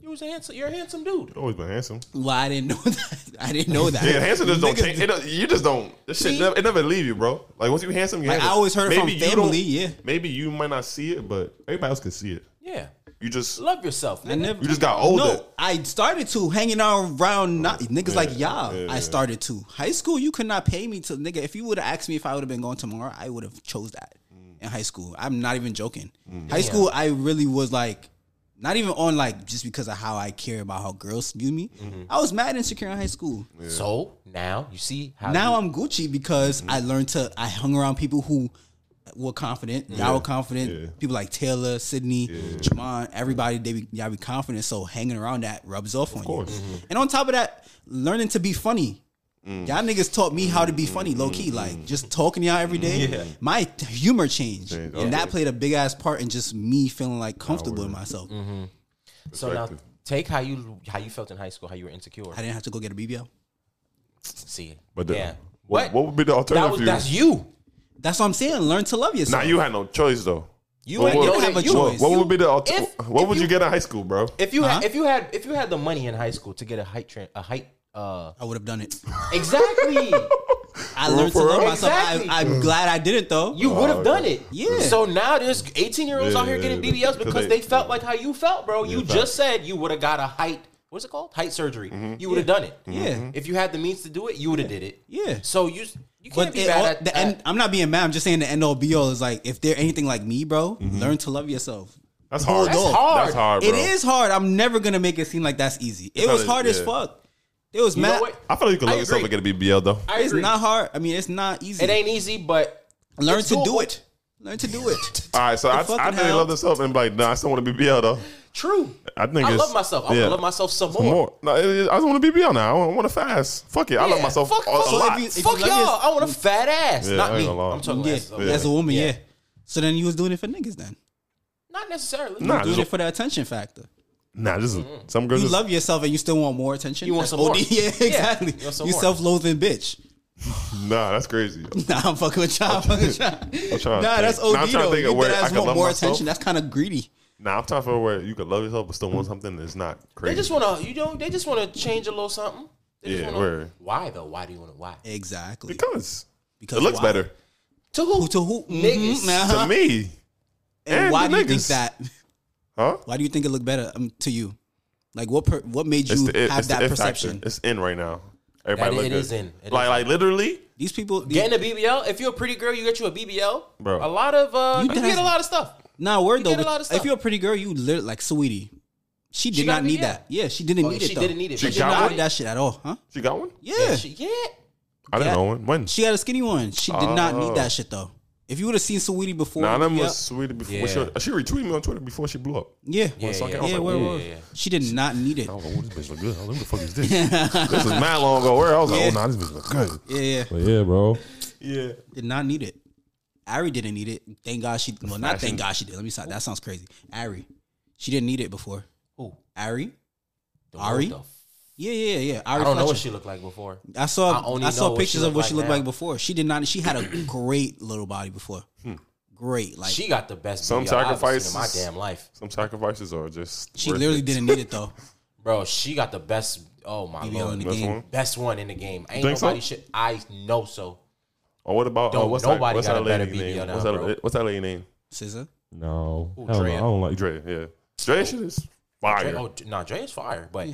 [SPEAKER 2] You was a handsome. You're a handsome dude.
[SPEAKER 4] always been handsome.
[SPEAKER 3] Well, I didn't know that. I didn't know that.
[SPEAKER 4] Yeah, handsome just don't
[SPEAKER 3] Niggas
[SPEAKER 4] change. It don't, you just don't. This shit,
[SPEAKER 2] See?
[SPEAKER 4] never, it never leave you, bro. Like once you handsome, you
[SPEAKER 3] Like, I
[SPEAKER 4] handsome.
[SPEAKER 3] always heard it from
[SPEAKER 4] you
[SPEAKER 3] family,
[SPEAKER 4] don't-
[SPEAKER 3] yeah.
[SPEAKER 4] Maybe you might not see it, but everybody else can see it.
[SPEAKER 2] Yeah.
[SPEAKER 4] You just
[SPEAKER 2] Love yourself.
[SPEAKER 3] I
[SPEAKER 2] nigga.
[SPEAKER 3] never.
[SPEAKER 4] you just got older. Oh,
[SPEAKER 3] No, I started to hanging out around not, niggas like y'all.
[SPEAKER 4] yeah, yeah.
[SPEAKER 3] I started to high school. You could not pay me to nigga. If you would have asked me if I would have been going tomorrow, I would have chose that in high school. I'm not even joking.
[SPEAKER 4] Mm.
[SPEAKER 3] High school, I really was like, not even on like just because of how I care about how girls view me.
[SPEAKER 4] Mm-hmm.
[SPEAKER 3] I was mad insecure in high school.
[SPEAKER 2] So now you see how
[SPEAKER 3] Now I'm Gucci because
[SPEAKER 4] Mm-hmm.
[SPEAKER 3] I learned to. I hung around people who were confident. Y'all were confident.
[SPEAKER 4] Yeah.
[SPEAKER 3] People like Taylor, Sydney, Jamon, everybody. They be, y'all be confident. So hanging around that rubs off on
[SPEAKER 4] course.
[SPEAKER 3] you. Mm-hmm. And on top of that, learning to be funny.
[SPEAKER 4] Mm.
[SPEAKER 3] Y'all niggas taught me how to be funny, low
[SPEAKER 4] Mm-hmm.
[SPEAKER 3] key, like just talking to y'all every day. My t- humor changed, and
[SPEAKER 4] Changed, okay.
[SPEAKER 3] that played a big ass part in just me feeling like comfortable in myself.
[SPEAKER 2] So now
[SPEAKER 4] Perspective.
[SPEAKER 2] take how you how you felt in high school, how you were insecure.
[SPEAKER 3] I didn't have to go get a BBL.
[SPEAKER 2] See,
[SPEAKER 4] But the,
[SPEAKER 2] yeah,
[SPEAKER 4] what? what would be the
[SPEAKER 2] that
[SPEAKER 4] alternative?
[SPEAKER 2] was
[SPEAKER 4] for
[SPEAKER 2] that's you.
[SPEAKER 3] That's what I'm saying. Learn to love
[SPEAKER 4] Nah,
[SPEAKER 3] yourself.
[SPEAKER 4] you had no choice though.
[SPEAKER 2] You
[SPEAKER 4] But
[SPEAKER 2] had-
[SPEAKER 4] what,
[SPEAKER 2] you
[SPEAKER 3] don't have a
[SPEAKER 4] what-
[SPEAKER 3] choice.
[SPEAKER 4] What, would be the alter-
[SPEAKER 2] If-
[SPEAKER 4] What
[SPEAKER 2] if
[SPEAKER 4] would you,
[SPEAKER 2] you-
[SPEAKER 4] get in high school, bro?
[SPEAKER 2] If you had
[SPEAKER 3] Huh?
[SPEAKER 2] if you had if you had the money in high school to get a height tran a height uh
[SPEAKER 3] I would have done it.
[SPEAKER 2] exactly
[SPEAKER 3] I learned to
[SPEAKER 4] for
[SPEAKER 3] love
[SPEAKER 4] real? Mm.
[SPEAKER 3] myself.
[SPEAKER 2] Exactly.
[SPEAKER 3] I, I'm glad I didn't though.
[SPEAKER 2] you would have done it
[SPEAKER 3] Yeah.
[SPEAKER 2] Oh, so now there's 18 year olds out here
[SPEAKER 4] Yeah,
[SPEAKER 2] getting
[SPEAKER 4] yeah, yeah.
[SPEAKER 2] BBLs
[SPEAKER 4] Because
[SPEAKER 2] because
[SPEAKER 4] they-
[SPEAKER 2] they felt like how you felt bro you
[SPEAKER 4] facts.
[SPEAKER 2] just said you would have got a height what's it called height surgery
[SPEAKER 4] Mm-hmm.
[SPEAKER 2] you would have done it Mm-hmm.
[SPEAKER 3] Yeah.
[SPEAKER 2] if you had the means to do it you would have did it
[SPEAKER 3] Yeah.
[SPEAKER 2] so you you can't
[SPEAKER 3] But
[SPEAKER 2] be
[SPEAKER 3] it
[SPEAKER 2] bad
[SPEAKER 3] all-
[SPEAKER 2] at
[SPEAKER 3] the
[SPEAKER 2] that.
[SPEAKER 3] end, I'm not being mad. I'm just saying the end all be all is like if they're anything like me, bro, learn to love yourself.
[SPEAKER 4] That's hard.
[SPEAKER 2] That's hard.
[SPEAKER 4] That's hard, Mm-hmm. bro.
[SPEAKER 3] It is hard. I'm never gonna make it seem like that's easy. It
[SPEAKER 4] not
[SPEAKER 3] was
[SPEAKER 4] as-
[SPEAKER 3] hard as
[SPEAKER 4] yeah.
[SPEAKER 3] fuck. It was
[SPEAKER 2] you know
[SPEAKER 3] mad.
[SPEAKER 2] what
[SPEAKER 4] I feel like you can
[SPEAKER 2] I
[SPEAKER 4] love yourself and
[SPEAKER 2] agree.
[SPEAKER 4] get a BBL though.
[SPEAKER 2] I
[SPEAKER 3] It's
[SPEAKER 2] agree.
[SPEAKER 3] not hard. I mean, it's not easy.
[SPEAKER 2] it ain't easy but
[SPEAKER 3] learn
[SPEAKER 2] it's
[SPEAKER 3] to do
[SPEAKER 2] doable.
[SPEAKER 3] it. Learn to do it.
[SPEAKER 4] All right, so I,
[SPEAKER 3] fucking
[SPEAKER 4] I really
[SPEAKER 3] hell.
[SPEAKER 4] love myself and be like, nah, I still want to BBL though.
[SPEAKER 2] true
[SPEAKER 4] I think
[SPEAKER 2] I
[SPEAKER 4] it's-
[SPEAKER 2] love myself I
[SPEAKER 4] yeah.
[SPEAKER 2] wanna love myself some more.
[SPEAKER 4] More. No, it- it- I just want to BBL now. I want, to fast. Fuck it. I love
[SPEAKER 2] Yeah,
[SPEAKER 4] myself
[SPEAKER 2] fuck-
[SPEAKER 4] a, a
[SPEAKER 2] fuck- so if
[SPEAKER 4] lot.
[SPEAKER 3] you- if
[SPEAKER 2] Fuck
[SPEAKER 3] love
[SPEAKER 2] y'all!
[SPEAKER 3] yours-
[SPEAKER 2] I want a fat ass,
[SPEAKER 4] Yeah, I
[SPEAKER 2] not
[SPEAKER 4] ain't
[SPEAKER 2] me.
[SPEAKER 4] gonna lie.
[SPEAKER 2] I'm talking
[SPEAKER 3] yeah.
[SPEAKER 2] ass. Okay.
[SPEAKER 3] as a woman, yeah.
[SPEAKER 2] Yeah.
[SPEAKER 3] So then you was doing it for niggas then.
[SPEAKER 2] Not necessarily.
[SPEAKER 4] nah,
[SPEAKER 3] Doing it
[SPEAKER 4] just,
[SPEAKER 3] for the attention factor.
[SPEAKER 4] nah, just
[SPEAKER 2] Mm-hmm.
[SPEAKER 4] some girls.
[SPEAKER 3] You
[SPEAKER 4] just,
[SPEAKER 3] love yourself and you still want more attention.
[SPEAKER 2] You want some
[SPEAKER 3] That's
[SPEAKER 2] more.
[SPEAKER 3] OD. Yeah,
[SPEAKER 2] Yeah.
[SPEAKER 3] exactly.
[SPEAKER 2] You want some
[SPEAKER 3] you
[SPEAKER 2] more.
[SPEAKER 3] self-loathing bitch.
[SPEAKER 4] nah, that's crazy.
[SPEAKER 3] Nah, I'm fucking with y'all. I'm fucking with y'all.
[SPEAKER 4] I'm trying to
[SPEAKER 3] Nah, that's
[SPEAKER 4] think.
[SPEAKER 3] OD
[SPEAKER 4] Nah, I'm trying to
[SPEAKER 3] though.
[SPEAKER 4] think
[SPEAKER 3] You
[SPEAKER 4] of where
[SPEAKER 3] dead
[SPEAKER 4] I
[SPEAKER 3] ass
[SPEAKER 4] can
[SPEAKER 3] want
[SPEAKER 4] love
[SPEAKER 3] more
[SPEAKER 4] myself.
[SPEAKER 3] attention. That's kind of greedy.
[SPEAKER 4] Nah, I'm talking for where you can love yourself but still want something that's not crazy.
[SPEAKER 2] They just want to. You know. They just want to change a little something. They just
[SPEAKER 4] Yeah,
[SPEAKER 2] wanna-
[SPEAKER 4] word.
[SPEAKER 2] Why though? Why do you want to? Why
[SPEAKER 3] Exactly.
[SPEAKER 4] because
[SPEAKER 3] Because
[SPEAKER 4] it looks
[SPEAKER 3] why?
[SPEAKER 4] better
[SPEAKER 2] to who? Mm-hmm,
[SPEAKER 3] To who?
[SPEAKER 2] Niggas.
[SPEAKER 3] Mhm, uh-huh.
[SPEAKER 4] to me,
[SPEAKER 3] And,
[SPEAKER 4] and
[SPEAKER 3] why
[SPEAKER 4] the
[SPEAKER 3] do you think
[SPEAKER 4] niggas.
[SPEAKER 3] that?
[SPEAKER 4] huh?
[SPEAKER 3] Why do you think it looked better um, to you? Like what? Per, what made you
[SPEAKER 4] it-
[SPEAKER 3] have that
[SPEAKER 4] it
[SPEAKER 3] perception?
[SPEAKER 4] Factor. It's in right now. Everybody
[SPEAKER 2] That
[SPEAKER 4] look
[SPEAKER 2] it
[SPEAKER 4] good.
[SPEAKER 2] is in. It
[SPEAKER 4] like
[SPEAKER 2] is
[SPEAKER 4] like literally,
[SPEAKER 3] These people. These,
[SPEAKER 2] Getting a BBL. If you're a pretty girl, you get you a BBL. a
[SPEAKER 4] Bro.
[SPEAKER 2] lot of uh,
[SPEAKER 3] You
[SPEAKER 2] you,
[SPEAKER 3] done-
[SPEAKER 2] get a lot of stuff.
[SPEAKER 3] nah, word
[SPEAKER 2] you
[SPEAKER 3] though.
[SPEAKER 2] get a lot of
[SPEAKER 3] but
[SPEAKER 2] stuff.
[SPEAKER 3] If you're a pretty girl, you lit like sweetie. She did
[SPEAKER 2] She got
[SPEAKER 3] not need
[SPEAKER 2] BBL.
[SPEAKER 3] that. Yeah, she didn't
[SPEAKER 2] Oh,
[SPEAKER 3] need it.
[SPEAKER 2] she
[SPEAKER 3] though.
[SPEAKER 2] didn't need it.
[SPEAKER 4] She
[SPEAKER 2] but
[SPEAKER 3] She
[SPEAKER 2] you
[SPEAKER 3] did
[SPEAKER 4] got
[SPEAKER 2] know
[SPEAKER 3] not
[SPEAKER 4] one?
[SPEAKER 2] what?
[SPEAKER 3] need that shit at all, huh?
[SPEAKER 4] she got one.
[SPEAKER 3] Yeah,
[SPEAKER 2] Yeah,
[SPEAKER 3] she,
[SPEAKER 2] she- yeah.
[SPEAKER 4] I didn't
[SPEAKER 3] Yeah.
[SPEAKER 4] know one. When?
[SPEAKER 3] got a skinny one. She did not need that shit though. If you would have seen Sweetie before,
[SPEAKER 4] Nah, them
[SPEAKER 3] yeah,
[SPEAKER 4] was sweetie before she,
[SPEAKER 2] Yeah.
[SPEAKER 4] she retweeted me on Twitter before she blew up.
[SPEAKER 3] yeah,
[SPEAKER 2] Yeah,
[SPEAKER 4] So I
[SPEAKER 2] yeah,
[SPEAKER 4] was
[SPEAKER 3] yeah,
[SPEAKER 4] like,
[SPEAKER 3] where
[SPEAKER 4] oh,
[SPEAKER 3] was-
[SPEAKER 2] yeah, yeah.
[SPEAKER 3] she did not need it.
[SPEAKER 4] I was like, oh, this bitch look good. I was like, Who the fuck is this? this was mad long ago. Where I was like, oh, nah, this bitch look good.
[SPEAKER 3] Yeah, yeah.
[SPEAKER 5] But yeah, bro.
[SPEAKER 4] Yeah.
[SPEAKER 3] did not need it. Ari didn't need it. Thank God she. Well, not
[SPEAKER 4] Fashion.
[SPEAKER 3] thank God she did. Let me stop. That sounds crazy. Ari, she didn't need it before.
[SPEAKER 2] Who?
[SPEAKER 3] Ari.
[SPEAKER 2] The-
[SPEAKER 3] Ari?
[SPEAKER 2] the f-
[SPEAKER 3] Yeah, yeah, yeah. Ari
[SPEAKER 2] I don't know what
[SPEAKER 3] Fletcher.
[SPEAKER 2] she looked like before.
[SPEAKER 3] I saw.
[SPEAKER 2] I
[SPEAKER 3] I,
[SPEAKER 2] only know
[SPEAKER 3] saw
[SPEAKER 2] what she
[SPEAKER 3] pictures of
[SPEAKER 2] look
[SPEAKER 3] what
[SPEAKER 2] like
[SPEAKER 3] she looked
[SPEAKER 2] now.
[SPEAKER 3] like before. She did not. She had a great little body before. Great, like she,
[SPEAKER 2] Hmm. She got the best.
[SPEAKER 4] Some
[SPEAKER 2] BBL I've ever seen
[SPEAKER 4] sacrifices.
[SPEAKER 2] in my damn life,
[SPEAKER 4] Some sacrifices are just. worth
[SPEAKER 3] literally
[SPEAKER 4] it.
[SPEAKER 3] didn't need it though.
[SPEAKER 2] bro. She got the best. Oh my
[SPEAKER 3] BBL in
[SPEAKER 2] lord,
[SPEAKER 3] the
[SPEAKER 4] That's
[SPEAKER 3] game.
[SPEAKER 4] one.
[SPEAKER 2] best one in the game. Ain't
[SPEAKER 4] Think so?
[SPEAKER 2] nobody should. I know so.
[SPEAKER 4] Or what about? Uh,
[SPEAKER 2] Don't-
[SPEAKER 4] what's that,
[SPEAKER 2] nobody
[SPEAKER 4] what's
[SPEAKER 2] got
[SPEAKER 4] that
[SPEAKER 2] a better
[SPEAKER 4] lady
[SPEAKER 2] BBL
[SPEAKER 4] name?
[SPEAKER 2] now,
[SPEAKER 4] what's,
[SPEAKER 2] bro.
[SPEAKER 4] that, what's that lady name?
[SPEAKER 3] Scissor.
[SPEAKER 5] No.
[SPEAKER 2] Ooh,
[SPEAKER 5] I don't, know.
[SPEAKER 2] Drea.
[SPEAKER 5] I don't like
[SPEAKER 4] Dre. Yeah. Dre shit is fire.
[SPEAKER 2] Dre, oh, nah, Dre is fire, but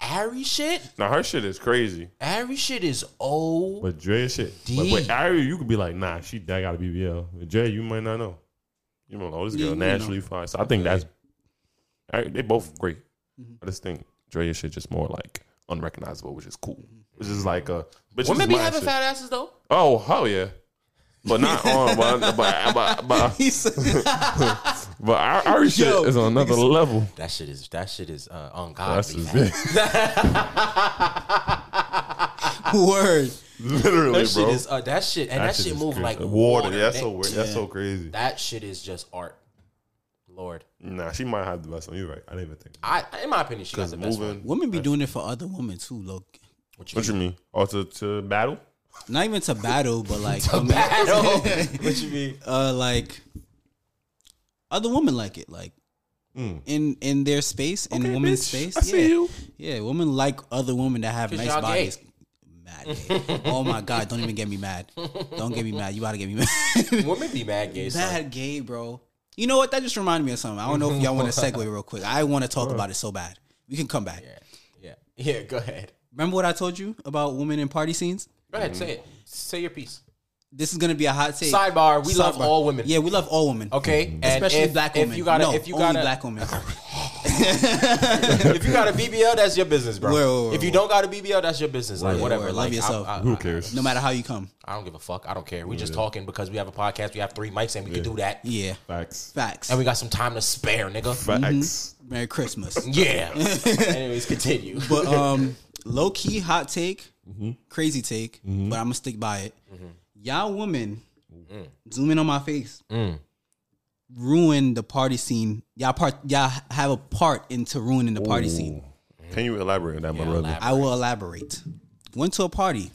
[SPEAKER 2] Ari shit,
[SPEAKER 4] Now her shit is crazy,
[SPEAKER 2] Ari shit is oh. old.
[SPEAKER 4] but Dre shit.
[SPEAKER 2] D.
[SPEAKER 4] But with Ari, you could be like, nah, she that got a BBL. With Dre, you might not know. You don't know this
[SPEAKER 3] Yeah,
[SPEAKER 4] girl
[SPEAKER 3] you wouldn't
[SPEAKER 4] naturally fine. So I think that's. Ari, they both great.
[SPEAKER 2] Mm-hmm.
[SPEAKER 4] I just think Dre shit just more like unrecognizable, which is cool. Which is like a. Bitch
[SPEAKER 2] Women be
[SPEAKER 4] my
[SPEAKER 2] having
[SPEAKER 4] shit.
[SPEAKER 2] fat asses though.
[SPEAKER 4] Oh hell yeah, but not on. But but but but,
[SPEAKER 3] He's
[SPEAKER 4] but our, our shit
[SPEAKER 3] Yo.
[SPEAKER 4] is on another level.
[SPEAKER 2] That shit is that shit is uh,
[SPEAKER 4] That's
[SPEAKER 2] ungodly.
[SPEAKER 4] just
[SPEAKER 2] man.
[SPEAKER 4] it.
[SPEAKER 3] word.
[SPEAKER 4] Literally,
[SPEAKER 2] That shit
[SPEAKER 4] bro.
[SPEAKER 2] is uh, that shit and that, shit
[SPEAKER 4] is
[SPEAKER 2] move
[SPEAKER 4] crazy.
[SPEAKER 2] like
[SPEAKER 4] water. Yeah, that's
[SPEAKER 2] nigga.
[SPEAKER 4] so weird. That's so crazy.
[SPEAKER 2] That shit is just art. Lord.
[SPEAKER 4] Nah, she might have the best one. You're right. I didn't even think.
[SPEAKER 2] I, in my opinion, she got the best one.
[SPEAKER 4] Moving.
[SPEAKER 3] Women be doing it for other women too, look.
[SPEAKER 2] What
[SPEAKER 4] What you
[SPEAKER 2] mean?
[SPEAKER 4] mean? Oh, to, to battle?
[SPEAKER 3] Not even to battle, but like I mean,
[SPEAKER 2] Battle. what you mean?
[SPEAKER 3] uh like other women like it. Like in in their space, in
[SPEAKER 4] Hmm. Okay,
[SPEAKER 3] women's
[SPEAKER 4] bitch,
[SPEAKER 3] space.
[SPEAKER 4] I
[SPEAKER 3] yeah.
[SPEAKER 4] see you.
[SPEAKER 3] Yeah, women like other women that have
[SPEAKER 2] 'Cause
[SPEAKER 3] nice
[SPEAKER 2] y'all gay.
[SPEAKER 3] bodies. Mad gay. oh my god, don't even get me mad. Don't get me mad. You about to get me mad.
[SPEAKER 2] Women be mad gay. son.
[SPEAKER 3] Bad gay, bro. You know what? That just reminded me of something. I don't know if y'all want to segue real quick. I want to talk about it so bad. We can come back.
[SPEAKER 2] Yeah, yeah, yeah. Go ahead.
[SPEAKER 3] Remember what I told you about women in party scenes?
[SPEAKER 2] Go ahead. Say
[SPEAKER 3] Mm-hmm.
[SPEAKER 2] it. Say your piece.
[SPEAKER 3] This is gonna be a hot take.
[SPEAKER 2] Sidebar, we love all women.
[SPEAKER 3] Yeah, we love all women.
[SPEAKER 2] Okay,
[SPEAKER 4] Mm-hmm.
[SPEAKER 2] and
[SPEAKER 3] Especially
[SPEAKER 2] if,
[SPEAKER 3] black
[SPEAKER 2] if
[SPEAKER 3] women.
[SPEAKER 2] you got
[SPEAKER 3] no,
[SPEAKER 2] a, if you
[SPEAKER 3] only
[SPEAKER 2] got a,
[SPEAKER 3] black women.
[SPEAKER 2] if you got a BBL, that's your business, bro.
[SPEAKER 3] Word, word,
[SPEAKER 2] if you
[SPEAKER 3] word.
[SPEAKER 2] don't got a BBL, that's your business. Like
[SPEAKER 3] Word,
[SPEAKER 2] whatever.
[SPEAKER 3] word. Love
[SPEAKER 2] Like I-
[SPEAKER 3] yourself.
[SPEAKER 2] I, I,
[SPEAKER 4] Who cares?
[SPEAKER 3] no matter how you come.
[SPEAKER 2] I don't give a fuck. I don't care. We just talking because we have a podcast. We have three mics and we can do that.
[SPEAKER 3] Yeah.
[SPEAKER 4] Facts.
[SPEAKER 3] Facts.
[SPEAKER 2] And we got some time to spare, nigga.
[SPEAKER 4] Facts.
[SPEAKER 3] Merry Christmas.
[SPEAKER 2] Yeah. Anyways, continue.
[SPEAKER 3] But um, low key hot take, crazy take, but I'm gonna stick by it.
[SPEAKER 2] Mm-hmm.
[SPEAKER 3] Y'all women,
[SPEAKER 2] Mm.
[SPEAKER 3] zoom in on my face, ruin the party scene. Y'all part, y'all have a part into ruining the party scene.
[SPEAKER 4] Can you elaborate on that, my brother?
[SPEAKER 2] elaborate.
[SPEAKER 3] I will elaborate. Went to a party,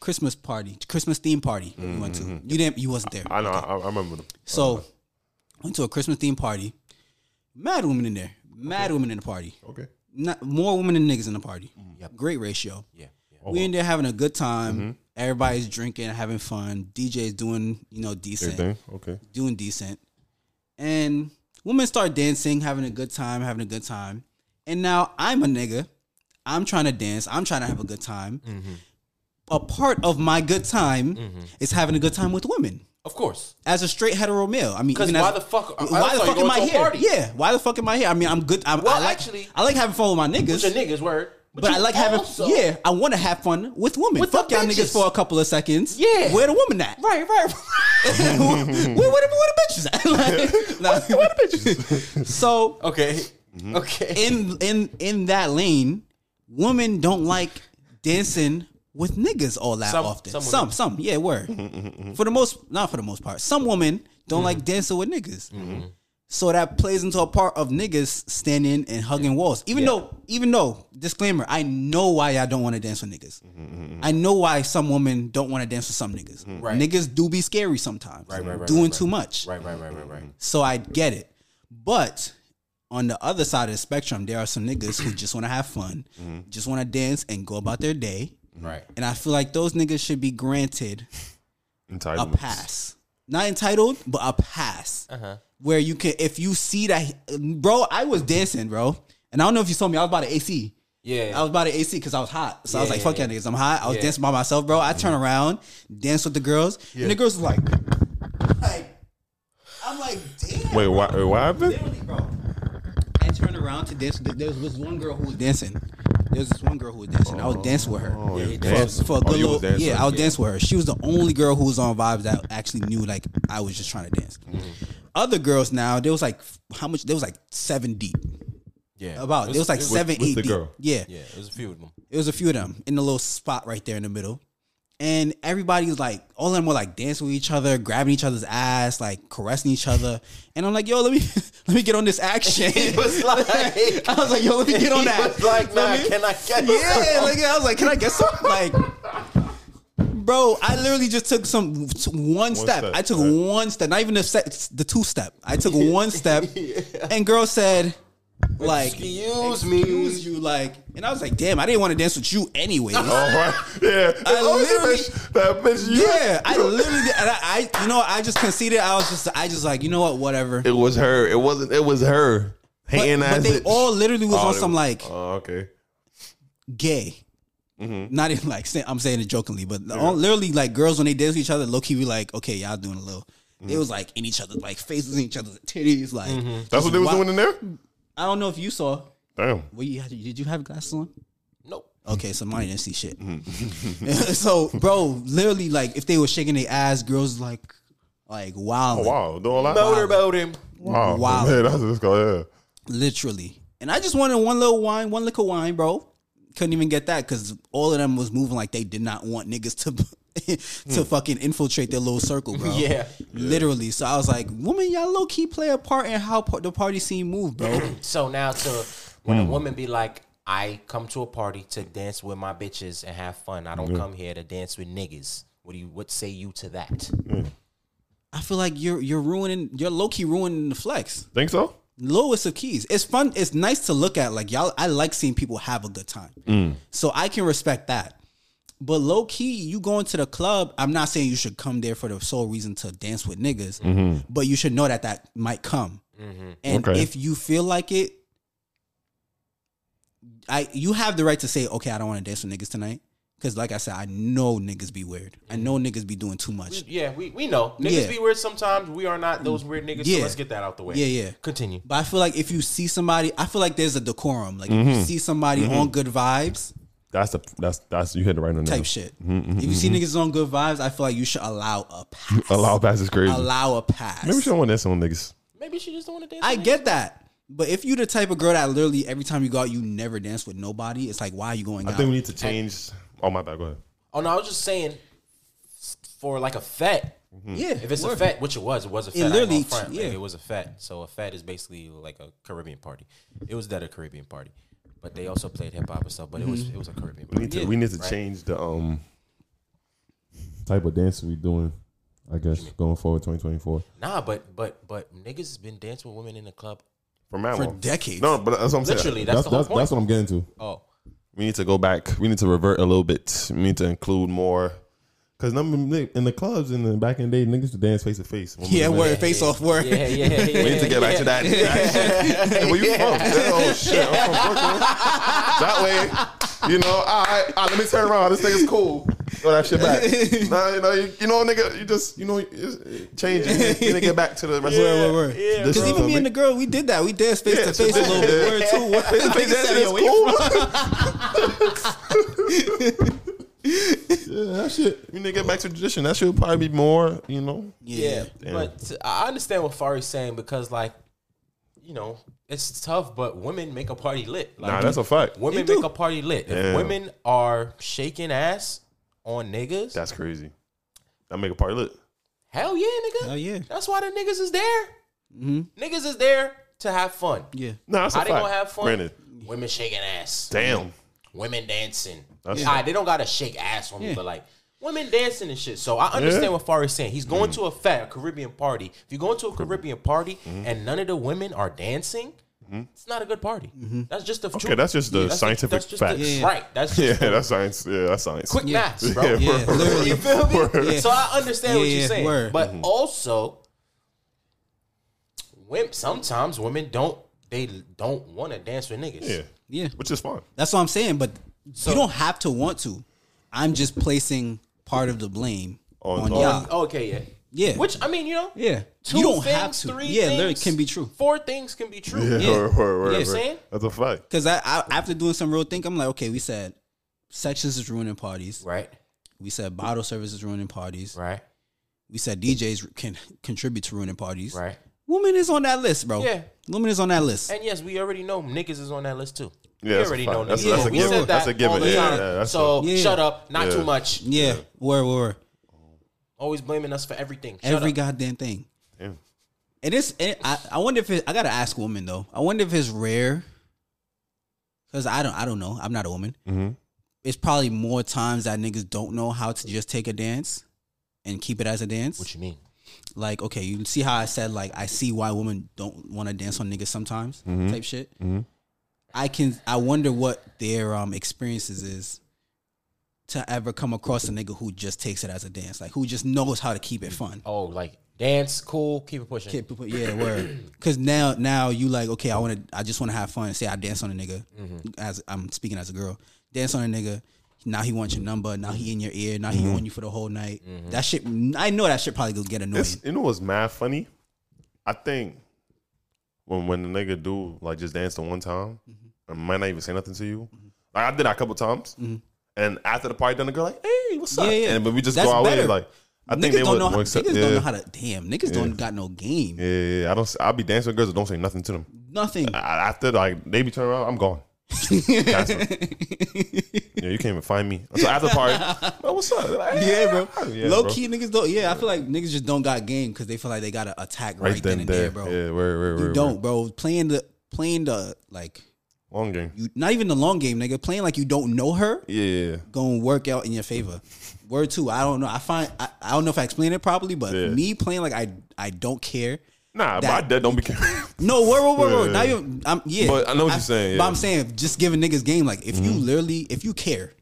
[SPEAKER 3] Christmas party, Christmas theme party. You went to. You didn't. You wasn't there.
[SPEAKER 4] I know. I, I remember them.
[SPEAKER 3] So went to a Christmas theme party. Mad women in there. Mad women in the party.
[SPEAKER 4] Okay.
[SPEAKER 3] Not more women than niggas in the party.
[SPEAKER 4] Mm-hmm.
[SPEAKER 3] Great ratio.
[SPEAKER 2] Yeah. yeah.
[SPEAKER 3] we in there having a good time. Everybody's drinking, having fun. DJ's doing, you know, decent,
[SPEAKER 4] Everything. Okay.
[SPEAKER 3] doing decent. And women start dancing, having a good time, having a good time. And now I'm a nigga. I'm trying to dance. I'm trying to have a good time.
[SPEAKER 4] Mm-hmm.
[SPEAKER 3] A part of my good time is having a good time with women.
[SPEAKER 2] Of course.
[SPEAKER 3] As a straight hetero male, I mean,
[SPEAKER 2] 'Cause
[SPEAKER 3] even as-
[SPEAKER 2] why the fuck- I
[SPEAKER 3] Why
[SPEAKER 2] thought
[SPEAKER 3] the
[SPEAKER 2] you
[SPEAKER 3] fuck am
[SPEAKER 2] going
[SPEAKER 3] I
[SPEAKER 2] to a
[SPEAKER 3] here?
[SPEAKER 2] party.
[SPEAKER 3] Yeah, why the fuck am I here? I mean, I'm good. I'm, I
[SPEAKER 2] Well,
[SPEAKER 3] like,
[SPEAKER 2] actually-
[SPEAKER 3] I like having fun with my
[SPEAKER 2] It's
[SPEAKER 3] niggas.
[SPEAKER 2] a nigga's word.
[SPEAKER 3] But, I
[SPEAKER 2] you
[SPEAKER 3] like having
[SPEAKER 2] also-
[SPEAKER 3] yeah. I want to have fun with women.
[SPEAKER 2] With
[SPEAKER 3] Fuck
[SPEAKER 2] the
[SPEAKER 3] y'all
[SPEAKER 2] bitches.
[SPEAKER 3] niggas for a couple of seconds.
[SPEAKER 2] Yeah.
[SPEAKER 3] where the woman at?
[SPEAKER 2] Right, right.
[SPEAKER 3] where, where, the- where the bitches at? Like, nah. so
[SPEAKER 2] okay.
[SPEAKER 3] Mm-hmm.
[SPEAKER 2] Okay.
[SPEAKER 3] in in in that lane, women don't like dancing with niggas all that
[SPEAKER 2] Some-
[SPEAKER 3] often.
[SPEAKER 2] some
[SPEAKER 3] Some,
[SPEAKER 2] women.
[SPEAKER 3] some, yeah, word.
[SPEAKER 2] Mm-hmm,
[SPEAKER 3] For the most, not for the most part, some women don't like dancing with niggas.
[SPEAKER 2] Mm-hmm.
[SPEAKER 3] So that plays into a part of niggas standing and hugging walls. Even
[SPEAKER 2] Yeah.
[SPEAKER 3] though, even though, disclaimer, I know why y'all don't want to dance with niggas.
[SPEAKER 2] Mm-hmm,
[SPEAKER 3] I know why some women don't want to dance with some niggas.
[SPEAKER 2] Right.
[SPEAKER 3] Niggas do be scary sometimes.
[SPEAKER 2] Right, right, right,
[SPEAKER 3] doing
[SPEAKER 2] right,
[SPEAKER 3] too much.
[SPEAKER 2] Right, right, right, right, right.
[SPEAKER 3] So I get it. But on the other side of the spectrum, there are some niggas who just want to have fun,
[SPEAKER 2] Mm-hmm.
[SPEAKER 3] just want to dance and go about their day.
[SPEAKER 2] Right.
[SPEAKER 3] And I feel like those niggas should be granted a
[SPEAKER 4] Entitlements.
[SPEAKER 3] pass. Not entitled, but a pass. Where you can, if you see that, bro, I was dancing, bro. And I don't know if you saw me, I was about to AC.
[SPEAKER 2] Yeah.
[SPEAKER 3] I was by the AC because I was hot. So I was
[SPEAKER 2] Yeah,
[SPEAKER 3] like,
[SPEAKER 2] yeah,
[SPEAKER 3] fuck y'all niggas. I'm hot. I was
[SPEAKER 2] Yeah. Mm-hmm.
[SPEAKER 3] dancing by myself, bro. I turn around, dance with the girls. And the girls was like, like, I'm like, damn.
[SPEAKER 4] Wait, why, wait, what happened?
[SPEAKER 3] Literally, bro. I turned around to dance. There was this one girl who was dancing. There was this one girl who was dancing. I was dancing with her.
[SPEAKER 4] you
[SPEAKER 3] For-
[SPEAKER 4] dancing.
[SPEAKER 3] for a
[SPEAKER 4] Oh,
[SPEAKER 3] good
[SPEAKER 4] you was
[SPEAKER 3] little,
[SPEAKER 4] dancing.
[SPEAKER 3] yeah, I was dancing with her. She was the only girl who was on vibes that actually knew like I was just trying to dance.
[SPEAKER 4] Mm-hmm.
[SPEAKER 3] Other girls now, there was like how much? There was like seven deep.
[SPEAKER 2] Yeah.
[SPEAKER 3] About there was like seven,
[SPEAKER 4] with
[SPEAKER 3] eight
[SPEAKER 4] the
[SPEAKER 3] deep.
[SPEAKER 4] girl?
[SPEAKER 3] Yeah,
[SPEAKER 2] Yeah, it was a few of them.
[SPEAKER 3] it was a few of them in the little spot right there in the middle. And everybody was like, all of them were like dancing with each other, grabbing each other's ass, like caressing each other. And I'm like, yo, let me let me get on this action.
[SPEAKER 2] He was like-
[SPEAKER 3] I was like, yo, let me get on
[SPEAKER 2] He
[SPEAKER 3] that.
[SPEAKER 2] was like,
[SPEAKER 3] You know what
[SPEAKER 2] man,
[SPEAKER 3] mean?
[SPEAKER 2] can I get
[SPEAKER 3] Yeah,
[SPEAKER 2] some?
[SPEAKER 3] like I was like, can I get some? Like, bro, I literally just took some t- one step.
[SPEAKER 4] step,
[SPEAKER 3] I took
[SPEAKER 4] right.
[SPEAKER 3] one step, not even the set, the two step. I took one step, and girl said, like,
[SPEAKER 2] Excuse me.
[SPEAKER 3] excuse you, like, and I was like, damn, I didn't want to dance with you anyway.
[SPEAKER 4] Oh, right. Yeah.
[SPEAKER 3] I
[SPEAKER 4] Oh, that
[SPEAKER 3] literally-
[SPEAKER 4] bitch- that bitch, you-
[SPEAKER 3] yeah, I literally, did- and I, I, you know, I just conceded. I was just, I just like, you know what, whatever.
[SPEAKER 4] It was her. It wasn't. It was her.
[SPEAKER 3] But,
[SPEAKER 4] Hating
[SPEAKER 3] but
[SPEAKER 4] ass
[SPEAKER 3] they
[SPEAKER 4] bitch.
[SPEAKER 3] all literally was
[SPEAKER 4] Oh,
[SPEAKER 3] on
[SPEAKER 4] they-
[SPEAKER 3] some like
[SPEAKER 4] Oh, okay.
[SPEAKER 3] gay.
[SPEAKER 4] Mm-hmm.
[SPEAKER 3] Not even like say- I'm saying it jokingly, but all- literally like girls when they dance with each other, low key be like, okay, y'all doing a little.
[SPEAKER 4] Mm-hmm.
[SPEAKER 3] It was like in each other's like faces, in each other's titties. Like
[SPEAKER 4] That's what they was
[SPEAKER 3] Why-
[SPEAKER 4] doing in there.
[SPEAKER 3] I don't know if you saw.
[SPEAKER 4] Damn.
[SPEAKER 3] Were you, did you have glasses on?
[SPEAKER 2] Nope.
[SPEAKER 3] Okay, so mine didn't see shit.
[SPEAKER 4] Mm-hmm.
[SPEAKER 3] so, bro, literally, like if they were shaking their ass, girls like, like wow,
[SPEAKER 4] Oh, wow. Doing a lot.
[SPEAKER 2] Motorboat him.
[SPEAKER 4] Wow.
[SPEAKER 3] Wow.
[SPEAKER 4] Yeah, that's just called.
[SPEAKER 3] literally. And I just wanted one little wine, one lick of wine, bro. Couldn't even get that because all of them was moving like they did not want niggas to to fucking infiltrate their little circle, bro.
[SPEAKER 2] Yeah.
[SPEAKER 3] Literally. So I was like, woman, y'all low key play a part in how par- the party scene move, bro.
[SPEAKER 2] So now to when
[SPEAKER 3] Mm.
[SPEAKER 2] a woman be like, I come to a party to dance with my bitches and have fun. I don't come here to dance with niggas. What do you what say you to that?
[SPEAKER 3] I feel like you're you're ruining you're low key ruining the flex.
[SPEAKER 4] Think so?
[SPEAKER 3] lowest of keys. It's fun. It's nice to look at. Like y'all, I like seeing people have a good time. So I can respect that. But low key, you going to the club. I'm not saying you should come there for the sole reason to dance with niggas, but you should know that that might come. And
[SPEAKER 4] Okay.
[SPEAKER 3] if you feel like it, I you have the right to say, okay, I don't want to dance with niggas tonight. Because like I said, I know niggas be weird. I know niggas be doing too much.
[SPEAKER 2] Yeah, we, we know. Niggas
[SPEAKER 3] Yeah.
[SPEAKER 2] be weird sometimes. We are not those weird niggas,
[SPEAKER 3] Yeah.
[SPEAKER 2] so let's get that out the way.
[SPEAKER 3] Yeah, yeah.
[SPEAKER 2] Continue.
[SPEAKER 3] But I feel like if you see somebody, I feel like there's a decorum. Like if
[SPEAKER 4] Mm-hmm.
[SPEAKER 3] you see somebody on good vibes
[SPEAKER 4] That's the that's that's you hit it right on the
[SPEAKER 3] type
[SPEAKER 4] nail.
[SPEAKER 3] shit.
[SPEAKER 4] mm-hmm,
[SPEAKER 3] if you see niggas on good vibes, I feel like you should allow a pass.
[SPEAKER 4] Allow pass is crazy.
[SPEAKER 3] Allow a pass.
[SPEAKER 4] Maybe she don't want that on niggas.
[SPEAKER 2] Maybe she just don't want to dance.
[SPEAKER 3] I
[SPEAKER 2] with
[SPEAKER 3] get that. But if you the type of girl that literally every time you go out you never dance with nobody, it's like why are you going
[SPEAKER 4] I
[SPEAKER 3] out?
[SPEAKER 4] think we need to change. Oh my bad. Go ahead.
[SPEAKER 2] Oh no, I was just saying for like a fet.
[SPEAKER 3] yeah,
[SPEAKER 2] If it's a
[SPEAKER 3] Mm-hmm. word.
[SPEAKER 2] fet, which it was, it was a fet.
[SPEAKER 3] It
[SPEAKER 2] I ain't
[SPEAKER 3] literally-
[SPEAKER 2] gonna front, like,
[SPEAKER 3] yeah.
[SPEAKER 2] it was a fet. So a fet is basically like a Caribbean party. It was that a Caribbean party, but they also played hip hop and stuff. But it
[SPEAKER 3] Mm-hmm.
[SPEAKER 2] was it was a Caribbean
[SPEAKER 4] We
[SPEAKER 2] party.
[SPEAKER 4] need to we need to change the um type of dance we doing. I guess going forward, twenty twenty four.
[SPEAKER 2] Nah, but but but niggas has been dancing with women in the club.
[SPEAKER 4] For man,
[SPEAKER 3] For decades.
[SPEAKER 4] No, but that's what I'm saying.
[SPEAKER 2] Literally, that's the whole
[SPEAKER 4] that's,
[SPEAKER 2] point.
[SPEAKER 4] that's what I'm getting to.
[SPEAKER 2] Oh,
[SPEAKER 4] We need to go back. We need to revert a little bit. We need to include more. Cause number in the clubs in the back in the day, niggas to dance face to face. Women
[SPEAKER 3] Yeah,
[SPEAKER 4] to
[SPEAKER 3] word,
[SPEAKER 4] dance.
[SPEAKER 3] face off word.
[SPEAKER 2] yeah, yeah, yeah.
[SPEAKER 4] We need to get back to that. that shit. Where you from? Oh shit, I'm from Brooklyn. That way, you know. All right, all right, let me turn around. This thing is cool. Throw that shit back. Nah, you know, you, you know, nigga, you just, you know, it's- it changes. You need to get back to the rest
[SPEAKER 3] Word,
[SPEAKER 4] of
[SPEAKER 3] word, word.
[SPEAKER 4] yeah,
[SPEAKER 3] Cause
[SPEAKER 4] bro.
[SPEAKER 3] even me and the girl, we did that. We danced face
[SPEAKER 4] Yeah,
[SPEAKER 3] to face a little bit. Word too. Word.
[SPEAKER 4] Face
[SPEAKER 3] Niggas said,
[SPEAKER 4] is
[SPEAKER 3] "Yo, where you
[SPEAKER 4] cool. yeah, that shit. We need to get back to tradition. That shit would probably be more, you know.
[SPEAKER 2] Yeah,
[SPEAKER 4] Damn.
[SPEAKER 2] but t- I understand what Fari's saying because, like, you know, it's tough. But women make a party lit. Like,
[SPEAKER 4] Nah, that's a fact.
[SPEAKER 2] women
[SPEAKER 3] They do.
[SPEAKER 2] make a party lit. If
[SPEAKER 4] Yeah.
[SPEAKER 2] women are shaking ass on niggas,
[SPEAKER 4] That's crazy. That make a party lit.
[SPEAKER 2] hell yeah, nigga.
[SPEAKER 3] Hell yeah. Mm-hmm.
[SPEAKER 2] That's why the niggas is there. Niggas is there to have fun.
[SPEAKER 3] Yeah.
[SPEAKER 4] Nah, that's
[SPEAKER 2] How
[SPEAKER 4] a
[SPEAKER 2] they
[SPEAKER 4] fact.
[SPEAKER 2] gonna have fun?
[SPEAKER 4] Granted,
[SPEAKER 2] Women shaking ass.
[SPEAKER 4] damn.
[SPEAKER 2] Women dancing.
[SPEAKER 4] That's-
[SPEAKER 2] All right, they don't gotta shake ass on me, but like women dancing and shit. So I understand
[SPEAKER 4] Yeah. Mm.
[SPEAKER 2] what Fari's saying. He's going to a fat a Caribbean party. If you go into
[SPEAKER 4] Mm-hmm.
[SPEAKER 2] a Caribbean party and none of the women are dancing, it's not a good party.
[SPEAKER 3] Mm-hmm.
[SPEAKER 2] That's just the okay.
[SPEAKER 4] Mm-hmm. that's just the scientific
[SPEAKER 2] that's just the-
[SPEAKER 4] facts. Yeah.
[SPEAKER 2] Right. That's
[SPEAKER 4] Yeah,
[SPEAKER 2] just the
[SPEAKER 4] that's science. Yeah, that's science.
[SPEAKER 2] quick
[SPEAKER 3] Yeah.
[SPEAKER 2] maths, bro.
[SPEAKER 4] Yeah,
[SPEAKER 3] Yeah,
[SPEAKER 4] bro.
[SPEAKER 3] literally.
[SPEAKER 2] You feel me?
[SPEAKER 3] Yeah.
[SPEAKER 2] So I understand what
[SPEAKER 3] Yeah,
[SPEAKER 2] you're saying,
[SPEAKER 3] word.
[SPEAKER 2] but
[SPEAKER 4] Mm-hmm.
[SPEAKER 2] also, wimp. Sometimes women don't they don't want to dance with niggas.
[SPEAKER 4] Yeah.
[SPEAKER 3] Yeah.
[SPEAKER 4] Which is fine.
[SPEAKER 3] That's what I'm saying. But you don't have to want to. I'm just placing part of the blame
[SPEAKER 4] On-
[SPEAKER 3] on,
[SPEAKER 4] on-
[SPEAKER 3] y'all.
[SPEAKER 2] Oh, okay, yeah,
[SPEAKER 3] Yeah.
[SPEAKER 2] Which I mean, you know,
[SPEAKER 3] Yeah.
[SPEAKER 2] two
[SPEAKER 3] you don't
[SPEAKER 2] things,
[SPEAKER 3] have to.
[SPEAKER 2] three,
[SPEAKER 3] yeah, literally
[SPEAKER 2] things,
[SPEAKER 3] can be true.
[SPEAKER 2] Four things can be true.
[SPEAKER 4] Yeah,
[SPEAKER 3] Yeah.
[SPEAKER 4] Or, or, or,
[SPEAKER 2] You know what I'm
[SPEAKER 4] or.
[SPEAKER 2] saying?
[SPEAKER 4] That's a fact.
[SPEAKER 3] Because I, I after doing some real think, I'm like, okay, we said sections is ruining parties.
[SPEAKER 2] Right,
[SPEAKER 3] We said bottle service is ruining parties.
[SPEAKER 2] right,
[SPEAKER 3] We said DJs can contribute to ruining parties.
[SPEAKER 2] right.
[SPEAKER 3] Woman is on that list, bro.
[SPEAKER 2] Yeah.
[SPEAKER 3] Woman is on that list.
[SPEAKER 2] And yes, we already know niggas is on that list too.
[SPEAKER 4] Yeah,
[SPEAKER 2] we
[SPEAKER 4] that's a
[SPEAKER 2] already
[SPEAKER 4] fact.
[SPEAKER 2] know
[SPEAKER 4] That's-
[SPEAKER 2] niggas.
[SPEAKER 3] that's a
[SPEAKER 2] we
[SPEAKER 3] given.
[SPEAKER 2] said that
[SPEAKER 4] That's a
[SPEAKER 2] all
[SPEAKER 4] given.
[SPEAKER 2] the
[SPEAKER 4] Yeah,
[SPEAKER 2] time.
[SPEAKER 4] yeah, that's
[SPEAKER 2] so
[SPEAKER 4] a-
[SPEAKER 3] Yeah.
[SPEAKER 2] shut up, not
[SPEAKER 4] Yeah.
[SPEAKER 2] too much.
[SPEAKER 3] yeah. Word, word, word.
[SPEAKER 2] Always blaming us for everything. Shut
[SPEAKER 3] Every
[SPEAKER 2] up.
[SPEAKER 3] goddamn thing.
[SPEAKER 4] Damn.
[SPEAKER 3] And it's and I, I wonder if it, I gotta ask women though. I wonder if it's rare because I don't I don't know. I'm not a woman. It's probably more times that niggas don't know how to just take a dance and keep it as a dance.
[SPEAKER 2] What you mean?
[SPEAKER 3] like okay, you see how I said like I see why women don't want to dance on niggas sometimes type shit. I can I wonder what their um experiences is to ever come across a nigga who just takes it as a dance, like who just knows how to keep it fun.
[SPEAKER 2] Oh, like dance, cool, keep it pushing.
[SPEAKER 3] Can't put- yeah, word. Because now, now you like, okay, I want to, I just want to have fun. Say I dance on a nigga, as I'm speaking as a girl, dance on a nigga. Now he wants your number. Now he in your ear. Now
[SPEAKER 4] Mm-hmm.
[SPEAKER 3] he on you for the whole night. That shit, I know that shit probably gonna get annoying.
[SPEAKER 4] It's, you know what's mad funny? I think when when the nigga do like just dance the one time,
[SPEAKER 3] Mm-hmm.
[SPEAKER 4] and might not even say nothing to you. Like I did that a couple times, and after the party done, the girl like, "Hey, what's up?"
[SPEAKER 3] Mm-hmm. Yeah, yeah.
[SPEAKER 4] And but we just
[SPEAKER 3] That's
[SPEAKER 4] go our way.
[SPEAKER 3] better.
[SPEAKER 4] Like I
[SPEAKER 3] niggas
[SPEAKER 4] think they
[SPEAKER 3] don't
[SPEAKER 4] would
[SPEAKER 3] know. How,
[SPEAKER 4] would accept-
[SPEAKER 3] niggas
[SPEAKER 4] yeah.
[SPEAKER 3] don't know how to. Damn, niggas don't got no game.
[SPEAKER 4] Yeah, yeah, yeah. I don't. I'll be dancing with girls that don't say nothing to them.
[SPEAKER 3] Nothing.
[SPEAKER 4] I- After like they be turning around, I'm gone. Casper. yeah, you can't even find me. So after the party, oh, what's up? Like,
[SPEAKER 3] Yeah, bro.
[SPEAKER 4] Yeah,
[SPEAKER 3] Low
[SPEAKER 4] bro.
[SPEAKER 3] key niggas don't. Yeah, I feel like niggas just don't got game because they feel like they gotta attack right,
[SPEAKER 4] Right, then and there,
[SPEAKER 3] bro.
[SPEAKER 4] Yeah, where, where,
[SPEAKER 3] you don't, bro. Playing the playing the like
[SPEAKER 4] Long game.
[SPEAKER 3] you not even the long game, nigga. Playing like you don't know her
[SPEAKER 4] Yeah, yeah, yeah.
[SPEAKER 3] gonna work out in your favor. Word two, I don't know. I find I, I don't know if I explained it properly, but
[SPEAKER 4] Yeah.
[SPEAKER 3] me playing like I I don't care.
[SPEAKER 4] Nah,
[SPEAKER 3] That-
[SPEAKER 4] my dad don't be careful.
[SPEAKER 3] No, word, word, word, word.
[SPEAKER 4] Yeah.
[SPEAKER 3] Not even. I'm, yeah,
[SPEAKER 4] But I know what you're saying,
[SPEAKER 3] But
[SPEAKER 4] yeah. Mm-hmm.
[SPEAKER 3] I'm saying just giving niggas game. Like if you literally, if you care,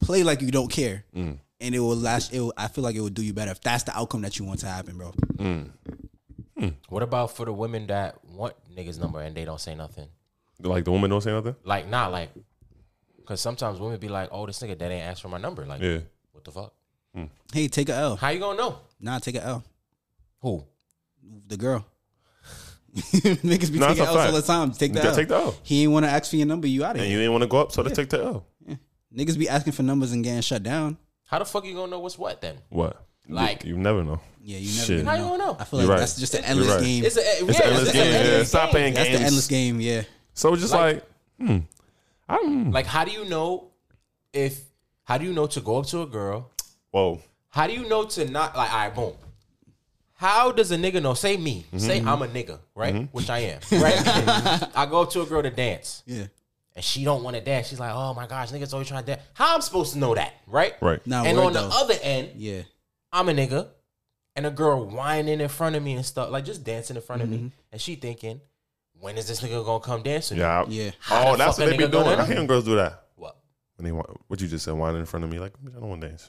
[SPEAKER 3] play like you don't care,
[SPEAKER 4] Mm.
[SPEAKER 3] and it will last. It will, I feel like it will do you better if that's the outcome that you want to happen, bro.
[SPEAKER 4] Mm.
[SPEAKER 2] What about for the women that want niggas number and they don't say nothing?
[SPEAKER 4] like the woman don't say nothing.
[SPEAKER 2] Like not like, because sometimes women be like, "Oh, this nigga that ain't asked for my number." Like,
[SPEAKER 4] Yeah.
[SPEAKER 2] what the fuck?
[SPEAKER 3] Hey, take a L.
[SPEAKER 2] How you gonna know?
[SPEAKER 3] Nah, take a L.
[SPEAKER 2] Who?
[SPEAKER 3] The girl. niggas be
[SPEAKER 4] Nah,
[SPEAKER 3] taking
[SPEAKER 4] that's
[SPEAKER 3] L's
[SPEAKER 4] a
[SPEAKER 3] all
[SPEAKER 4] fact.
[SPEAKER 3] the time. Take
[SPEAKER 4] You
[SPEAKER 3] the
[SPEAKER 4] gotta
[SPEAKER 3] L.
[SPEAKER 4] take the L.
[SPEAKER 3] He ain't want to ask for your number. You out of
[SPEAKER 4] And
[SPEAKER 3] here.
[SPEAKER 4] you didn't want to go up, so they take the L.
[SPEAKER 3] niggas be asking for numbers and getting shut down.
[SPEAKER 2] How the fuck you gonna know what's what then?
[SPEAKER 4] What?
[SPEAKER 2] Like-
[SPEAKER 4] you, you never know.
[SPEAKER 3] Yeah, you never.
[SPEAKER 4] Shit.
[SPEAKER 3] Gonna
[SPEAKER 2] How
[SPEAKER 3] know.
[SPEAKER 2] you gonna know?
[SPEAKER 3] I feel like
[SPEAKER 4] You're right.
[SPEAKER 3] that's just an
[SPEAKER 4] You're
[SPEAKER 3] endless
[SPEAKER 4] right.
[SPEAKER 3] game.
[SPEAKER 2] It's a yeah,
[SPEAKER 4] It's an endless
[SPEAKER 2] it's
[SPEAKER 4] game.
[SPEAKER 2] an endless
[SPEAKER 4] yeah. Stop playing
[SPEAKER 3] that's
[SPEAKER 4] games.
[SPEAKER 3] the endless game. Yeah.
[SPEAKER 4] So it's just
[SPEAKER 2] Like-
[SPEAKER 4] like, hmm, I don't.
[SPEAKER 2] Like, how do you know if? How do you know to go up to a girl?
[SPEAKER 4] Whoa.
[SPEAKER 2] How do you know to not like? All right, boom. How does a nigga know? Say me. Say I'm a nigga, right? Which I am. Right. I go up to a girl to dance.
[SPEAKER 3] Yeah.
[SPEAKER 2] and she don't want to dance. She's like, oh my gosh, niggas always trying to dance. How I'm supposed to know that, right?
[SPEAKER 4] Right.
[SPEAKER 3] Nah,
[SPEAKER 2] and
[SPEAKER 3] word
[SPEAKER 2] on the
[SPEAKER 3] though.
[SPEAKER 2] other end,
[SPEAKER 3] Yeah.
[SPEAKER 2] I'm a nigga, and a girl whining in front of me and stuff, like just dancing in front
[SPEAKER 3] Mm-hmm.
[SPEAKER 2] of me, and she thinking, when is this nigga gonna come dancing?
[SPEAKER 4] Yeah. I-
[SPEAKER 3] Yeah.
[SPEAKER 2] How
[SPEAKER 4] Oh,
[SPEAKER 2] the
[SPEAKER 4] that's
[SPEAKER 2] fuck
[SPEAKER 4] what
[SPEAKER 2] a
[SPEAKER 4] they be
[SPEAKER 2] nigga gonna
[SPEAKER 4] doing. I
[SPEAKER 2] know?
[SPEAKER 4] hate when girls do that.
[SPEAKER 2] What?
[SPEAKER 4] When they want, what you just said, whining in front of me, like bitch, I don't want to dance.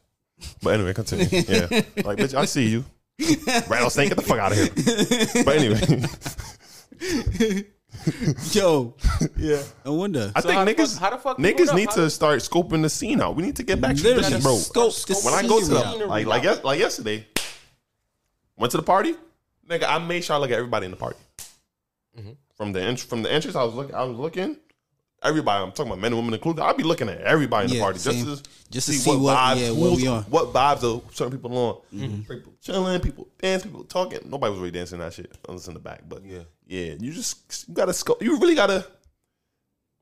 [SPEAKER 4] But anyway, continue. Yeah. Like bitch, I see you. Rattlesnake, get the fuck out of here. But anyway,
[SPEAKER 3] Yo. yeah. No wonder.
[SPEAKER 4] I think
[SPEAKER 2] how the
[SPEAKER 4] niggas,
[SPEAKER 2] fuck- how the fuck we
[SPEAKER 4] niggas
[SPEAKER 2] moved up?
[SPEAKER 4] need
[SPEAKER 2] How
[SPEAKER 4] to
[SPEAKER 2] the-
[SPEAKER 4] start scoping the scene out. We need to get back to
[SPEAKER 3] Literally,
[SPEAKER 4] this, bro.
[SPEAKER 3] scope the
[SPEAKER 4] when I go to
[SPEAKER 3] scenery
[SPEAKER 4] the
[SPEAKER 3] out.
[SPEAKER 4] like like, yes, like yesterday, went to the party, nigga. I made sure I look at everybody in the party. From the ent- from the entrance, I was looking. I was looking. Everybody, I'm talking about men and women included. I'd be looking at everybody in
[SPEAKER 3] Yeah,
[SPEAKER 4] the party
[SPEAKER 3] same.
[SPEAKER 4] just to
[SPEAKER 3] Just to see what- yeah, what
[SPEAKER 4] who's-
[SPEAKER 3] we Mm-hmm. on.
[SPEAKER 4] what vibes are certain people on. People chilling, people dance, people talking. Nobody was really dancing that shit unless in the back. But yeah, yeah, you just you gotta scope. You really gotta.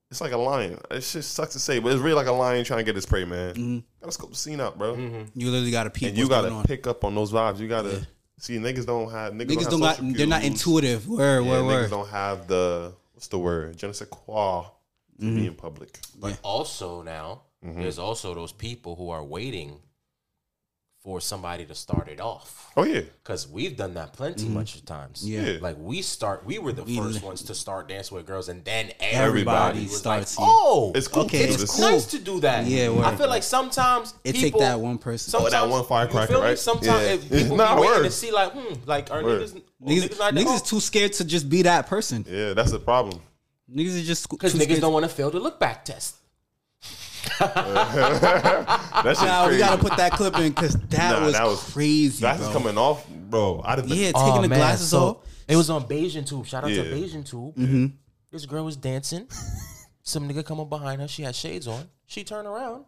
[SPEAKER 4] It's like a lion. It just sucks to say, but it's really like a lion trying to get his prey, man. Gotta scope the scene out, bro.
[SPEAKER 3] You literally gotta peep.
[SPEAKER 4] And you
[SPEAKER 3] Mm-hmm. what's
[SPEAKER 4] gotta
[SPEAKER 3] going on.
[SPEAKER 4] pick up on those vibes. You gotta see niggas don't have niggas,
[SPEAKER 3] Niggas
[SPEAKER 4] don't,
[SPEAKER 3] don't
[SPEAKER 4] have
[SPEAKER 3] got.
[SPEAKER 4] social
[SPEAKER 3] They're not
[SPEAKER 4] cues.
[SPEAKER 3] intuitive. Word.
[SPEAKER 4] Yeah,
[SPEAKER 3] Word.
[SPEAKER 4] niggas
[SPEAKER 3] Word.
[SPEAKER 4] don't have the what's the word? Je ne sais quoi to
[SPEAKER 3] Mm-hmm.
[SPEAKER 4] be in public.
[SPEAKER 2] But also now, there's also those people who are waiting for somebody to start it off.
[SPEAKER 4] Oh yeah.
[SPEAKER 2] Cause we've done that plenty much of times.
[SPEAKER 4] Yeah.
[SPEAKER 2] like we start. We were the first ones to start dancing with girls, and then everybody,
[SPEAKER 4] Everybody
[SPEAKER 2] was
[SPEAKER 3] starts, yeah.
[SPEAKER 2] like, "Oh,
[SPEAKER 4] It's cool.
[SPEAKER 3] Okay,
[SPEAKER 4] too.
[SPEAKER 3] it's
[SPEAKER 4] It's
[SPEAKER 3] cool.
[SPEAKER 2] nice to do that."
[SPEAKER 3] Yeah,
[SPEAKER 2] I
[SPEAKER 3] word.
[SPEAKER 2] feel like sometimes
[SPEAKER 3] It
[SPEAKER 2] people,
[SPEAKER 3] take that one person.
[SPEAKER 4] Oh, that one firecracker,
[SPEAKER 2] you feel me?
[SPEAKER 4] right?
[SPEAKER 2] Sometimes
[SPEAKER 4] Yeah.
[SPEAKER 2] if people
[SPEAKER 4] Nah,
[SPEAKER 2] be waiting
[SPEAKER 4] word.
[SPEAKER 2] to see like, hmm, like are
[SPEAKER 4] Word.
[SPEAKER 2] niggas, oh,
[SPEAKER 3] Niggas,
[SPEAKER 2] niggas not
[SPEAKER 3] niggas is too scared to just be that person.
[SPEAKER 4] Yeah, that's the problem.
[SPEAKER 3] Niggas is just
[SPEAKER 2] because
[SPEAKER 3] too
[SPEAKER 2] niggas
[SPEAKER 3] scared.
[SPEAKER 2] don't want to fail the look back test.
[SPEAKER 4] That's just
[SPEAKER 3] Ah, Nah,
[SPEAKER 4] crazy.
[SPEAKER 3] we gotta put that clip in because that,
[SPEAKER 4] Nah,
[SPEAKER 3] was
[SPEAKER 4] that was-
[SPEAKER 3] crazy.
[SPEAKER 4] Glasses
[SPEAKER 3] bro.
[SPEAKER 4] coming off, bro. I'd have been
[SPEAKER 3] Yeah, taking
[SPEAKER 2] Oh,
[SPEAKER 3] the
[SPEAKER 2] man,
[SPEAKER 3] glasses
[SPEAKER 2] so
[SPEAKER 3] off.
[SPEAKER 2] It was on Bayesian Tube. Shout out
[SPEAKER 4] Yeah. Mm-hmm.
[SPEAKER 2] to Bayesian Tube. This girl was dancing. Some nigga come up behind her. She had shades on. She turned around.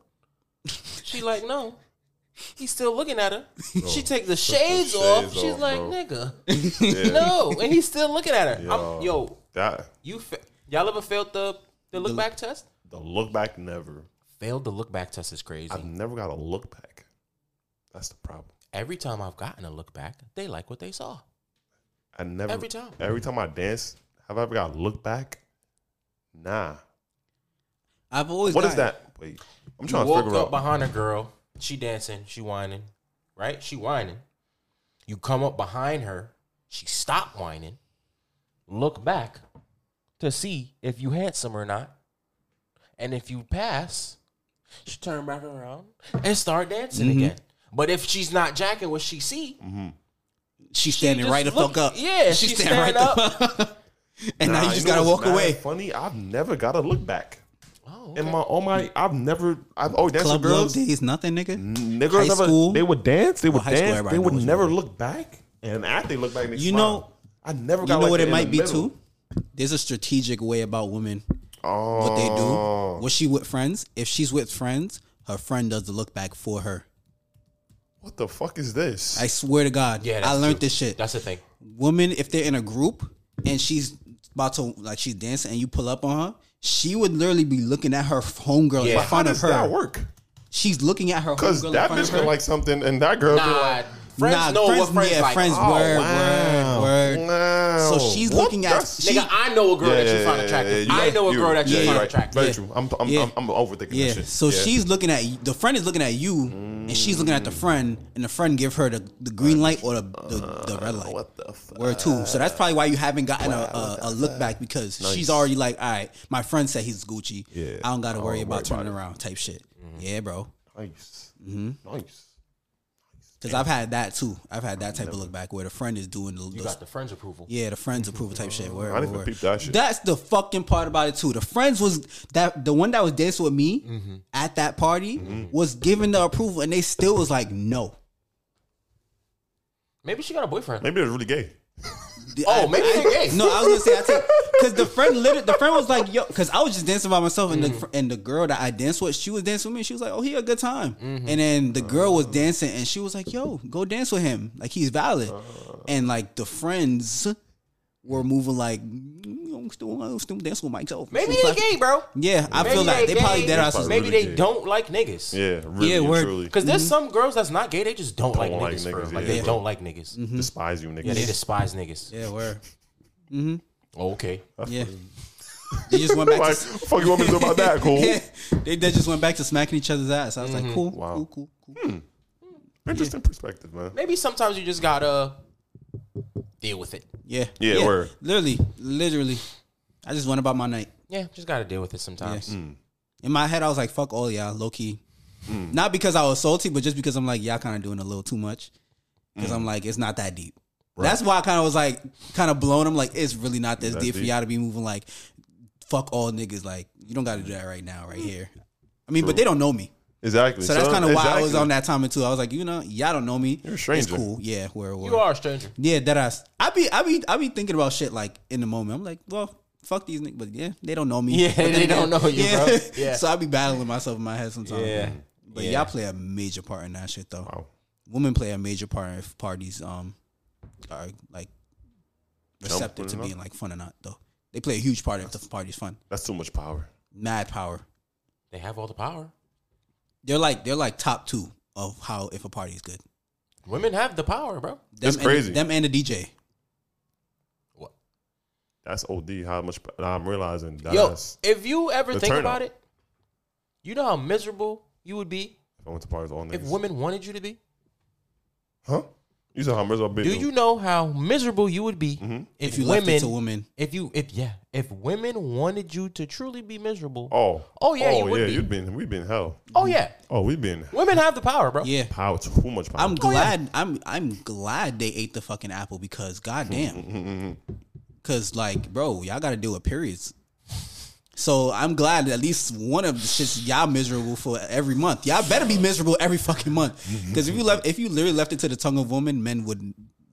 [SPEAKER 2] She like, no. He's still looking at her. she take the shades,
[SPEAKER 4] shades
[SPEAKER 2] off. She's
[SPEAKER 4] off,
[SPEAKER 2] like,
[SPEAKER 4] bro.
[SPEAKER 2] nigga, no. And he's still looking at her. I'm, yo,
[SPEAKER 4] that.
[SPEAKER 2] you fa- y'all ever failed the the look back test?
[SPEAKER 4] The look back never.
[SPEAKER 2] Failed the look back test is crazy.
[SPEAKER 4] I've never got a look back. That's the problem.
[SPEAKER 2] Every time I've gotten a look back, they like what they saw.
[SPEAKER 4] I never
[SPEAKER 2] Every time.
[SPEAKER 4] Every time I dance, have I ever got a look back? Nah.
[SPEAKER 3] I've always.
[SPEAKER 4] What is
[SPEAKER 3] gotten-
[SPEAKER 4] that? Wait, I'm trying
[SPEAKER 2] you
[SPEAKER 4] to
[SPEAKER 2] walk
[SPEAKER 4] figure
[SPEAKER 2] up
[SPEAKER 4] out.
[SPEAKER 2] behind a girl. She dancing. She whining. Right? She whining. You come up behind her. She stop whining. Look back to see if you handsome or not. And if you pass, she turn back around and start dancing
[SPEAKER 4] Mm-hmm.
[SPEAKER 2] again. But if she's not jacking what she see,
[SPEAKER 3] She's standing
[SPEAKER 2] just
[SPEAKER 3] right the
[SPEAKER 2] look-
[SPEAKER 3] fuck up.
[SPEAKER 2] yeah, she stand
[SPEAKER 3] the fuck up. and now
[SPEAKER 4] Nah,
[SPEAKER 3] you just
[SPEAKER 4] know
[SPEAKER 3] gotta
[SPEAKER 4] what's
[SPEAKER 3] walk
[SPEAKER 4] mad
[SPEAKER 3] away.
[SPEAKER 4] Funny, I've never got a look back.
[SPEAKER 2] oh,
[SPEAKER 4] In my all my, I've never. I've always danced
[SPEAKER 3] Club
[SPEAKER 4] with
[SPEAKER 3] love
[SPEAKER 4] girls. Mm-hmm.
[SPEAKER 3] days, nothing, nigga.
[SPEAKER 4] Niggas
[SPEAKER 3] High
[SPEAKER 4] never.
[SPEAKER 3] school.
[SPEAKER 4] They would dance. They would
[SPEAKER 3] high school,
[SPEAKER 4] dance.
[SPEAKER 3] everybody
[SPEAKER 4] They would
[SPEAKER 3] knows
[SPEAKER 4] never
[SPEAKER 3] what it
[SPEAKER 4] look back. And after they look back, they
[SPEAKER 3] You
[SPEAKER 4] smile.
[SPEAKER 3] know-
[SPEAKER 4] I never
[SPEAKER 3] You
[SPEAKER 4] got.
[SPEAKER 3] know
[SPEAKER 4] like
[SPEAKER 3] what
[SPEAKER 4] that
[SPEAKER 3] it
[SPEAKER 4] in
[SPEAKER 3] might
[SPEAKER 4] the
[SPEAKER 3] be
[SPEAKER 4] middle.
[SPEAKER 3] too. There's a strategic way about women.
[SPEAKER 4] Oh,
[SPEAKER 3] What they do? Was she with friends? If she's with friends, her friend does the look back for her.
[SPEAKER 4] What the fuck is this?
[SPEAKER 3] I swear to God,
[SPEAKER 2] yeah.
[SPEAKER 3] I
[SPEAKER 2] that's
[SPEAKER 3] learned
[SPEAKER 2] true.
[SPEAKER 3] this shit.
[SPEAKER 2] That's the thing.
[SPEAKER 3] Women, if they're in a group and she's about to like she's dancing and you pull up on her, she would literally be looking at her homegirl
[SPEAKER 2] Yeah.
[SPEAKER 3] in
[SPEAKER 4] How
[SPEAKER 3] front of
[SPEAKER 4] does that
[SPEAKER 3] her.
[SPEAKER 4] work?
[SPEAKER 3] She's looking at her
[SPEAKER 4] Because
[SPEAKER 3] homegirl
[SPEAKER 4] that
[SPEAKER 3] in front
[SPEAKER 4] bitch
[SPEAKER 3] of her.
[SPEAKER 4] could like something, and that girl be
[SPEAKER 2] Nah,
[SPEAKER 4] like,
[SPEAKER 2] friends
[SPEAKER 3] Nah,
[SPEAKER 2] know
[SPEAKER 3] friends,
[SPEAKER 2] what friends
[SPEAKER 3] yeah,
[SPEAKER 2] like.
[SPEAKER 3] friends,
[SPEAKER 2] Oh,
[SPEAKER 3] word,
[SPEAKER 4] wow,
[SPEAKER 3] word, word.
[SPEAKER 4] wow.
[SPEAKER 3] So she's
[SPEAKER 4] What?
[SPEAKER 3] looking at-
[SPEAKER 4] That's-
[SPEAKER 3] she-
[SPEAKER 2] Nigga, I know a girl that you
[SPEAKER 4] yeah,
[SPEAKER 2] find
[SPEAKER 4] yeah,
[SPEAKER 2] attractive.
[SPEAKER 4] yeah,
[SPEAKER 2] I
[SPEAKER 4] yeah.
[SPEAKER 2] know a
[SPEAKER 4] You-
[SPEAKER 2] girl that you
[SPEAKER 4] yeah,
[SPEAKER 2] find
[SPEAKER 4] right.
[SPEAKER 2] attractive.
[SPEAKER 4] Very true. I'm, I'm,
[SPEAKER 3] Yeah.
[SPEAKER 4] I'm, I'm overthinking
[SPEAKER 3] Yeah.
[SPEAKER 4] that shit.
[SPEAKER 3] So she's looking at the friend is looking at you, and she's looking at the friend, and the friend give her the, the green light or the the, the red light.
[SPEAKER 4] what the fuck?
[SPEAKER 3] Word too. So that's probably why you haven't gotten a, a, a look back because she's already like, all right, my friend said he's Gucci.
[SPEAKER 4] Yeah.
[SPEAKER 3] I don't got to
[SPEAKER 4] I
[SPEAKER 3] worry
[SPEAKER 4] don't
[SPEAKER 3] about
[SPEAKER 4] worry about
[SPEAKER 3] turning
[SPEAKER 4] it.
[SPEAKER 3] around type shit. Yeah, bro.
[SPEAKER 4] nice,
[SPEAKER 3] Mm-hmm.
[SPEAKER 4] nice.
[SPEAKER 3] Because I've had that too. I've had that type of look back where the friend is doing the,
[SPEAKER 2] You
[SPEAKER 3] the-
[SPEAKER 2] got the friends approval.
[SPEAKER 3] yeah the friends approval type shit. Word,
[SPEAKER 4] I didn't
[SPEAKER 3] word.
[SPEAKER 4] peep that shit.
[SPEAKER 3] That's the fucking part about it too. The friends was that the one that was dancing with me at that party
[SPEAKER 4] Mm-hmm.
[SPEAKER 3] was giving the approval, and they still was like, no.
[SPEAKER 2] Maybe she got a boyfriend.
[SPEAKER 4] Maybe they're really gay.
[SPEAKER 2] Oh, maybe they're gay.
[SPEAKER 3] No, I was gonna say I take because the friend literally, the friend was like, yo, because I was just dancing by myself, and the
[SPEAKER 2] Mm.
[SPEAKER 3] fr- and the girl that I danced with, she was dancing with me. and She was like, oh, he had a good time,
[SPEAKER 2] Mm-hmm.
[SPEAKER 3] and then the girl
[SPEAKER 2] Uh.
[SPEAKER 3] was dancing, and she was like, yo, go dance with him, like he's valid,
[SPEAKER 2] Uh.
[SPEAKER 3] and like the friends were moving like, "Mm, I'm still, I'm still dancing with myself.
[SPEAKER 2] Maybe
[SPEAKER 3] It's
[SPEAKER 2] they
[SPEAKER 3] like-
[SPEAKER 2] gay, bro.
[SPEAKER 3] Yeah, I
[SPEAKER 2] Maybe
[SPEAKER 3] feel like they,
[SPEAKER 2] gay.
[SPEAKER 3] probably dead asses.
[SPEAKER 4] probably
[SPEAKER 2] Maybe
[SPEAKER 4] really
[SPEAKER 2] they
[SPEAKER 4] gay.
[SPEAKER 2] don't like niggas.
[SPEAKER 4] Yeah, really
[SPEAKER 3] Yeah,
[SPEAKER 4] and
[SPEAKER 3] word.
[SPEAKER 4] truly.
[SPEAKER 2] Because there's some girls that's not gay, they just don't, like
[SPEAKER 4] Mm-hmm. like
[SPEAKER 2] niggas. bro.
[SPEAKER 4] niggas,
[SPEAKER 2] Like
[SPEAKER 4] yeah,
[SPEAKER 2] they
[SPEAKER 4] bro.
[SPEAKER 2] don't like niggas.
[SPEAKER 4] despise you, niggas.
[SPEAKER 2] Yeah, they despise niggas.
[SPEAKER 3] Mm-hmm. Yeah, Uh. where?
[SPEAKER 2] Okay.
[SPEAKER 3] Yeah. They just went back
[SPEAKER 4] like,
[SPEAKER 3] to
[SPEAKER 4] fuck you want me to do about that? Cool.
[SPEAKER 3] yeah, they, they just went back to smacking each other's ass. I was
[SPEAKER 2] Mm-hmm.
[SPEAKER 3] like, cool,
[SPEAKER 4] Wow.
[SPEAKER 3] cool, cool, cool.
[SPEAKER 4] Interesting perspective, man.
[SPEAKER 2] Maybe sometimes you just gotta deal with it.
[SPEAKER 3] Yeah.
[SPEAKER 4] Yeah, word.
[SPEAKER 3] Literally, literally. I just went about my night.
[SPEAKER 2] Yeah, just gotta deal with it sometimes.
[SPEAKER 3] Mm. In my head, I was like, fuck all y'all, low key.
[SPEAKER 4] Hmm.
[SPEAKER 3] Not because I was salty, but just because I'm like, y'all kind of doing a little too much.
[SPEAKER 4] Hmm.
[SPEAKER 3] Because I'm like, it's not that deep. That's why I kind of was like, kind of blown. I'm like, it's really not this
[SPEAKER 4] That
[SPEAKER 3] deep, for
[SPEAKER 4] deep.
[SPEAKER 3] y'all to be moving like, fuck all niggas. Like, you don't got to do that right now, right here. I mean, but they don't know me.
[SPEAKER 4] Exactly.
[SPEAKER 3] So that's kind of why I was
[SPEAKER 4] exactly.
[SPEAKER 3] on that time too. I was like, you know, y'all don't know me.
[SPEAKER 4] You're a stranger.
[SPEAKER 3] It's cool. Yeah, where where.
[SPEAKER 2] You are a stranger.
[SPEAKER 3] Yeah, that ass. I be I be I be thinking about shit like in the moment. I'm like, well, fuck these niggas, but yeah, they don't know me.
[SPEAKER 2] Yeah,
[SPEAKER 3] But then
[SPEAKER 2] they don't
[SPEAKER 3] again-
[SPEAKER 2] know you, bro. Yeah.
[SPEAKER 3] so I be battling myself in my head sometimes.
[SPEAKER 2] Yeah.
[SPEAKER 3] But
[SPEAKER 2] Yeah.
[SPEAKER 3] y'all play a major part in that shit though.
[SPEAKER 4] Wow.
[SPEAKER 3] Women play a major part if parties um are like receptive to
[SPEAKER 4] enough.
[SPEAKER 3] being like fun or not though. They play a huge part if the party's fun.
[SPEAKER 4] That's too much power.
[SPEAKER 3] Mad power.
[SPEAKER 2] They have all the power.
[SPEAKER 3] They're like they're like top two of how if a party is good.
[SPEAKER 2] Women have the power, bro.
[SPEAKER 3] Them
[SPEAKER 4] That's
[SPEAKER 3] and-
[SPEAKER 4] crazy.
[SPEAKER 3] them and the DJ.
[SPEAKER 2] What?
[SPEAKER 4] That's OD. How much I'm realizing that
[SPEAKER 2] Yo,
[SPEAKER 4] ass-
[SPEAKER 2] if you ever
[SPEAKER 4] The
[SPEAKER 2] think
[SPEAKER 4] turn
[SPEAKER 2] about
[SPEAKER 4] up.
[SPEAKER 2] it, you know how miserable you would be
[SPEAKER 4] if I went to parties all
[SPEAKER 2] if
[SPEAKER 4] niggas.
[SPEAKER 2] women wanted you to be?
[SPEAKER 4] huh? You said how much I've been.
[SPEAKER 2] Do you know how miserable you would be
[SPEAKER 4] Mm-hmm.
[SPEAKER 2] if,
[SPEAKER 3] If you left it
[SPEAKER 2] women
[SPEAKER 3] to women,
[SPEAKER 2] if you if yeah, if women wanted you to truly be miserable? Oh,
[SPEAKER 4] Oh.
[SPEAKER 2] yeah,
[SPEAKER 4] Oh
[SPEAKER 2] you would
[SPEAKER 4] yeah.
[SPEAKER 2] be.
[SPEAKER 4] You'd been. We've been hell.
[SPEAKER 2] yeah.
[SPEAKER 4] Oh, we've been
[SPEAKER 2] Women have the power, bro.
[SPEAKER 3] yeah.
[SPEAKER 4] power. Too much power.
[SPEAKER 2] Oh,
[SPEAKER 3] I'm glad. I'm I'm glad they ate the fucking apple because goddamn. Because like, bro, y'all got to deal with periods. So I'm glad at least one of the shits y'all miserable for every month. Y'all better be miserable every fucking month. Because if you left, if you literally left it to the tongue of woman, men would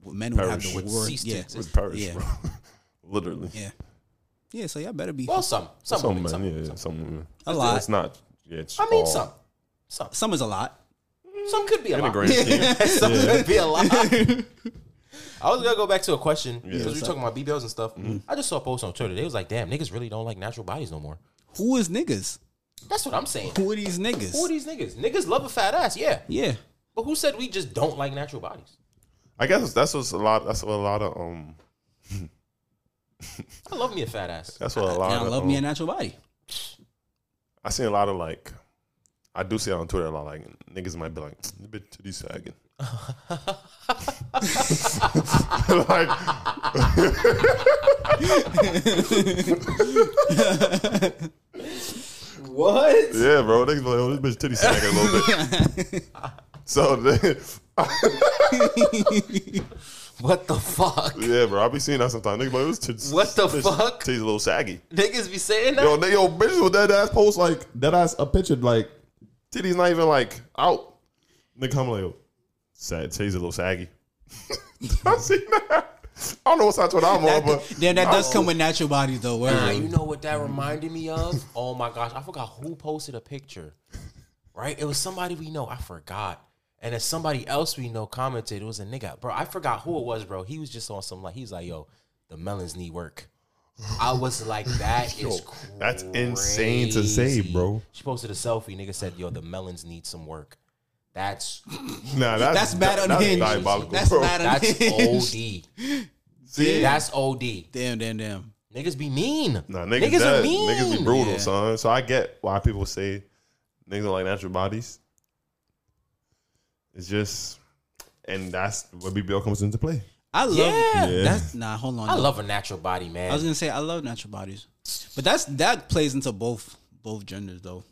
[SPEAKER 3] men would
[SPEAKER 4] Perish.
[SPEAKER 3] have
[SPEAKER 4] Would
[SPEAKER 3] the word.
[SPEAKER 2] cease to
[SPEAKER 3] Yeah,
[SPEAKER 2] exist.
[SPEAKER 4] Perish,
[SPEAKER 3] Yeah.
[SPEAKER 4] bro. Literally.
[SPEAKER 3] yeah, yeah. So y'all better be
[SPEAKER 2] Well, some, some,
[SPEAKER 4] Some
[SPEAKER 2] women,
[SPEAKER 4] men.
[SPEAKER 2] some,
[SPEAKER 4] yeah,
[SPEAKER 2] some.
[SPEAKER 4] some, women.
[SPEAKER 3] a lot.
[SPEAKER 4] It's not. Yeah, it's
[SPEAKER 2] I mean,
[SPEAKER 4] all-
[SPEAKER 2] some, some,
[SPEAKER 3] Some is a lot.
[SPEAKER 2] some could be a
[SPEAKER 4] In the
[SPEAKER 2] lot.
[SPEAKER 4] grand scheme.
[SPEAKER 2] Some could be a lot. I was gonna go back to a question because we
[SPEAKER 3] what's
[SPEAKER 2] were talking about BBLs and stuff.
[SPEAKER 4] Mm-hmm.
[SPEAKER 2] I just saw a post on Twitter. They was like, "Damn, niggas really don't like natural bodies no more."
[SPEAKER 3] Who is niggas?
[SPEAKER 2] That's what I'm saying.
[SPEAKER 3] Who are these niggas?
[SPEAKER 2] Who are these niggas? Niggas love a fat ass, yeah.
[SPEAKER 3] yeah,
[SPEAKER 2] But who said we just don't like natural bodies?
[SPEAKER 4] I guess that's what's a lot. That's what a lot of um.
[SPEAKER 2] I love me a fat ass.
[SPEAKER 4] That's what a lot
[SPEAKER 3] y'all
[SPEAKER 4] of
[SPEAKER 3] love me a
[SPEAKER 4] um,
[SPEAKER 3] natural body.
[SPEAKER 4] I seen a lot of like, I do see it on Twitter a lot. Like niggas might be like, "This bitch titty sagging." like,
[SPEAKER 2] What?
[SPEAKER 4] yeah, bro. Niggas be like, "Oh, this bitch titty sagging a little bit." so, then-
[SPEAKER 2] What the fuck?
[SPEAKER 4] yeah, bro. I be seeing that sometimes. Niggas be like, "This titty,
[SPEAKER 2] What the
[SPEAKER 4] bitch
[SPEAKER 2] fuck?
[SPEAKER 4] Titty's a little saggy."
[SPEAKER 2] Niggas be saying that?
[SPEAKER 4] Yo, they, yo, bitches with that ass post like that ass a picture like titty's not even like out. Nigga, I'm like, yo, sad, titty's a little saggy. I seen that. I don't know what side Twitter I'm
[SPEAKER 2] Oh,
[SPEAKER 4] on, but
[SPEAKER 3] Then that does
[SPEAKER 4] I-
[SPEAKER 3] come with natural bodies though. word.
[SPEAKER 2] Nah, you know what that reminded me of? Oh my gosh, I forgot who posted a picture. Right? It was somebody we know. I forgot. And then somebody else we know commented. It was a nigga, bro. I forgot who it was, bro. He was just on some like he was like, "Yo, the melons need work." I was like, that is crazy.
[SPEAKER 4] that's insane to say, bro.
[SPEAKER 2] She posted a selfie. Nigga said, yo, the melons need some work. That's
[SPEAKER 4] Nah,
[SPEAKER 3] That's
[SPEAKER 4] that's
[SPEAKER 3] mad unhinged.
[SPEAKER 4] That's diabolical,
[SPEAKER 3] That's
[SPEAKER 4] bro.
[SPEAKER 3] mad
[SPEAKER 2] that's
[SPEAKER 3] unhinged.
[SPEAKER 2] OD.
[SPEAKER 4] See?
[SPEAKER 2] That's OD.
[SPEAKER 3] Damn, damn, damn.
[SPEAKER 2] Niggas be mean.
[SPEAKER 4] Nah, niggas,
[SPEAKER 2] are
[SPEAKER 4] dead.
[SPEAKER 2] mean.
[SPEAKER 4] Niggas be brutal,
[SPEAKER 3] Yeah.
[SPEAKER 4] son. So I get why people say niggas don't like natural bodies. It's just, and that's where BBL comes into play.
[SPEAKER 3] I love.
[SPEAKER 2] Yeah.
[SPEAKER 3] That's nah. Hold on.
[SPEAKER 2] I
[SPEAKER 3] though.
[SPEAKER 2] love a natural body, man.
[SPEAKER 3] I was gonna say I love natural bodies, but that's that plays into both both genders though.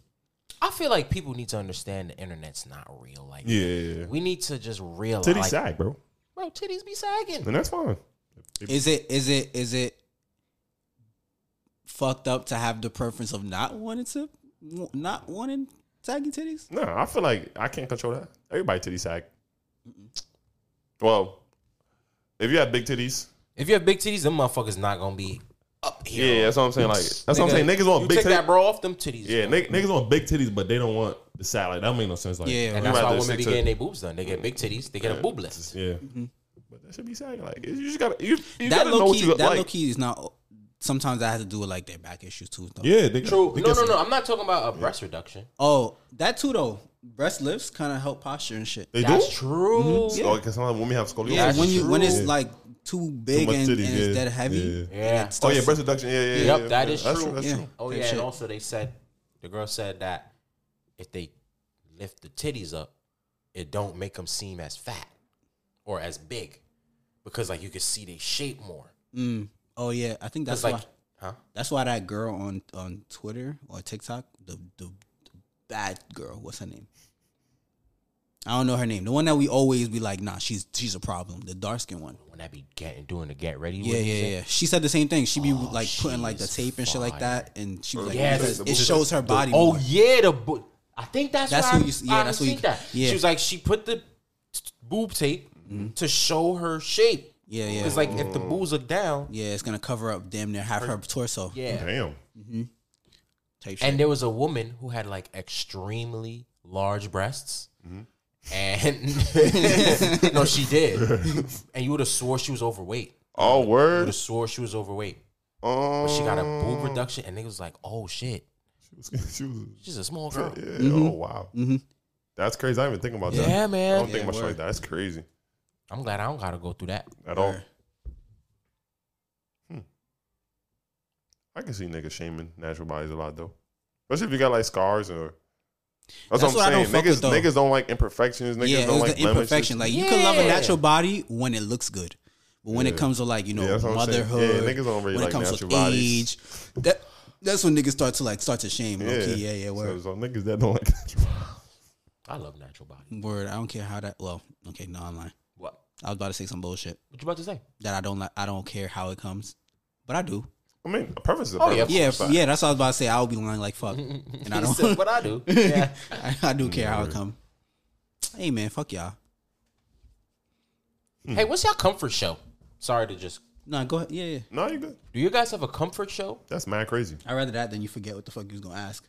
[SPEAKER 2] I feel like people need to understand the internet's not real. Like,
[SPEAKER 4] Yeah, yeah, yeah.
[SPEAKER 2] we need to just realize,
[SPEAKER 4] Titty
[SPEAKER 2] like,
[SPEAKER 4] sag, bro,
[SPEAKER 2] bro, titties be sagging.
[SPEAKER 4] and that's fine.
[SPEAKER 3] Is it is it is it fucked up to have the preference of not wanting to not wanting saggy titties?
[SPEAKER 4] Nah, I feel like I can't control that. Everybody titty sag. Well, if you have big titties,
[SPEAKER 2] If you have big titties, them motherfuckers not gonna be up here.
[SPEAKER 4] yeah, that's what I'm saying. Like that's what I'm
[SPEAKER 2] Nigga,
[SPEAKER 4] saying. Niggas want
[SPEAKER 2] you
[SPEAKER 4] big
[SPEAKER 2] take
[SPEAKER 4] titties.
[SPEAKER 2] that bro off them titties.
[SPEAKER 4] Yeah, nigg- niggas want big titties, but they don't want the sag. Like that don't make no sense. Like
[SPEAKER 3] Yeah,
[SPEAKER 4] you
[SPEAKER 2] and that's
[SPEAKER 4] rather
[SPEAKER 2] why women
[SPEAKER 4] stick
[SPEAKER 2] be
[SPEAKER 4] to-
[SPEAKER 2] getting their boobs done. They get big titties, they get a boob lift.
[SPEAKER 4] Yeah. Mm-hmm. But that should be sad. Like you just gotta you, you
[SPEAKER 3] that
[SPEAKER 4] gotta know
[SPEAKER 3] low
[SPEAKER 4] what
[SPEAKER 3] key
[SPEAKER 4] you look
[SPEAKER 3] that
[SPEAKER 4] like.
[SPEAKER 3] low key is not. Sometimes that has to do with like their back issues too. Though.
[SPEAKER 4] Yeah, they,
[SPEAKER 2] True.
[SPEAKER 4] they
[SPEAKER 2] No,
[SPEAKER 4] get
[SPEAKER 2] no,
[SPEAKER 4] some-
[SPEAKER 2] no. I'm not talking about a breast reduction.
[SPEAKER 3] Oh, that too though. Breast lifts kind of help posture and shit.
[SPEAKER 4] They
[SPEAKER 2] That's
[SPEAKER 4] do.
[SPEAKER 2] true.
[SPEAKER 4] Yeah. Oh, because some women have scoliosis.
[SPEAKER 3] Yeah,
[SPEAKER 2] that's
[SPEAKER 3] when you when it's
[SPEAKER 4] true.
[SPEAKER 3] like too big
[SPEAKER 4] much
[SPEAKER 3] and,
[SPEAKER 4] titties,
[SPEAKER 3] and it's
[SPEAKER 4] yeah,
[SPEAKER 3] that heavy.
[SPEAKER 4] yeah.
[SPEAKER 3] and
[SPEAKER 2] Yeah.
[SPEAKER 3] it
[SPEAKER 4] Oh yeah,
[SPEAKER 3] starts-
[SPEAKER 4] breast reduction. Yeah, yeah, yeah.
[SPEAKER 2] Yep, that is
[SPEAKER 4] That's
[SPEAKER 2] true.
[SPEAKER 4] That's
[SPEAKER 3] Yeah.
[SPEAKER 4] true.
[SPEAKER 2] Oh
[SPEAKER 3] That
[SPEAKER 2] yeah, and
[SPEAKER 3] shit.
[SPEAKER 2] also they said the girl said that if they lift the titties up, it don't make them seem as fat or as big because like you can see they shape more.
[SPEAKER 3] Mm. Oh yeah, I think that's
[SPEAKER 2] It's like,
[SPEAKER 3] why.
[SPEAKER 2] huh?
[SPEAKER 3] That's why that girl on on Twitter or TikTok, the the, the bad girl, what's her name? I don't know her name. The one that we always be like, nah, she's she's a problem. The dark skin one.
[SPEAKER 2] When I be getting doing the get ready. with
[SPEAKER 3] Yeah,
[SPEAKER 2] and
[SPEAKER 3] yeah,
[SPEAKER 2] shit.
[SPEAKER 3] yeah. She said the same thing. She be like putting like the
[SPEAKER 2] she's
[SPEAKER 3] tape and shit like
[SPEAKER 2] fire.
[SPEAKER 3] that, and she was like,
[SPEAKER 2] Yeah,
[SPEAKER 3] because
[SPEAKER 2] the-
[SPEAKER 3] it shows her body.
[SPEAKER 2] Oh
[SPEAKER 3] more.
[SPEAKER 2] yeah, the boob. I think that's
[SPEAKER 3] That's
[SPEAKER 2] why
[SPEAKER 3] what you- yeah,
[SPEAKER 2] I
[SPEAKER 3] that's what you-
[SPEAKER 2] seen that.
[SPEAKER 3] yeah. Mm-hmm.
[SPEAKER 2] She was like she put the t- t- boob tape to show her shape.
[SPEAKER 3] Yeah, yeah.
[SPEAKER 2] Because like if the boobs are down,
[SPEAKER 3] yeah. It's gonna cover up damn near half her torso.
[SPEAKER 2] yeah.
[SPEAKER 4] Damn.
[SPEAKER 3] type shit.
[SPEAKER 2] And there was a woman who had like extremely large breasts. And no, she did. And you would have swore she was overweight.
[SPEAKER 4] Oh
[SPEAKER 2] You would
[SPEAKER 4] word.
[SPEAKER 2] have swore she was overweight.
[SPEAKER 4] Oh.
[SPEAKER 2] But she got a boob
[SPEAKER 4] Mm.
[SPEAKER 2] reduction, and they was like, "Oh shit,
[SPEAKER 4] she was.
[SPEAKER 2] she's a small girl."
[SPEAKER 4] Yeah. Oh wow.
[SPEAKER 3] Mm-hmm.
[SPEAKER 4] That's crazy. I didn't even think about that.
[SPEAKER 2] Yeah,
[SPEAKER 4] I don't
[SPEAKER 2] man.
[SPEAKER 4] think about shit
[SPEAKER 3] word.
[SPEAKER 4] like that. That's crazy
[SPEAKER 2] I'm glad I don't gotta go through that.
[SPEAKER 4] at all.
[SPEAKER 3] Word.
[SPEAKER 4] Hmm. I can see niggas shaming natural bodies a lot though, especially if you got like scars or. That's,
[SPEAKER 3] That's
[SPEAKER 4] what
[SPEAKER 3] what I
[SPEAKER 4] I'm
[SPEAKER 3] don't
[SPEAKER 4] saying.
[SPEAKER 3] fuck with,
[SPEAKER 4] niggas,
[SPEAKER 3] though.
[SPEAKER 4] niggas don't like imperfections. Niggas
[SPEAKER 3] yeah, it
[SPEAKER 4] don't
[SPEAKER 3] was
[SPEAKER 4] like
[SPEAKER 3] the
[SPEAKER 4] blemishes.
[SPEAKER 3] imperfection. Like you can love a
[SPEAKER 2] Yeah.
[SPEAKER 3] natural body when it looks good, but when it
[SPEAKER 4] Yeah.
[SPEAKER 3] comes to like you know
[SPEAKER 4] Yeah, that's what I'm saying.
[SPEAKER 3] motherhood,
[SPEAKER 4] Yeah, niggas don't really
[SPEAKER 3] when
[SPEAKER 4] like
[SPEAKER 3] it comes to
[SPEAKER 4] natural bodies.
[SPEAKER 3] age, that that's when niggas start to like start to shame. Yeah, yeah, yeah.
[SPEAKER 4] So,
[SPEAKER 3] Word,
[SPEAKER 4] so niggas that don't like natural bodies.
[SPEAKER 2] I love natural body.
[SPEAKER 3] word. I don't care how that. Well, okay, no, I'm lying.
[SPEAKER 2] What?
[SPEAKER 3] I was about to say some bullshit
[SPEAKER 2] What you about to say?
[SPEAKER 3] that I don't like. I don't care how it comes, but I do.
[SPEAKER 4] I mean, a preference is a
[SPEAKER 2] Oh, yeah,
[SPEAKER 4] preference.
[SPEAKER 3] Yeah,
[SPEAKER 4] But
[SPEAKER 3] yeah. That's what I was about to say. I will be lying like fuck, and I
[SPEAKER 2] He
[SPEAKER 3] don't.
[SPEAKER 2] said, what I do? Yeah.
[SPEAKER 3] I, I do care how it come. Hey man, fuck y'all.
[SPEAKER 2] hey, what's your comfort show? Sorry to just.
[SPEAKER 3] Nah, go ahead. Yeah, yeah.
[SPEAKER 4] No, you good.
[SPEAKER 2] Do you guys have a comfort show?
[SPEAKER 4] That's mad crazy.
[SPEAKER 3] I'd rather that than you forget what the fuck you was gonna ask.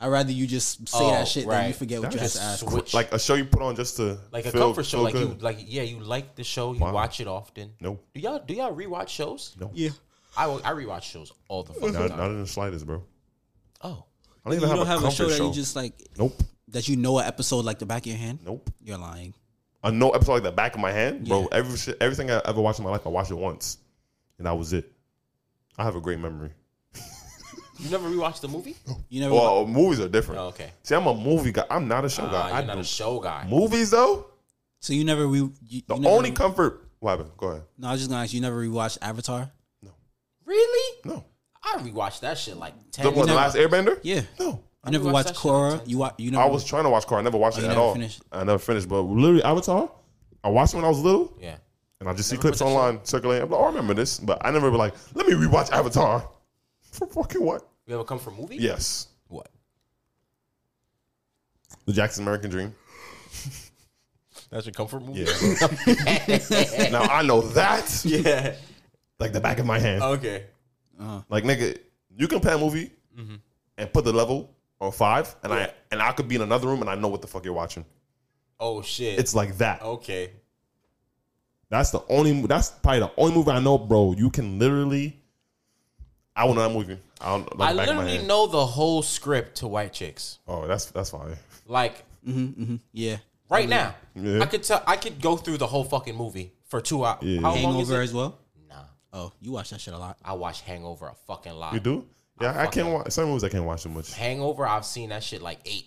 [SPEAKER 3] I'd rather you just say
[SPEAKER 2] Oh,
[SPEAKER 3] that shit than you
[SPEAKER 2] right.
[SPEAKER 3] forget what
[SPEAKER 4] That
[SPEAKER 3] you had
[SPEAKER 4] is
[SPEAKER 3] to ask.
[SPEAKER 2] Switch.
[SPEAKER 4] Like a show you put on just to
[SPEAKER 2] like a
[SPEAKER 4] feel-
[SPEAKER 2] comfort show.
[SPEAKER 4] feel
[SPEAKER 2] Like you
[SPEAKER 4] good.
[SPEAKER 2] like yeah, you like the show, you
[SPEAKER 4] Wow.
[SPEAKER 2] watch it often.
[SPEAKER 4] No,
[SPEAKER 2] Do y'all do y'all rewatch shows?
[SPEAKER 4] no,
[SPEAKER 3] Yeah.
[SPEAKER 2] I will- I rewatch shows all the fucking
[SPEAKER 4] not,
[SPEAKER 2] time.
[SPEAKER 4] not in the slightest, bro.
[SPEAKER 2] oh.
[SPEAKER 4] I don't
[SPEAKER 3] You
[SPEAKER 4] even
[SPEAKER 3] don't have a
[SPEAKER 4] comfort
[SPEAKER 3] show that you just like
[SPEAKER 4] nope,
[SPEAKER 3] that you know an episode like the back of your hand.
[SPEAKER 4] nope.
[SPEAKER 3] You're lying.
[SPEAKER 4] I know episode like the back of my hand, bro.
[SPEAKER 3] Yeah.
[SPEAKER 4] Every shit, everything I ever watched in my life, I watched it once, and that was it. I have a great memory.
[SPEAKER 2] You never rewatched the movie?
[SPEAKER 3] You never.
[SPEAKER 4] Well, movies are different.
[SPEAKER 2] Oh, okay.
[SPEAKER 4] See, I'm a movie guy. I'm not a
[SPEAKER 3] Ah,
[SPEAKER 4] show
[SPEAKER 2] Uh,
[SPEAKER 4] guy. I
[SPEAKER 2] you're not
[SPEAKER 4] do
[SPEAKER 2] a show guy.
[SPEAKER 4] movies though.
[SPEAKER 3] so you never. Re, you, you
[SPEAKER 4] The
[SPEAKER 3] never-
[SPEAKER 4] only comfort. What happened? Go ahead.
[SPEAKER 3] No, I was just gonna ask. You never rewatched Avatar?
[SPEAKER 2] Really?
[SPEAKER 4] No,
[SPEAKER 2] I rewatched that shit like ten
[SPEAKER 4] the, one, the
[SPEAKER 2] times.
[SPEAKER 4] last Airbender.
[SPEAKER 3] Yeah.
[SPEAKER 4] No,
[SPEAKER 3] You never
[SPEAKER 2] rewatched
[SPEAKER 3] watched
[SPEAKER 2] that shit like
[SPEAKER 3] Korra.
[SPEAKER 2] 10
[SPEAKER 3] You wa- You never.
[SPEAKER 4] I was trying to watch Car. I never watched
[SPEAKER 3] Oh,
[SPEAKER 4] it
[SPEAKER 3] you
[SPEAKER 4] at
[SPEAKER 3] never
[SPEAKER 4] all.
[SPEAKER 3] finished?
[SPEAKER 4] I never finished, but literally Avatar. I watched it when I was little,
[SPEAKER 2] Yeah.
[SPEAKER 4] and I just see
[SPEAKER 2] Never
[SPEAKER 4] clips
[SPEAKER 2] finished it.
[SPEAKER 4] online circulating. I'm like, oh, I remember this, but I never be like, let me rewatch Avatar. For fucking what?
[SPEAKER 2] You ever come from a movie?
[SPEAKER 4] Yes,
[SPEAKER 2] What?
[SPEAKER 4] the Jackson American Dream.
[SPEAKER 2] That's your comfort movie?
[SPEAKER 4] Yeah. now I know that
[SPEAKER 2] yeah.
[SPEAKER 4] like the back of my hand.
[SPEAKER 2] Okay.
[SPEAKER 4] Like nigga, you can play a movie
[SPEAKER 2] mm-hmm.
[SPEAKER 4] and put the level on five, and I and I could be in another room and I know what the fuck you're watching.
[SPEAKER 2] Oh shit.
[SPEAKER 4] It's like that.
[SPEAKER 2] okay.
[SPEAKER 4] That's the only. That's probably the only movie I know, bro. You can literally I will not move you. I don't. like,
[SPEAKER 2] I
[SPEAKER 4] back of my
[SPEAKER 2] literally
[SPEAKER 4] hand.
[SPEAKER 2] know the whole script to White Chicks.
[SPEAKER 4] Oh, that's that's fine.
[SPEAKER 2] Like
[SPEAKER 3] Yeah.
[SPEAKER 2] right now,
[SPEAKER 4] Yeah.
[SPEAKER 2] I could tell. I could go through the whole fucking movie for two hours.
[SPEAKER 4] Yeah.
[SPEAKER 2] How long is
[SPEAKER 3] Hangover
[SPEAKER 2] it?
[SPEAKER 3] as well.
[SPEAKER 2] Nah,
[SPEAKER 3] Oh, you watch that shit a lot.
[SPEAKER 2] I watch Hangover a fucking lot.
[SPEAKER 4] You do? Yeah, I, can't watch some movies. I can't watch too much.
[SPEAKER 2] Hangover, I've seen that shit like eight.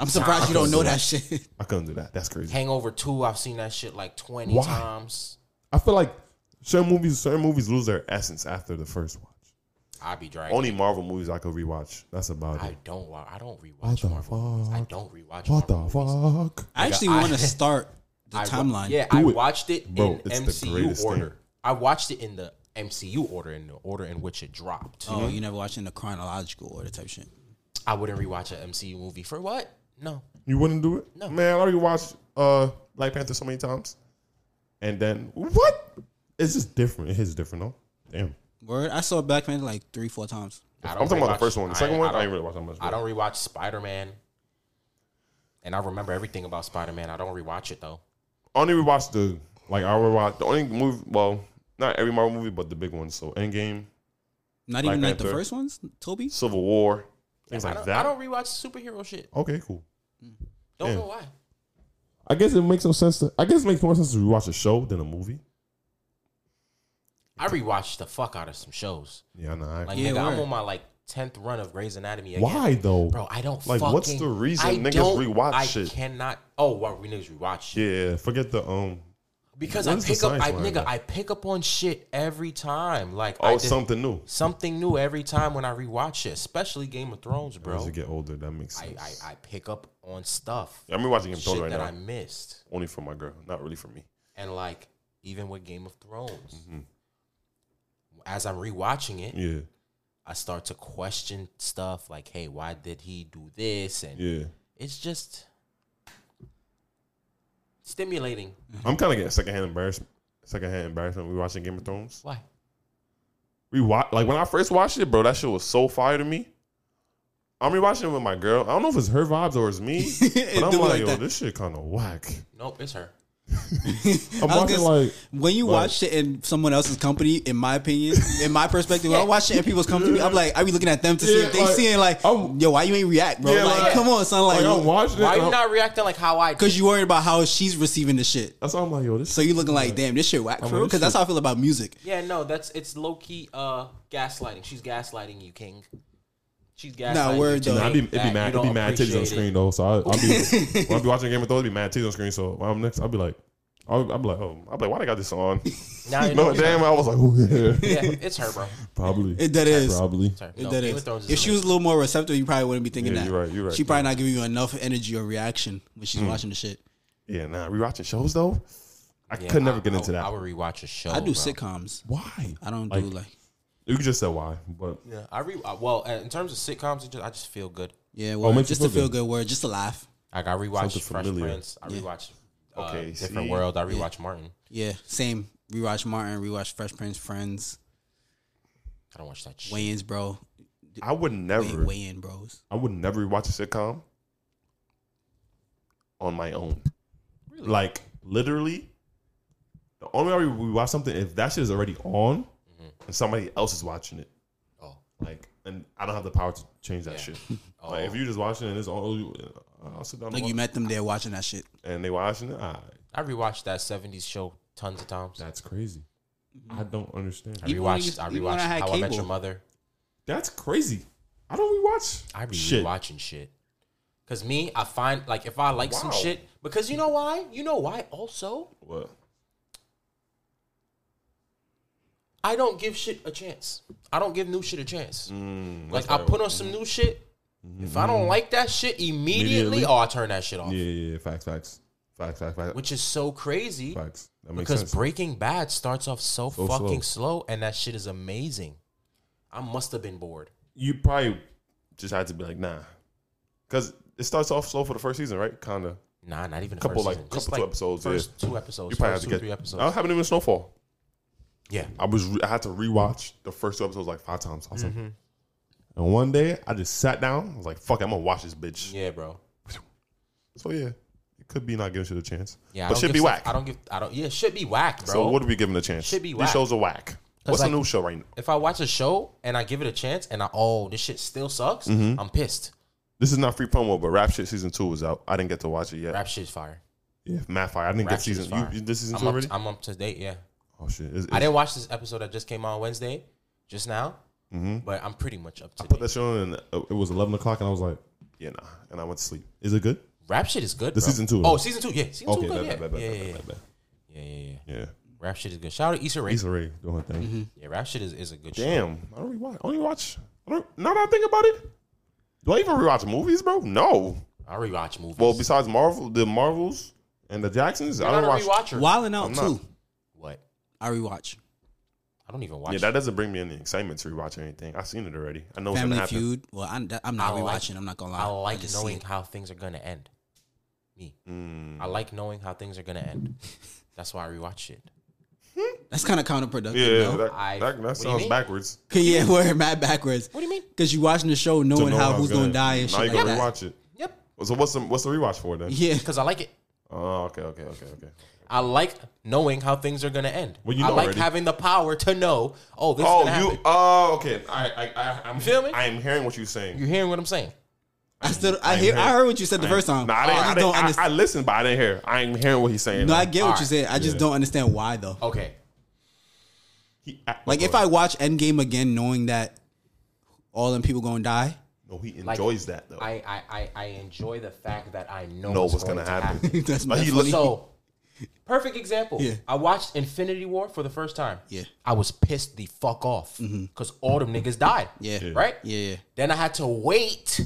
[SPEAKER 3] I'm surprised you don't know that shit.
[SPEAKER 4] I couldn't do that. That's crazy.
[SPEAKER 2] Hangover two, I've seen that shit like twenty
[SPEAKER 4] Why?
[SPEAKER 2] times.
[SPEAKER 4] I feel like certain movies, certain movies lose their essence after the first watch.
[SPEAKER 2] I be dragging.
[SPEAKER 4] Only Marvel movies I could rewatch. That's about
[SPEAKER 2] I
[SPEAKER 4] it.
[SPEAKER 2] don't. wa- I don't rewatch
[SPEAKER 4] the
[SPEAKER 2] Marvel movies. I
[SPEAKER 4] fuck?
[SPEAKER 2] don't rewatch.
[SPEAKER 4] What the
[SPEAKER 2] Marvel movies.
[SPEAKER 4] fuck?
[SPEAKER 3] I actually
[SPEAKER 2] I-
[SPEAKER 3] want to start the
[SPEAKER 2] I wa-
[SPEAKER 3] timeline.
[SPEAKER 2] Yeah,
[SPEAKER 4] Do
[SPEAKER 2] I
[SPEAKER 4] it.
[SPEAKER 2] watched it
[SPEAKER 4] Bro,
[SPEAKER 2] in
[SPEAKER 4] it's the
[SPEAKER 2] MCU
[SPEAKER 4] greatest thing.
[SPEAKER 2] order. I watched it in the MCU order, in the order in which it dropped.
[SPEAKER 3] Oh, you never watching the chronological order type shit.
[SPEAKER 2] I wouldn't rewatch an MCU movie for what? No.
[SPEAKER 4] You wouldn't do it?
[SPEAKER 2] No.
[SPEAKER 4] Man, I already watched uh Black Panther so many times. And then what? It's just different. It is different though. Damn.
[SPEAKER 3] Word. I saw Black Panther like three, four times.
[SPEAKER 2] I
[SPEAKER 4] I'm talking about
[SPEAKER 2] rewatch-
[SPEAKER 4] the first one. The second one, I
[SPEAKER 2] don't-
[SPEAKER 4] ain't really watched that much.
[SPEAKER 2] I don't rewatch Spider Man. And I remember everything about Spider Man. I don't rewatch it though.
[SPEAKER 4] only rewatched the like I rewatched the only movie. Well, not every Marvel movie, but the big ones. So Endgame,
[SPEAKER 3] Not
[SPEAKER 4] Black
[SPEAKER 3] even like the
[SPEAKER 4] Panther.
[SPEAKER 3] first ones. Toby.
[SPEAKER 4] Civil War, things
[SPEAKER 2] I
[SPEAKER 4] like
[SPEAKER 2] don't,
[SPEAKER 4] that.
[SPEAKER 2] I don't rewatch superhero shit.
[SPEAKER 4] okay, cool.
[SPEAKER 2] Don't
[SPEAKER 4] Yeah.
[SPEAKER 2] know why.
[SPEAKER 4] I guess it makes no sense. To, I guess it makes more sense to rewatch a show than a movie.
[SPEAKER 2] I rewatched the fuck out of some shows.
[SPEAKER 4] Yeah, nah. I-
[SPEAKER 2] Like
[SPEAKER 3] Yeah,
[SPEAKER 2] nigga, I'm
[SPEAKER 3] word.
[SPEAKER 2] on my like tenth run of Grey's Anatomy. Again.
[SPEAKER 4] why though?
[SPEAKER 2] bro? I don't
[SPEAKER 4] Like, what's
[SPEAKER 2] fucking-
[SPEAKER 4] the reason
[SPEAKER 2] I
[SPEAKER 4] niggas
[SPEAKER 2] don't-
[SPEAKER 4] rewatch
[SPEAKER 2] I
[SPEAKER 4] shit?
[SPEAKER 2] cannot. Oh, well, we niggas rewatch shit
[SPEAKER 4] Yeah, forget the um.
[SPEAKER 2] because
[SPEAKER 4] What
[SPEAKER 2] I
[SPEAKER 4] is the
[SPEAKER 2] pick up.
[SPEAKER 4] science
[SPEAKER 2] I
[SPEAKER 4] behind
[SPEAKER 2] nigga,
[SPEAKER 4] that?
[SPEAKER 2] I pick up on shit every time. Like I
[SPEAKER 4] Oh,
[SPEAKER 2] did-
[SPEAKER 4] something new.
[SPEAKER 2] something new every time when I rewatch shit, especially Game of Thrones, bro.
[SPEAKER 4] As you get older, that makes
[SPEAKER 2] I,
[SPEAKER 4] sense. I,
[SPEAKER 2] I, I pick up on stuff
[SPEAKER 4] am rewatching Game of Thrones
[SPEAKER 2] shit
[SPEAKER 4] right
[SPEAKER 2] that
[SPEAKER 4] now,
[SPEAKER 2] I missed,
[SPEAKER 4] only for my girl, not really for me.
[SPEAKER 2] and like even with Game of Thrones,
[SPEAKER 4] Mm-hmm.
[SPEAKER 2] as I'm rewatching it,
[SPEAKER 4] Yeah,
[SPEAKER 2] I start to question stuff like, "Hey, why did he do this?" And
[SPEAKER 4] yeah.
[SPEAKER 2] it's just stimulating.
[SPEAKER 4] I'm kind of getting secondhand embarrassment. Secondhand embarrassment. We watching Game of Thrones.
[SPEAKER 2] Why?
[SPEAKER 4] We watch like when I first watched it, bro. That shit was so fire to me. I'm rewatching it with my girl. I don't know if it's her vibes or it's me,
[SPEAKER 3] It
[SPEAKER 4] but I'm
[SPEAKER 3] do
[SPEAKER 4] like,
[SPEAKER 3] like
[SPEAKER 4] yo,
[SPEAKER 3] that.
[SPEAKER 4] this shit kind of whack.
[SPEAKER 2] Nope, it's her.
[SPEAKER 4] I'm
[SPEAKER 3] I was
[SPEAKER 4] watching
[SPEAKER 3] gonna-
[SPEAKER 4] like,
[SPEAKER 3] When you
[SPEAKER 4] Right.
[SPEAKER 3] watch it in someone else's company, in my opinion, in my perspective, when I watch it in people's company, I'm like, I be looking at them to see
[SPEAKER 4] Yeah,
[SPEAKER 3] if they
[SPEAKER 4] like,
[SPEAKER 3] seeing like,
[SPEAKER 4] I'm-
[SPEAKER 3] yo, why you ain't react, bro?
[SPEAKER 4] Yeah,
[SPEAKER 3] like,
[SPEAKER 4] like-
[SPEAKER 3] come on, son, like,
[SPEAKER 4] like, I'm
[SPEAKER 3] because
[SPEAKER 4] watching it.
[SPEAKER 2] Why
[SPEAKER 4] and
[SPEAKER 2] you
[SPEAKER 4] I'm-
[SPEAKER 2] not reacting like how I? Did?
[SPEAKER 3] you worried about how she's receiving the shit.
[SPEAKER 4] That's why I'm like, yo, this.
[SPEAKER 3] So you looking like, damn, this shit whack for
[SPEAKER 4] mean,
[SPEAKER 3] real?
[SPEAKER 4] this
[SPEAKER 3] Because that's how I feel about music.
[SPEAKER 2] Yeah, no, that's it's low key uh gaslighting. She's gaslighting you, King. She's gaslighting.
[SPEAKER 3] Nah, word
[SPEAKER 2] you
[SPEAKER 3] though.
[SPEAKER 2] to think
[SPEAKER 4] Nah, I be, it be
[SPEAKER 2] that you
[SPEAKER 4] mad. It
[SPEAKER 2] don't
[SPEAKER 4] be mad titties on
[SPEAKER 2] appreciate
[SPEAKER 4] screen
[SPEAKER 2] it.
[SPEAKER 4] though. So I, I'll be when I be watching Game of Thrones, it be mad titties on screen. So when I'm next, I'll be like, I'll, I'll be like, oh, I'll be like, why they got this on?
[SPEAKER 2] Now you know
[SPEAKER 4] no,
[SPEAKER 2] it's her.
[SPEAKER 4] damn, I was like, oh yeah,
[SPEAKER 2] Yeah, it's her, bro.
[SPEAKER 4] probably.
[SPEAKER 3] It, that is.
[SPEAKER 4] Probably.
[SPEAKER 2] Sorry.
[SPEAKER 3] It
[SPEAKER 2] No,
[SPEAKER 3] that
[SPEAKER 2] Game
[SPEAKER 3] is.
[SPEAKER 2] of Thrones is
[SPEAKER 3] If she was a
[SPEAKER 2] amazing.
[SPEAKER 3] little more receptive, you probably wouldn't be thinking
[SPEAKER 4] Yeah,
[SPEAKER 3] that.
[SPEAKER 4] you're right, you're right, Hmm.
[SPEAKER 3] She probably not giving you enough energy or reaction when she's watching the shit.
[SPEAKER 4] Yeah, nah. Rewatching shows though, I
[SPEAKER 2] Yeah,
[SPEAKER 4] could never
[SPEAKER 2] I-
[SPEAKER 4] get into
[SPEAKER 2] I,
[SPEAKER 4] that.
[SPEAKER 2] I would rewatch a show.
[SPEAKER 4] Oh,
[SPEAKER 3] I do
[SPEAKER 2] bro.
[SPEAKER 3] sitcoms.
[SPEAKER 4] why?
[SPEAKER 3] I don't do like
[SPEAKER 4] You just said why, but
[SPEAKER 2] Yeah, I re. uh, Well, uh, in terms of sitcoms, it just, I just feel good.
[SPEAKER 3] yeah, word,
[SPEAKER 4] makes you
[SPEAKER 3] just to
[SPEAKER 4] feel
[SPEAKER 3] feel good word, just to laugh.
[SPEAKER 2] Like I rewatched
[SPEAKER 4] Something
[SPEAKER 2] Fresh
[SPEAKER 4] familiar.
[SPEAKER 2] Prince. I rewatched uh,
[SPEAKER 4] Okay,
[SPEAKER 2] Different
[SPEAKER 4] see?
[SPEAKER 2] World. I rewatched Martin.
[SPEAKER 3] Yeah, same. Rewatch Martin, rewatch Fresh Prince, Friends,
[SPEAKER 2] I don't watch that shit.
[SPEAKER 3] Wayans, bro.
[SPEAKER 4] I would never.
[SPEAKER 3] Way in, bros.
[SPEAKER 4] I would never watch a sitcom on my own. Like literally, the only way we watch something if that shit is already on and somebody else is watching it.
[SPEAKER 2] Oh.
[SPEAKER 4] Like, and I don't have the power to change that shit. Like, if you just watching it and it's on, I'll sit down and,
[SPEAKER 3] Like you
[SPEAKER 4] watch,
[SPEAKER 3] met them there watching that shit.
[SPEAKER 4] and they watching it. Ah,
[SPEAKER 2] I rewatched that '70s show tons of times.
[SPEAKER 4] that's crazy. I
[SPEAKER 3] Mm-hmm.
[SPEAKER 4] don't understand.
[SPEAKER 2] I
[SPEAKER 3] Even when
[SPEAKER 2] rewatched. I
[SPEAKER 3] you- even when
[SPEAKER 2] rewatched
[SPEAKER 3] I had
[SPEAKER 2] How I Met
[SPEAKER 3] cable.
[SPEAKER 2] Your Mother.
[SPEAKER 4] That's crazy. I don't rewatch.
[SPEAKER 2] I be
[SPEAKER 4] shit.
[SPEAKER 2] rewatching shit. Cause me, I find like if I like some
[SPEAKER 4] Wow.
[SPEAKER 2] shit, because you know why? You know why? Also,
[SPEAKER 4] What?
[SPEAKER 2] I don't give shit a chance. I don't give new shit a chance. like
[SPEAKER 4] Mm, that's Mm-hmm.
[SPEAKER 2] I
[SPEAKER 4] better.
[SPEAKER 2] put on some new shit. If I don't like that shit immediately,
[SPEAKER 4] Immediately.
[SPEAKER 2] oh, I turn that shit off.
[SPEAKER 4] Yeah, yeah, yeah. Facts, facts, facts, facts, facts.
[SPEAKER 2] Which is so crazy
[SPEAKER 4] facts. That makes
[SPEAKER 2] because
[SPEAKER 4] sense.
[SPEAKER 2] Breaking Bad starts off so,
[SPEAKER 4] So
[SPEAKER 2] fucking slow. and that shit is amazing. I must have been bored.
[SPEAKER 4] you probably just had to be like, nah, because it starts off slow for the first season, right? Kind of.
[SPEAKER 2] Nah, not even a
[SPEAKER 4] Couple,
[SPEAKER 2] first
[SPEAKER 4] like,
[SPEAKER 2] season.
[SPEAKER 4] couple two episodes, yeah.
[SPEAKER 2] First two episodes.
[SPEAKER 4] You probably
[SPEAKER 2] first
[SPEAKER 4] have to
[SPEAKER 2] two,
[SPEAKER 4] get
[SPEAKER 2] three episodes.
[SPEAKER 4] I haven't even Snowfall.
[SPEAKER 2] Yeah.
[SPEAKER 4] I was re- I had to rewatch the first two episodes like five times. I was like- and one day I just sat down. I was like, fuck, it, I'm gonna watch this bitch.
[SPEAKER 2] Mm-hmm. Yeah, bro.
[SPEAKER 4] So yeah, it could be not giving shit a chance.
[SPEAKER 2] Yeah, I
[SPEAKER 4] but
[SPEAKER 2] don't
[SPEAKER 4] should
[SPEAKER 2] give
[SPEAKER 4] be
[SPEAKER 2] stuff-
[SPEAKER 4] whack.
[SPEAKER 2] I don't give. I don't. Yeah, should be whack, bro.
[SPEAKER 4] So what are we giving a chance?
[SPEAKER 2] Should be
[SPEAKER 4] These
[SPEAKER 2] whack.
[SPEAKER 4] shows are whack. What's
[SPEAKER 2] like-
[SPEAKER 4] a new show right now?
[SPEAKER 2] If I watch a show and I give it a chance and I oh this shit still sucks,
[SPEAKER 4] Mm-hmm.
[SPEAKER 2] I'm pissed.
[SPEAKER 4] This is not free promo, but Rap Shit season two is out. I didn't get to watch it yet.
[SPEAKER 2] Rap shit's fire.
[SPEAKER 4] yeah, Matt Fire. I didn't
[SPEAKER 2] Rap
[SPEAKER 4] get
[SPEAKER 2] shit's
[SPEAKER 4] season.
[SPEAKER 2] fire.
[SPEAKER 4] You, this season
[SPEAKER 2] I'm
[SPEAKER 4] two
[SPEAKER 2] up,
[SPEAKER 4] already?
[SPEAKER 2] I'm up to date. Yeah,
[SPEAKER 4] oh shit!
[SPEAKER 2] I
[SPEAKER 4] It's- it's-
[SPEAKER 2] didn't watch this episode that just came out on Wednesday, just now. But I'm pretty much up to
[SPEAKER 4] Mm-hmm. put
[SPEAKER 2] date.
[SPEAKER 4] that show on, and uh, it was eleven o'clock, and I was like, yeah, nah, and I went to sleep. Is it good?
[SPEAKER 2] Rap shit is good.
[SPEAKER 4] The
[SPEAKER 2] bro.
[SPEAKER 4] season two,
[SPEAKER 2] Oh,
[SPEAKER 4] right?
[SPEAKER 2] season two. Yeah, season
[SPEAKER 4] Okay,
[SPEAKER 2] two. Good.
[SPEAKER 4] bad,
[SPEAKER 2] yeah.
[SPEAKER 4] bad, bad,
[SPEAKER 2] yeah,
[SPEAKER 4] bad,
[SPEAKER 2] yeah, yeah.
[SPEAKER 4] bad, bad.
[SPEAKER 2] yeah, yeah, yeah.
[SPEAKER 4] yeah.
[SPEAKER 2] Rap shit is good. Shout out to Issa Rae.
[SPEAKER 4] Issa Rae doing her thing.
[SPEAKER 2] Yeah, rap shit is, is a good show.
[SPEAKER 4] Damn, I don't really watch. I only watch. I don't, now that I think about it, do I even rewatch movies, bro? No.
[SPEAKER 2] I rewatch movies.
[SPEAKER 4] Well, besides Marvel, the Marvels and the Jacksons, I
[SPEAKER 2] I'm
[SPEAKER 4] don't
[SPEAKER 2] not a
[SPEAKER 4] watch.
[SPEAKER 2] rewatcher.
[SPEAKER 3] Wilding out
[SPEAKER 4] I'm
[SPEAKER 3] too.
[SPEAKER 4] not.
[SPEAKER 2] What?
[SPEAKER 3] I rewatch
[SPEAKER 2] I don't even watch.
[SPEAKER 4] Yeah, that doesn't bring me any excitement to rewatch anything. I've seen it already. I know what's gonna
[SPEAKER 3] Family
[SPEAKER 4] happen.
[SPEAKER 3] Feud. Well, I'm, that- I'm not
[SPEAKER 2] I like-
[SPEAKER 3] rewatching. I'm not gonna lie.
[SPEAKER 2] I like
[SPEAKER 3] just see
[SPEAKER 2] knowing
[SPEAKER 3] it.
[SPEAKER 2] how things are gonna end. Me.
[SPEAKER 4] Hmm.
[SPEAKER 2] I like knowing how things are gonna end. That's why I rewatch it.
[SPEAKER 3] That's kind of counterproductive.
[SPEAKER 4] Yeah,
[SPEAKER 3] though.
[SPEAKER 4] that,
[SPEAKER 2] I-
[SPEAKER 4] that,
[SPEAKER 2] what
[SPEAKER 4] that
[SPEAKER 2] do you
[SPEAKER 4] sounds
[SPEAKER 2] mean?
[SPEAKER 4] backwards.
[SPEAKER 3] yeah, we're mad backwards.
[SPEAKER 2] What do you mean?
[SPEAKER 3] Because you watching the show knowing
[SPEAKER 4] know
[SPEAKER 3] how
[SPEAKER 4] it's
[SPEAKER 3] who's gonna, die and
[SPEAKER 4] now
[SPEAKER 3] shit
[SPEAKER 4] you
[SPEAKER 3] like
[SPEAKER 4] gonna
[SPEAKER 3] that.
[SPEAKER 4] rewatch it.
[SPEAKER 2] Yep.
[SPEAKER 4] So what's the what's the rewatch for then?
[SPEAKER 3] Yeah,
[SPEAKER 2] Because I like it.
[SPEAKER 4] Oh, okay, okay, okay, okay.
[SPEAKER 2] I like knowing how things are gonna end.
[SPEAKER 4] Well, you
[SPEAKER 2] I
[SPEAKER 4] know
[SPEAKER 2] like
[SPEAKER 4] already.
[SPEAKER 2] having the power to know. Oh, this is
[SPEAKER 4] Oh,
[SPEAKER 2] gonna
[SPEAKER 4] you.
[SPEAKER 2] happen.
[SPEAKER 4] Oh, okay. I, I, I, I'm
[SPEAKER 2] feel me?
[SPEAKER 4] I am hearing what you're saying.
[SPEAKER 2] You hearing what I'm saying?
[SPEAKER 3] I still I
[SPEAKER 4] ain't
[SPEAKER 3] hear I
[SPEAKER 4] heard-
[SPEAKER 3] heard what you said the first time.
[SPEAKER 4] Nah,
[SPEAKER 2] Oh,
[SPEAKER 4] I, didn't, I,
[SPEAKER 3] just
[SPEAKER 4] didn't,
[SPEAKER 3] don't
[SPEAKER 4] I, I
[SPEAKER 3] understand.
[SPEAKER 4] listened, but I didn't hear. I ain't hearing what he's saying.
[SPEAKER 3] No, I
[SPEAKER 4] now.
[SPEAKER 3] get what
[SPEAKER 2] Alright.
[SPEAKER 3] you said. I just don't understand why though.
[SPEAKER 2] Okay.
[SPEAKER 4] He act-
[SPEAKER 3] Like if I watch Endgame again, knowing that all them people gonna die.
[SPEAKER 4] no, he
[SPEAKER 2] Like,
[SPEAKER 4] enjoys that though.
[SPEAKER 2] I, I, I, I enjoy the fact that I know,
[SPEAKER 4] know
[SPEAKER 2] what's,
[SPEAKER 4] what's
[SPEAKER 2] going
[SPEAKER 4] gonna
[SPEAKER 2] to
[SPEAKER 4] happen.
[SPEAKER 2] happen.
[SPEAKER 3] That's
[SPEAKER 4] Like,
[SPEAKER 3] not
[SPEAKER 4] he
[SPEAKER 3] funny.
[SPEAKER 2] So, perfect example.
[SPEAKER 3] Yeah.
[SPEAKER 2] I watched Infinity War for the first time.
[SPEAKER 3] Yeah.
[SPEAKER 2] I was pissed the fuck off because all them niggas died.
[SPEAKER 3] Yeah. Yeah.
[SPEAKER 2] Right?
[SPEAKER 3] yeah,
[SPEAKER 2] Then I had to wait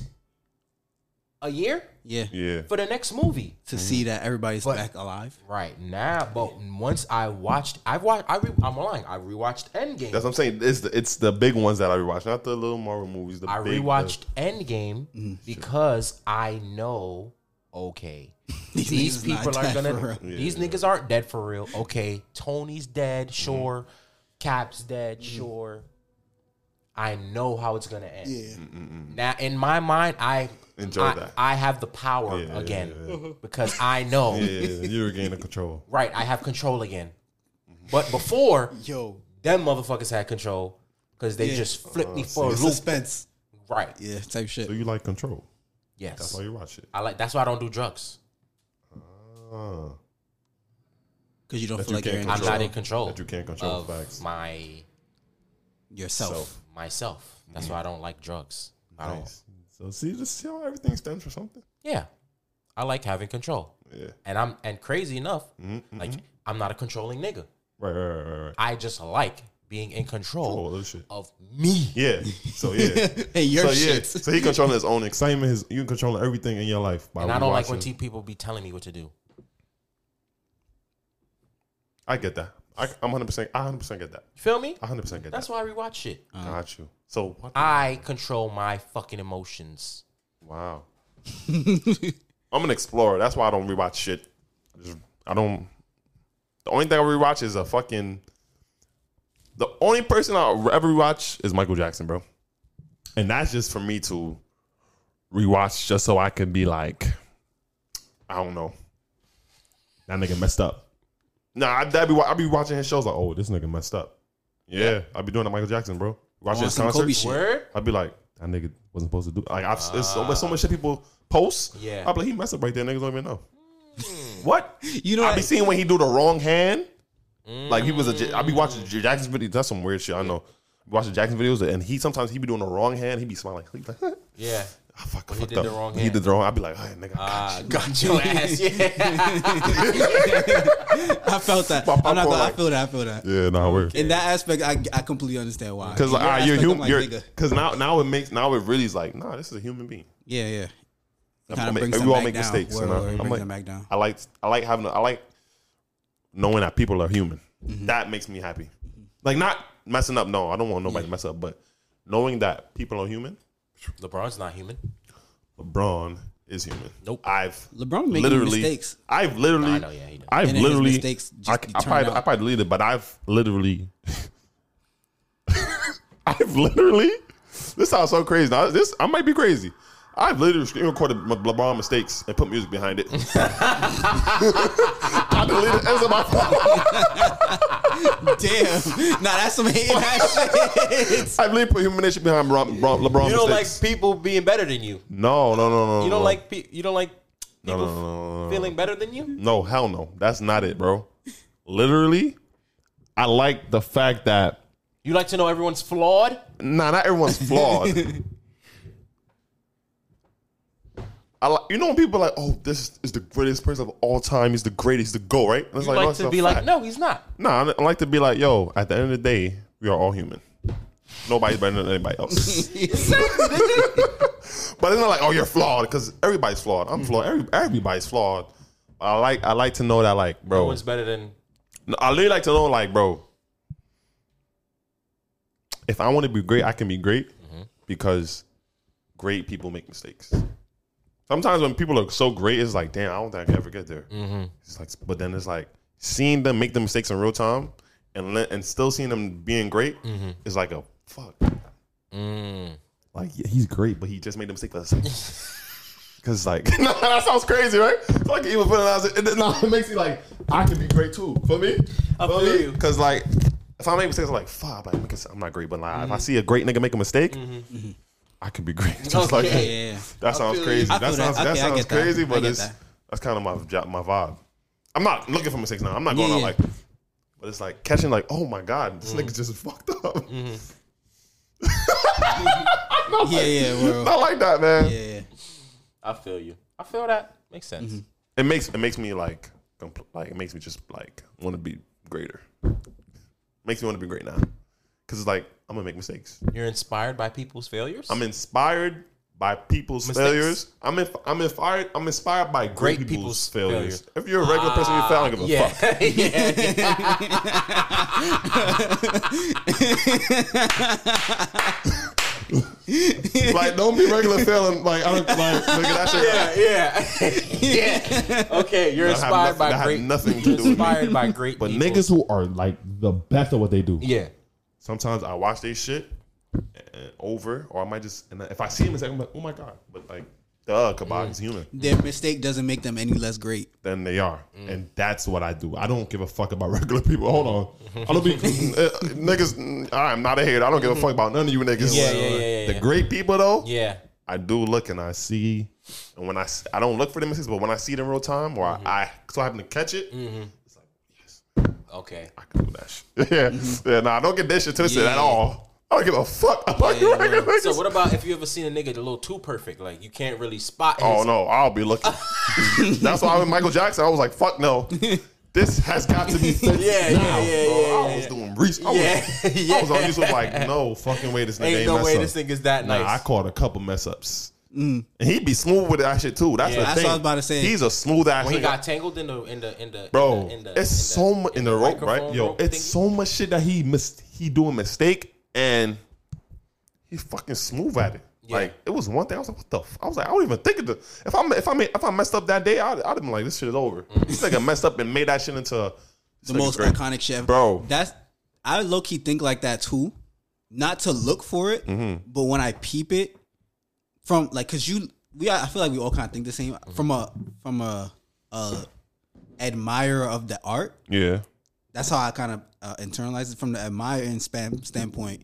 [SPEAKER 2] a year
[SPEAKER 3] yeah,
[SPEAKER 4] yeah.
[SPEAKER 2] for the next movie.
[SPEAKER 3] To see that everybody's back alive.
[SPEAKER 2] Right now, but once I watched, I've watched, I re, I'm lying, I rewatched Endgame.
[SPEAKER 4] That's what I'm saying. It's the, it's the big ones that I rewatch, not the little Marvel movies. The
[SPEAKER 2] I
[SPEAKER 4] big,
[SPEAKER 2] rewatched Endgame
[SPEAKER 3] Mm,
[SPEAKER 2] because I know, okay,
[SPEAKER 3] These
[SPEAKER 2] these,
[SPEAKER 3] niggas not
[SPEAKER 2] people are
[SPEAKER 3] dead
[SPEAKER 2] gonna,
[SPEAKER 3] for real. Mm-hmm.
[SPEAKER 2] these niggas aren't dead for real. Okay, Tony's dead, sure. Cap's dead, sure. I know how it's gonna end. Now, in my mind, I
[SPEAKER 4] Mm, Enjoy
[SPEAKER 2] I,
[SPEAKER 4] that.
[SPEAKER 2] I have the power
[SPEAKER 4] Yeah,
[SPEAKER 2] again
[SPEAKER 4] yeah,
[SPEAKER 2] because I know,
[SPEAKER 4] The, yeah, yeah, you were gaining control.
[SPEAKER 2] right? I have control again.
[SPEAKER 4] Mm-hmm.
[SPEAKER 2] But before,
[SPEAKER 3] Yo,
[SPEAKER 2] them motherfuckers had control because they just flipped
[SPEAKER 4] Uh,
[SPEAKER 2] me for a
[SPEAKER 3] it's
[SPEAKER 2] loop,
[SPEAKER 3] suspense.
[SPEAKER 2] right?
[SPEAKER 3] Yeah, type shit.
[SPEAKER 4] Oh, So you like control?
[SPEAKER 2] Yes.
[SPEAKER 4] That's why you watch it.
[SPEAKER 2] I like that's why I don't do drugs.
[SPEAKER 4] Uh,
[SPEAKER 3] Because you don't
[SPEAKER 4] That
[SPEAKER 3] feel
[SPEAKER 4] you
[SPEAKER 3] like you're in
[SPEAKER 4] can't
[SPEAKER 2] I'm
[SPEAKER 3] control
[SPEAKER 2] not in control.
[SPEAKER 4] That you can't control,
[SPEAKER 2] of
[SPEAKER 4] facts.
[SPEAKER 2] my
[SPEAKER 3] yourself.
[SPEAKER 4] self.
[SPEAKER 2] myself. That's why I don't like drugs. I don't.
[SPEAKER 4] nice. So see, just see how everything stems from something.
[SPEAKER 2] Yeah, I like having control,
[SPEAKER 4] Yeah.
[SPEAKER 2] and I'm and crazy enough,
[SPEAKER 4] Mm-hmm.
[SPEAKER 2] like I'm not a controlling nigga.
[SPEAKER 4] Right, right, right, right, right.
[SPEAKER 2] I just like being in control
[SPEAKER 4] Oh, this shit.
[SPEAKER 2] of me.
[SPEAKER 4] Yeah. So yeah.
[SPEAKER 3] Hey, your
[SPEAKER 4] so yeah.
[SPEAKER 3] shit.
[SPEAKER 4] So he controlling his own excitement. His you can control everything in your life. By
[SPEAKER 2] And I don't like when
[SPEAKER 4] rewatching.
[SPEAKER 2] t- people be telling me what to do.
[SPEAKER 4] I get that. I, I'm 100. percent I 100 percent get that.
[SPEAKER 2] You feel me?
[SPEAKER 4] I 100 percent get
[SPEAKER 2] That's
[SPEAKER 4] that.
[SPEAKER 2] why I rewatch shit.
[SPEAKER 4] Got you. So what? the-
[SPEAKER 2] I control my fucking emotions.
[SPEAKER 4] wow. I'm an explorer. That's why I don't rewatch shit. I, just, I don't. The only thing I rewatch is a fucking. The only person I'll ever rewatch is Michael Jackson, bro. And that's just for me to rewatch, just so I could be like, I don't know, that nigga messed up. Nah, I'd, that'd be why- I'd be watching his shows like, oh, this nigga messed up. Yeah, I'd be doing that Michael Jackson, bro. Watching
[SPEAKER 3] want
[SPEAKER 4] his
[SPEAKER 3] Oh, some Kobe
[SPEAKER 4] concerts.
[SPEAKER 3] shit.
[SPEAKER 2] Word.
[SPEAKER 4] I'd be like, that nigga wasn't supposed to do. Like, I've it's so, much, so much shit people post.
[SPEAKER 2] Yeah. Hmm.
[SPEAKER 4] I'd be like, he messed up right there. Niggas don't even know. what?
[SPEAKER 3] You know
[SPEAKER 4] I'd
[SPEAKER 3] what?
[SPEAKER 4] be seeing when he do the wrong hand. Like he was a. J- I'd be watching
[SPEAKER 2] Mm.
[SPEAKER 4] J- Jackson's videos. That's some weird shit. I know. Watching Jackson's videos, and he sometimes he be doing the wrong hand. He be smiling. He like, I
[SPEAKER 2] Yeah.
[SPEAKER 4] fuck, I
[SPEAKER 2] he
[SPEAKER 4] fucked
[SPEAKER 2] did
[SPEAKER 4] up.
[SPEAKER 2] the wrong
[SPEAKER 4] He
[SPEAKER 2] hand.
[SPEAKER 4] did the wrong. I'd be like, hey, nigga,
[SPEAKER 2] Uh, got your ass. Yeah.
[SPEAKER 3] I felt that.
[SPEAKER 4] Pop-
[SPEAKER 3] I'm not
[SPEAKER 4] popcorn,
[SPEAKER 3] gonna, I
[SPEAKER 4] like-
[SPEAKER 3] feel that. I feel that.
[SPEAKER 4] yeah, nah, weird.
[SPEAKER 3] In that aspect, I, I completely understand why.
[SPEAKER 4] Because like,
[SPEAKER 3] In your
[SPEAKER 4] ah, you're
[SPEAKER 3] aspect, I'm
[SPEAKER 4] human.
[SPEAKER 3] like,
[SPEAKER 4] you're
[SPEAKER 3] nigga.
[SPEAKER 4] because now now it makes now it really is like, nah, this is a human being.
[SPEAKER 3] Yeah, yeah. It
[SPEAKER 4] I
[SPEAKER 3] kind of
[SPEAKER 4] make-
[SPEAKER 3] brings
[SPEAKER 4] we
[SPEAKER 3] them
[SPEAKER 4] all
[SPEAKER 3] back
[SPEAKER 4] make
[SPEAKER 3] down.
[SPEAKER 4] mistakes,
[SPEAKER 3] Word,
[SPEAKER 4] and I-
[SPEAKER 3] word, it
[SPEAKER 4] I'm
[SPEAKER 3] brings
[SPEAKER 4] like-
[SPEAKER 3] them back down.
[SPEAKER 4] I like I like having a, I like knowing that people are human. That makes me happy. Like not messing up. No, I don't want nobody to mess up, but knowing that people are human.
[SPEAKER 2] LeBron's not human.
[SPEAKER 4] LeBron is human.
[SPEAKER 2] Nope.
[SPEAKER 4] I've
[SPEAKER 3] LeBron making
[SPEAKER 4] literally
[SPEAKER 3] mistakes.
[SPEAKER 4] I've literally.
[SPEAKER 2] I know, yeah, he does.
[SPEAKER 4] I've
[SPEAKER 3] And his
[SPEAKER 4] literally.
[SPEAKER 3] mistakes just
[SPEAKER 4] I, I
[SPEAKER 3] turn
[SPEAKER 4] probably
[SPEAKER 3] out.
[SPEAKER 4] I probably deleted, but I've literally. I've literally. This sounds so crazy. Now, this I might be crazy. I've literally screen recorded my LeBron mistakes and put music behind it. I deleted M's on my phone.
[SPEAKER 3] Damn. Nah, that's some hating ass shit.
[SPEAKER 4] I really put humiliation behind Bron, Bron, LeBron
[SPEAKER 2] You don't like
[SPEAKER 4] mistakes.
[SPEAKER 2] people being better than you.
[SPEAKER 4] no, no, no, no.
[SPEAKER 2] You don't
[SPEAKER 4] no.
[SPEAKER 2] like pe- you don't like
[SPEAKER 4] Oh. no,
[SPEAKER 2] people
[SPEAKER 4] no, no, no, no.
[SPEAKER 2] feeling better than you.
[SPEAKER 4] No, hell no. That's not it, bro. Literally, I like the fact that
[SPEAKER 2] You like to know everyone's flawed.
[SPEAKER 4] nah, not everyone's flawed. I like, you know when people are like, oh, this is the greatest person of all time. He's the greatest. He's the goat, right? And it's
[SPEAKER 2] You
[SPEAKER 4] no,
[SPEAKER 2] like
[SPEAKER 4] it's
[SPEAKER 2] to
[SPEAKER 4] a
[SPEAKER 2] be like,
[SPEAKER 4] fact. Oh.
[SPEAKER 2] no, he's not.
[SPEAKER 4] Nah, I like to be like, yo. At the end of the day, we are all human. Nobody's better than anybody else. but it's not like, oh, you're flawed because everybody's flawed.
[SPEAKER 2] Mm-hmm.
[SPEAKER 4] I'm flawed. Every, everybody's flawed. I like. I like to know that, like, bro.
[SPEAKER 2] No one's better than.
[SPEAKER 4] No, I really like to know, like, bro, if I want to be great, I can be great because great people make mistakes. Sometimes when people are so great, it's like, damn, I don't think I can ever get there.
[SPEAKER 2] Mm-hmm.
[SPEAKER 4] It's like, but then it's like seeing them make the mistakes in real time and le- and still seeing them being great
[SPEAKER 2] Mm-hmm.
[SPEAKER 4] is like a fuck.
[SPEAKER 2] Mm.
[SPEAKER 4] Like yeah, he's great, but he just made a mistake for a second. Cause like no, that sounds crazy, right? It's like even putting out it, it, no, it makes you like I can be great too. For me,
[SPEAKER 2] I
[SPEAKER 4] For
[SPEAKER 2] feel
[SPEAKER 4] me?
[SPEAKER 2] you.
[SPEAKER 4] Cause like if I make mistakes, I'm like fuck, I'm, like, I'm not great, but like,
[SPEAKER 2] Mm-hmm.
[SPEAKER 4] if I see a great nigga make a mistake, I could be great. Just like
[SPEAKER 2] Okay.
[SPEAKER 4] that.
[SPEAKER 3] Yeah.
[SPEAKER 4] That sounds
[SPEAKER 2] feel
[SPEAKER 4] crazy.
[SPEAKER 2] you.
[SPEAKER 3] I
[SPEAKER 4] That
[SPEAKER 3] feel that.
[SPEAKER 4] sounds, that.
[SPEAKER 3] Okay, I
[SPEAKER 4] sounds
[SPEAKER 3] get that.
[SPEAKER 4] crazy,
[SPEAKER 3] I
[SPEAKER 4] but
[SPEAKER 3] get
[SPEAKER 4] it's
[SPEAKER 3] that.
[SPEAKER 4] that's kind of my jo- my vibe. I'm not looking for mistakes now. I'm not going
[SPEAKER 3] Yeah, Mm. yeah.
[SPEAKER 4] out like, but it's like catching like, oh my god, this nigga just fucked up.
[SPEAKER 3] Mm-hmm. Yeah, yeah, world.
[SPEAKER 4] Not like that, man.
[SPEAKER 3] Yeah.
[SPEAKER 2] I feel you. I feel that makes sense.
[SPEAKER 4] It makes it makes me like compl- like it makes me just like want to be greater. Makes me want to be great now, because it's like I'm gonna make mistakes.
[SPEAKER 2] You're inspired by people's failures.
[SPEAKER 4] I'm inspired by people's
[SPEAKER 2] Mistakes.
[SPEAKER 4] failures. I'm inf- I'm inspired. I'm inspired by
[SPEAKER 2] Great
[SPEAKER 4] great,
[SPEAKER 2] people's
[SPEAKER 4] people's, failures.
[SPEAKER 2] failures.
[SPEAKER 4] If you're a regular person,
[SPEAKER 3] Ah,
[SPEAKER 4] you fail. I don't give a
[SPEAKER 2] yeah.
[SPEAKER 4] fuck.
[SPEAKER 2] yeah, yeah.
[SPEAKER 4] like don't be regular failing like I don't like nigga, that shit.
[SPEAKER 2] yeah, yeah. Okay, you're
[SPEAKER 4] have
[SPEAKER 2] inspired
[SPEAKER 4] nothing-
[SPEAKER 2] by
[SPEAKER 4] that had
[SPEAKER 2] great.
[SPEAKER 4] nothing to
[SPEAKER 2] you're
[SPEAKER 4] do with me.
[SPEAKER 2] Inspired by great.
[SPEAKER 4] But
[SPEAKER 2] people.
[SPEAKER 4] niggas who are like the best at what they do.
[SPEAKER 2] Yeah.
[SPEAKER 4] Sometimes I watch they shit and over, or I might just and if I see him, it's like I'm like, oh my god. But like, duh, Kabak
[SPEAKER 2] Mm.
[SPEAKER 4] is human.
[SPEAKER 3] Their mistake doesn't make them any less great.
[SPEAKER 4] Then they are,
[SPEAKER 2] Mm.
[SPEAKER 4] and that's what I do. I don't give a fuck about regular people. Hold on, I don't be uh, niggas. mm, I'm not a hater. I don't give a fuck about none of you niggas.
[SPEAKER 2] Yeah, yeah, yeah, yeah,
[SPEAKER 4] the
[SPEAKER 2] yeah.
[SPEAKER 4] great people though,
[SPEAKER 2] Yeah.
[SPEAKER 4] I do look and I see, and when I s- I don't look for the mistakes, but when I see it in real time or
[SPEAKER 2] Mm-hmm.
[SPEAKER 4] I, I so happen to catch it, it's like yes,
[SPEAKER 2] Okay.
[SPEAKER 4] I can do that shit. yeah,
[SPEAKER 2] Mm-hmm.
[SPEAKER 4] yeah. Nah, don't get that shit twisted
[SPEAKER 3] Yeah.
[SPEAKER 4] at all. I don't give a fuck about you regular niggas.
[SPEAKER 2] So what about if you ever seen a nigga a little too perfect? Like you can't really spot.
[SPEAKER 4] oh
[SPEAKER 2] his-
[SPEAKER 4] no, I'll be looking. That's why with Michael Jackson, I was like, fuck no. This has got to be fixed
[SPEAKER 2] Yeah, yeah,
[SPEAKER 4] now,
[SPEAKER 2] yeah,
[SPEAKER 4] bro.
[SPEAKER 2] yeah,
[SPEAKER 4] I was
[SPEAKER 2] yeah.
[SPEAKER 4] doing research. I,
[SPEAKER 2] Yeah,
[SPEAKER 4] was,
[SPEAKER 2] yeah.
[SPEAKER 4] I was on YouTube like, no fucking way this nigga ain't,
[SPEAKER 2] Ain't no
[SPEAKER 4] mess
[SPEAKER 2] way
[SPEAKER 4] up.
[SPEAKER 2] this thing is that
[SPEAKER 4] Nah, I
[SPEAKER 2] nice.
[SPEAKER 4] caught a couple mess ups.
[SPEAKER 3] Mm.
[SPEAKER 4] And he be smooth with that shit too. That's
[SPEAKER 2] Yeah.
[SPEAKER 4] the
[SPEAKER 2] That's
[SPEAKER 4] thing.
[SPEAKER 3] what I was about to say.
[SPEAKER 4] He's a smooth ass.
[SPEAKER 2] When he
[SPEAKER 4] nigga.
[SPEAKER 2] got tangled in the in the in the
[SPEAKER 4] bro,
[SPEAKER 2] in the, in the,
[SPEAKER 4] it's so much in the rope, right?
[SPEAKER 2] microphone
[SPEAKER 4] Yo,
[SPEAKER 2] rope
[SPEAKER 4] it's
[SPEAKER 2] thingy.
[SPEAKER 4] so much shit that he mis- he doing mistake and he fucking smooth at it. Like it was one thing. I was like, what the? F-? I was like, I don't even think of the. If I if I made, if I messed up that day, I'd, I'd have been like, this shit is over.
[SPEAKER 2] Mm.
[SPEAKER 4] This nigga messed up and made that shit into a-
[SPEAKER 3] The
[SPEAKER 4] this nigga
[SPEAKER 3] most
[SPEAKER 4] great.
[SPEAKER 3] iconic chef.
[SPEAKER 4] Bro.
[SPEAKER 3] That's I low key think like that too. Not to look for it,
[SPEAKER 4] Mm-hmm.
[SPEAKER 3] but when I peep it from like cause you we I feel like we all kind of think the same
[SPEAKER 4] Mm-hmm.
[SPEAKER 3] from a from a uh admirer of the art.
[SPEAKER 4] Yeah,
[SPEAKER 3] that's how I kind of uh, internalized it from the admire and spam standpoint.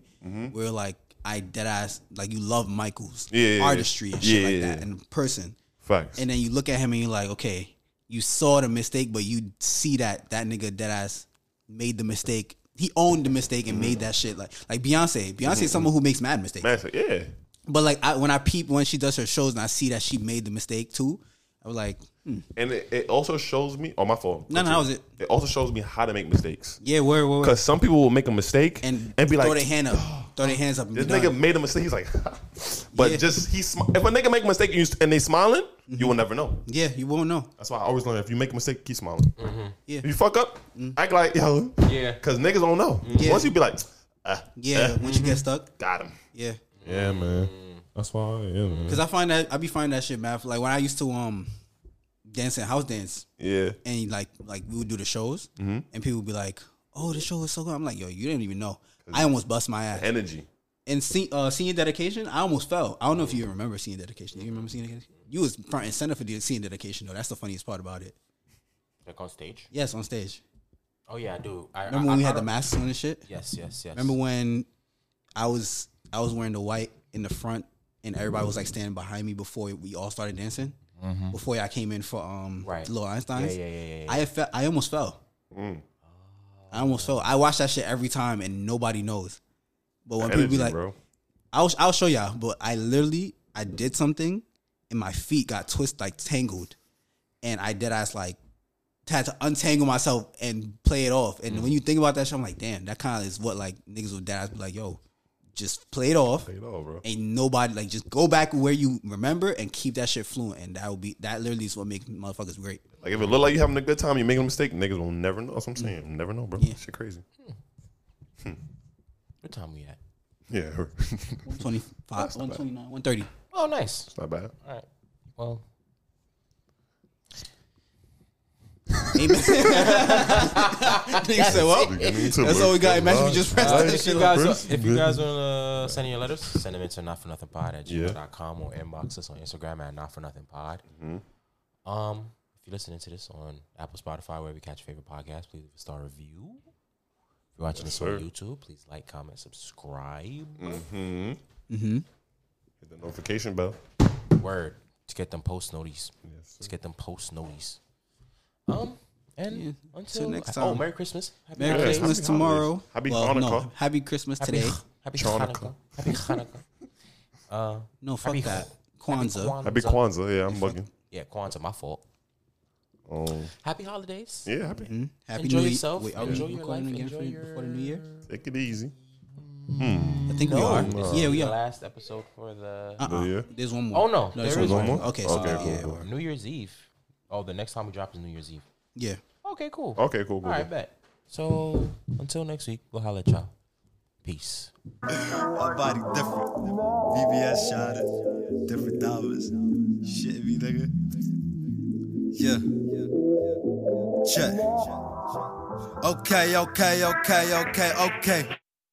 [SPEAKER 3] Where like I dead ass like you love Michael's
[SPEAKER 4] Mm-hmm. Yeah, yeah, yeah.
[SPEAKER 3] artistry and shit
[SPEAKER 4] Yeah,
[SPEAKER 3] like
[SPEAKER 4] yeah,
[SPEAKER 3] that
[SPEAKER 4] yeah.
[SPEAKER 3] and person,
[SPEAKER 4] facts.
[SPEAKER 3] and then you look at him and you're like, okay, you saw the mistake, but you see that that nigga dead ass made the mistake. He owned the mistake and made that shit like like Beyonce. Beyonce is someone who makes mad mistakes.
[SPEAKER 4] Man, it's like, yeah,
[SPEAKER 3] But like I, when I peep when she does her shows and I see that she made the mistake too, I was like, hmm,
[SPEAKER 4] and it, it also shows me on my phone.
[SPEAKER 3] no, no, that was it.
[SPEAKER 4] It also shows me how to make mistakes
[SPEAKER 3] Yeah, where, where, where?
[SPEAKER 4] because some people will make a mistake
[SPEAKER 3] and,
[SPEAKER 4] and and be
[SPEAKER 3] throw
[SPEAKER 4] like,
[SPEAKER 3] their hand up, throw their hands up. And
[SPEAKER 4] This
[SPEAKER 3] be done.
[SPEAKER 4] nigga made a mistake. He's like, but
[SPEAKER 3] Yeah. Mm-hmm.
[SPEAKER 4] just he. Sm- if a nigga make a mistake and, you, and they smiling, you will never know.
[SPEAKER 3] Yeah, you won't know.
[SPEAKER 4] That's why I always learn. If you make a mistake, keep smiling.
[SPEAKER 3] Mm-hmm. Yeah. Mm-hmm.
[SPEAKER 4] If you fuck up, act like yo.
[SPEAKER 2] Yeah.
[SPEAKER 4] Cause niggas don't know.
[SPEAKER 3] Yeah.
[SPEAKER 4] Once you be like, ah,
[SPEAKER 3] Yeah, once you get stuck.
[SPEAKER 4] got him.
[SPEAKER 3] Yeah,
[SPEAKER 4] Yeah, man.
[SPEAKER 3] Mm.
[SPEAKER 4] That's why. Yeah, man.
[SPEAKER 3] because I find that I be finding that shit mad. Like when I used to um dance and house dance,
[SPEAKER 4] Yeah.
[SPEAKER 3] and like like we would do the shows,
[SPEAKER 2] Mm-hmm.
[SPEAKER 3] and people would be like, "Oh, the show was so good." I'm like, "Yo, you didn't even know." I almost bust my ass.
[SPEAKER 4] Energy.
[SPEAKER 3] And se- uh, senior dedication, I almost fell. I don't know if you remember senior dedication. Do you remember senior dedication? You was front and center for the senior dedication though. That's the funniest part about it.
[SPEAKER 2] Like on stage?
[SPEAKER 3] Yes, on stage.
[SPEAKER 2] Oh yeah, I do. I,
[SPEAKER 3] Remember
[SPEAKER 2] I,
[SPEAKER 3] when
[SPEAKER 2] I-
[SPEAKER 3] we
[SPEAKER 2] I
[SPEAKER 3] had the
[SPEAKER 2] don't-
[SPEAKER 3] masks on and shit?
[SPEAKER 2] Yes, yes, yes.
[SPEAKER 3] Remember when I was I was wearing the white in the front and everybody was like standing behind me before we all started dancing? Before I came in for um
[SPEAKER 2] Mm-hmm. Right.
[SPEAKER 3] Lil Einstein's.
[SPEAKER 2] Yeah, yeah, yeah, yeah, yeah.
[SPEAKER 3] I have fe- I almost fell.
[SPEAKER 4] Mm.
[SPEAKER 3] I almost fell. I watch that shit every time and nobody knows. But when people
[SPEAKER 4] Energy,
[SPEAKER 3] be like,
[SPEAKER 4] bro.
[SPEAKER 3] I'll I'll show y'all, but I literally I did something and my feet got twist like tangled, and I did ass like had to untangle myself and play it off. And
[SPEAKER 4] Mm-hmm.
[SPEAKER 3] when you think about that shit, I'm like, damn, that kind of is what like niggas with dad be like, yo, just play it off.
[SPEAKER 4] Take it all, bro.
[SPEAKER 3] Ain't nobody like just go back where you remember and keep that shit fluent, and that will be that literally is what makes motherfuckers great.
[SPEAKER 4] Like if it look like you having a good time, you making a mistake, niggas will never know. That's what I'm
[SPEAKER 3] Mm.
[SPEAKER 4] saying. Never know, bro. Shit crazy.
[SPEAKER 2] What time we at?
[SPEAKER 4] Yeah, it's
[SPEAKER 3] 125, 129, 130.
[SPEAKER 2] Oh, nice.
[SPEAKER 4] not bad.
[SPEAKER 2] All right. Well,
[SPEAKER 3] Amen. Nigga said, well,
[SPEAKER 4] That's
[SPEAKER 3] that's all we got. Imagine we just pressed that
[SPEAKER 2] if
[SPEAKER 3] shit.
[SPEAKER 2] you
[SPEAKER 3] off.
[SPEAKER 2] guys, if you guys want to send in your letters, send them into not for nothing pod at
[SPEAKER 4] Yeah.
[SPEAKER 2] gmail.com or inbox us on Instagram at not for nothing pod. Um, if you're listening to this on Apple, Spotify, wherever you catch your favorite podcast, please leave a star review. If you're watching this
[SPEAKER 4] sir.
[SPEAKER 2] on YouTube, please like, comment, subscribe.
[SPEAKER 4] Hit the notification bell.
[SPEAKER 2] Word to get them post notice. Let's get them post notice. Um, and
[SPEAKER 3] Yeah.
[SPEAKER 2] until
[SPEAKER 3] Till next
[SPEAKER 2] Oh,
[SPEAKER 3] time.
[SPEAKER 2] Merry Christmas. Happy
[SPEAKER 3] Merry
[SPEAKER 4] Yeah,
[SPEAKER 2] holidays.
[SPEAKER 3] Christmas
[SPEAKER 4] happy
[SPEAKER 3] tomorrow.
[SPEAKER 4] holidays. Happy
[SPEAKER 3] well, No,
[SPEAKER 4] Hanukkah.
[SPEAKER 3] happy Christmas
[SPEAKER 2] Happy,
[SPEAKER 3] today.
[SPEAKER 2] happy
[SPEAKER 4] Chanukah.
[SPEAKER 2] Hanukkah. Happy Hanukkah. Uh,
[SPEAKER 3] No, fuck
[SPEAKER 2] happy-
[SPEAKER 3] that.
[SPEAKER 2] happy
[SPEAKER 3] Kwanzaa.
[SPEAKER 4] Happy Kwanzaa. Yeah, I'm bugging.
[SPEAKER 2] Yeah, Kwanzaa, my fault.
[SPEAKER 4] Oh,
[SPEAKER 2] Happy holidays.
[SPEAKER 4] yeah, happy.
[SPEAKER 3] Hmm? Happy
[SPEAKER 2] Enjoy
[SPEAKER 3] New Year.
[SPEAKER 2] yourself.
[SPEAKER 3] Wait, are
[SPEAKER 2] Enjoy
[SPEAKER 3] we
[SPEAKER 2] your
[SPEAKER 3] recording
[SPEAKER 2] life.
[SPEAKER 3] again
[SPEAKER 2] Enjoy
[SPEAKER 3] for,
[SPEAKER 2] your-
[SPEAKER 3] before the New Year?
[SPEAKER 4] Take it easy.
[SPEAKER 3] I think we are.
[SPEAKER 2] This
[SPEAKER 3] Yeah,
[SPEAKER 2] is
[SPEAKER 3] we
[SPEAKER 2] the
[SPEAKER 3] are.
[SPEAKER 2] last episode for the
[SPEAKER 3] Uh-uh.
[SPEAKER 4] Yeah.
[SPEAKER 3] There's one more.
[SPEAKER 2] Oh, no, there
[SPEAKER 3] there's
[SPEAKER 2] is
[SPEAKER 3] one
[SPEAKER 2] one
[SPEAKER 4] more.
[SPEAKER 3] Okay, so
[SPEAKER 4] Okay,
[SPEAKER 3] yeah,
[SPEAKER 4] cool,
[SPEAKER 3] yeah,
[SPEAKER 4] cool.
[SPEAKER 3] we're-
[SPEAKER 2] New Year's Eve. Oh, the next time we drop is New Year's Eve.
[SPEAKER 3] yeah.
[SPEAKER 2] Okay, cool.
[SPEAKER 4] Oh, Okay, cool, cool.
[SPEAKER 2] All right,
[SPEAKER 4] cool.
[SPEAKER 2] bet. So until next week, we'll holla at y'all. Peace.
[SPEAKER 1] My body different. BBS shot it. Different dollars. Shit me, nigga. Yeah. Check. Okay, okay, okay, okay, okay.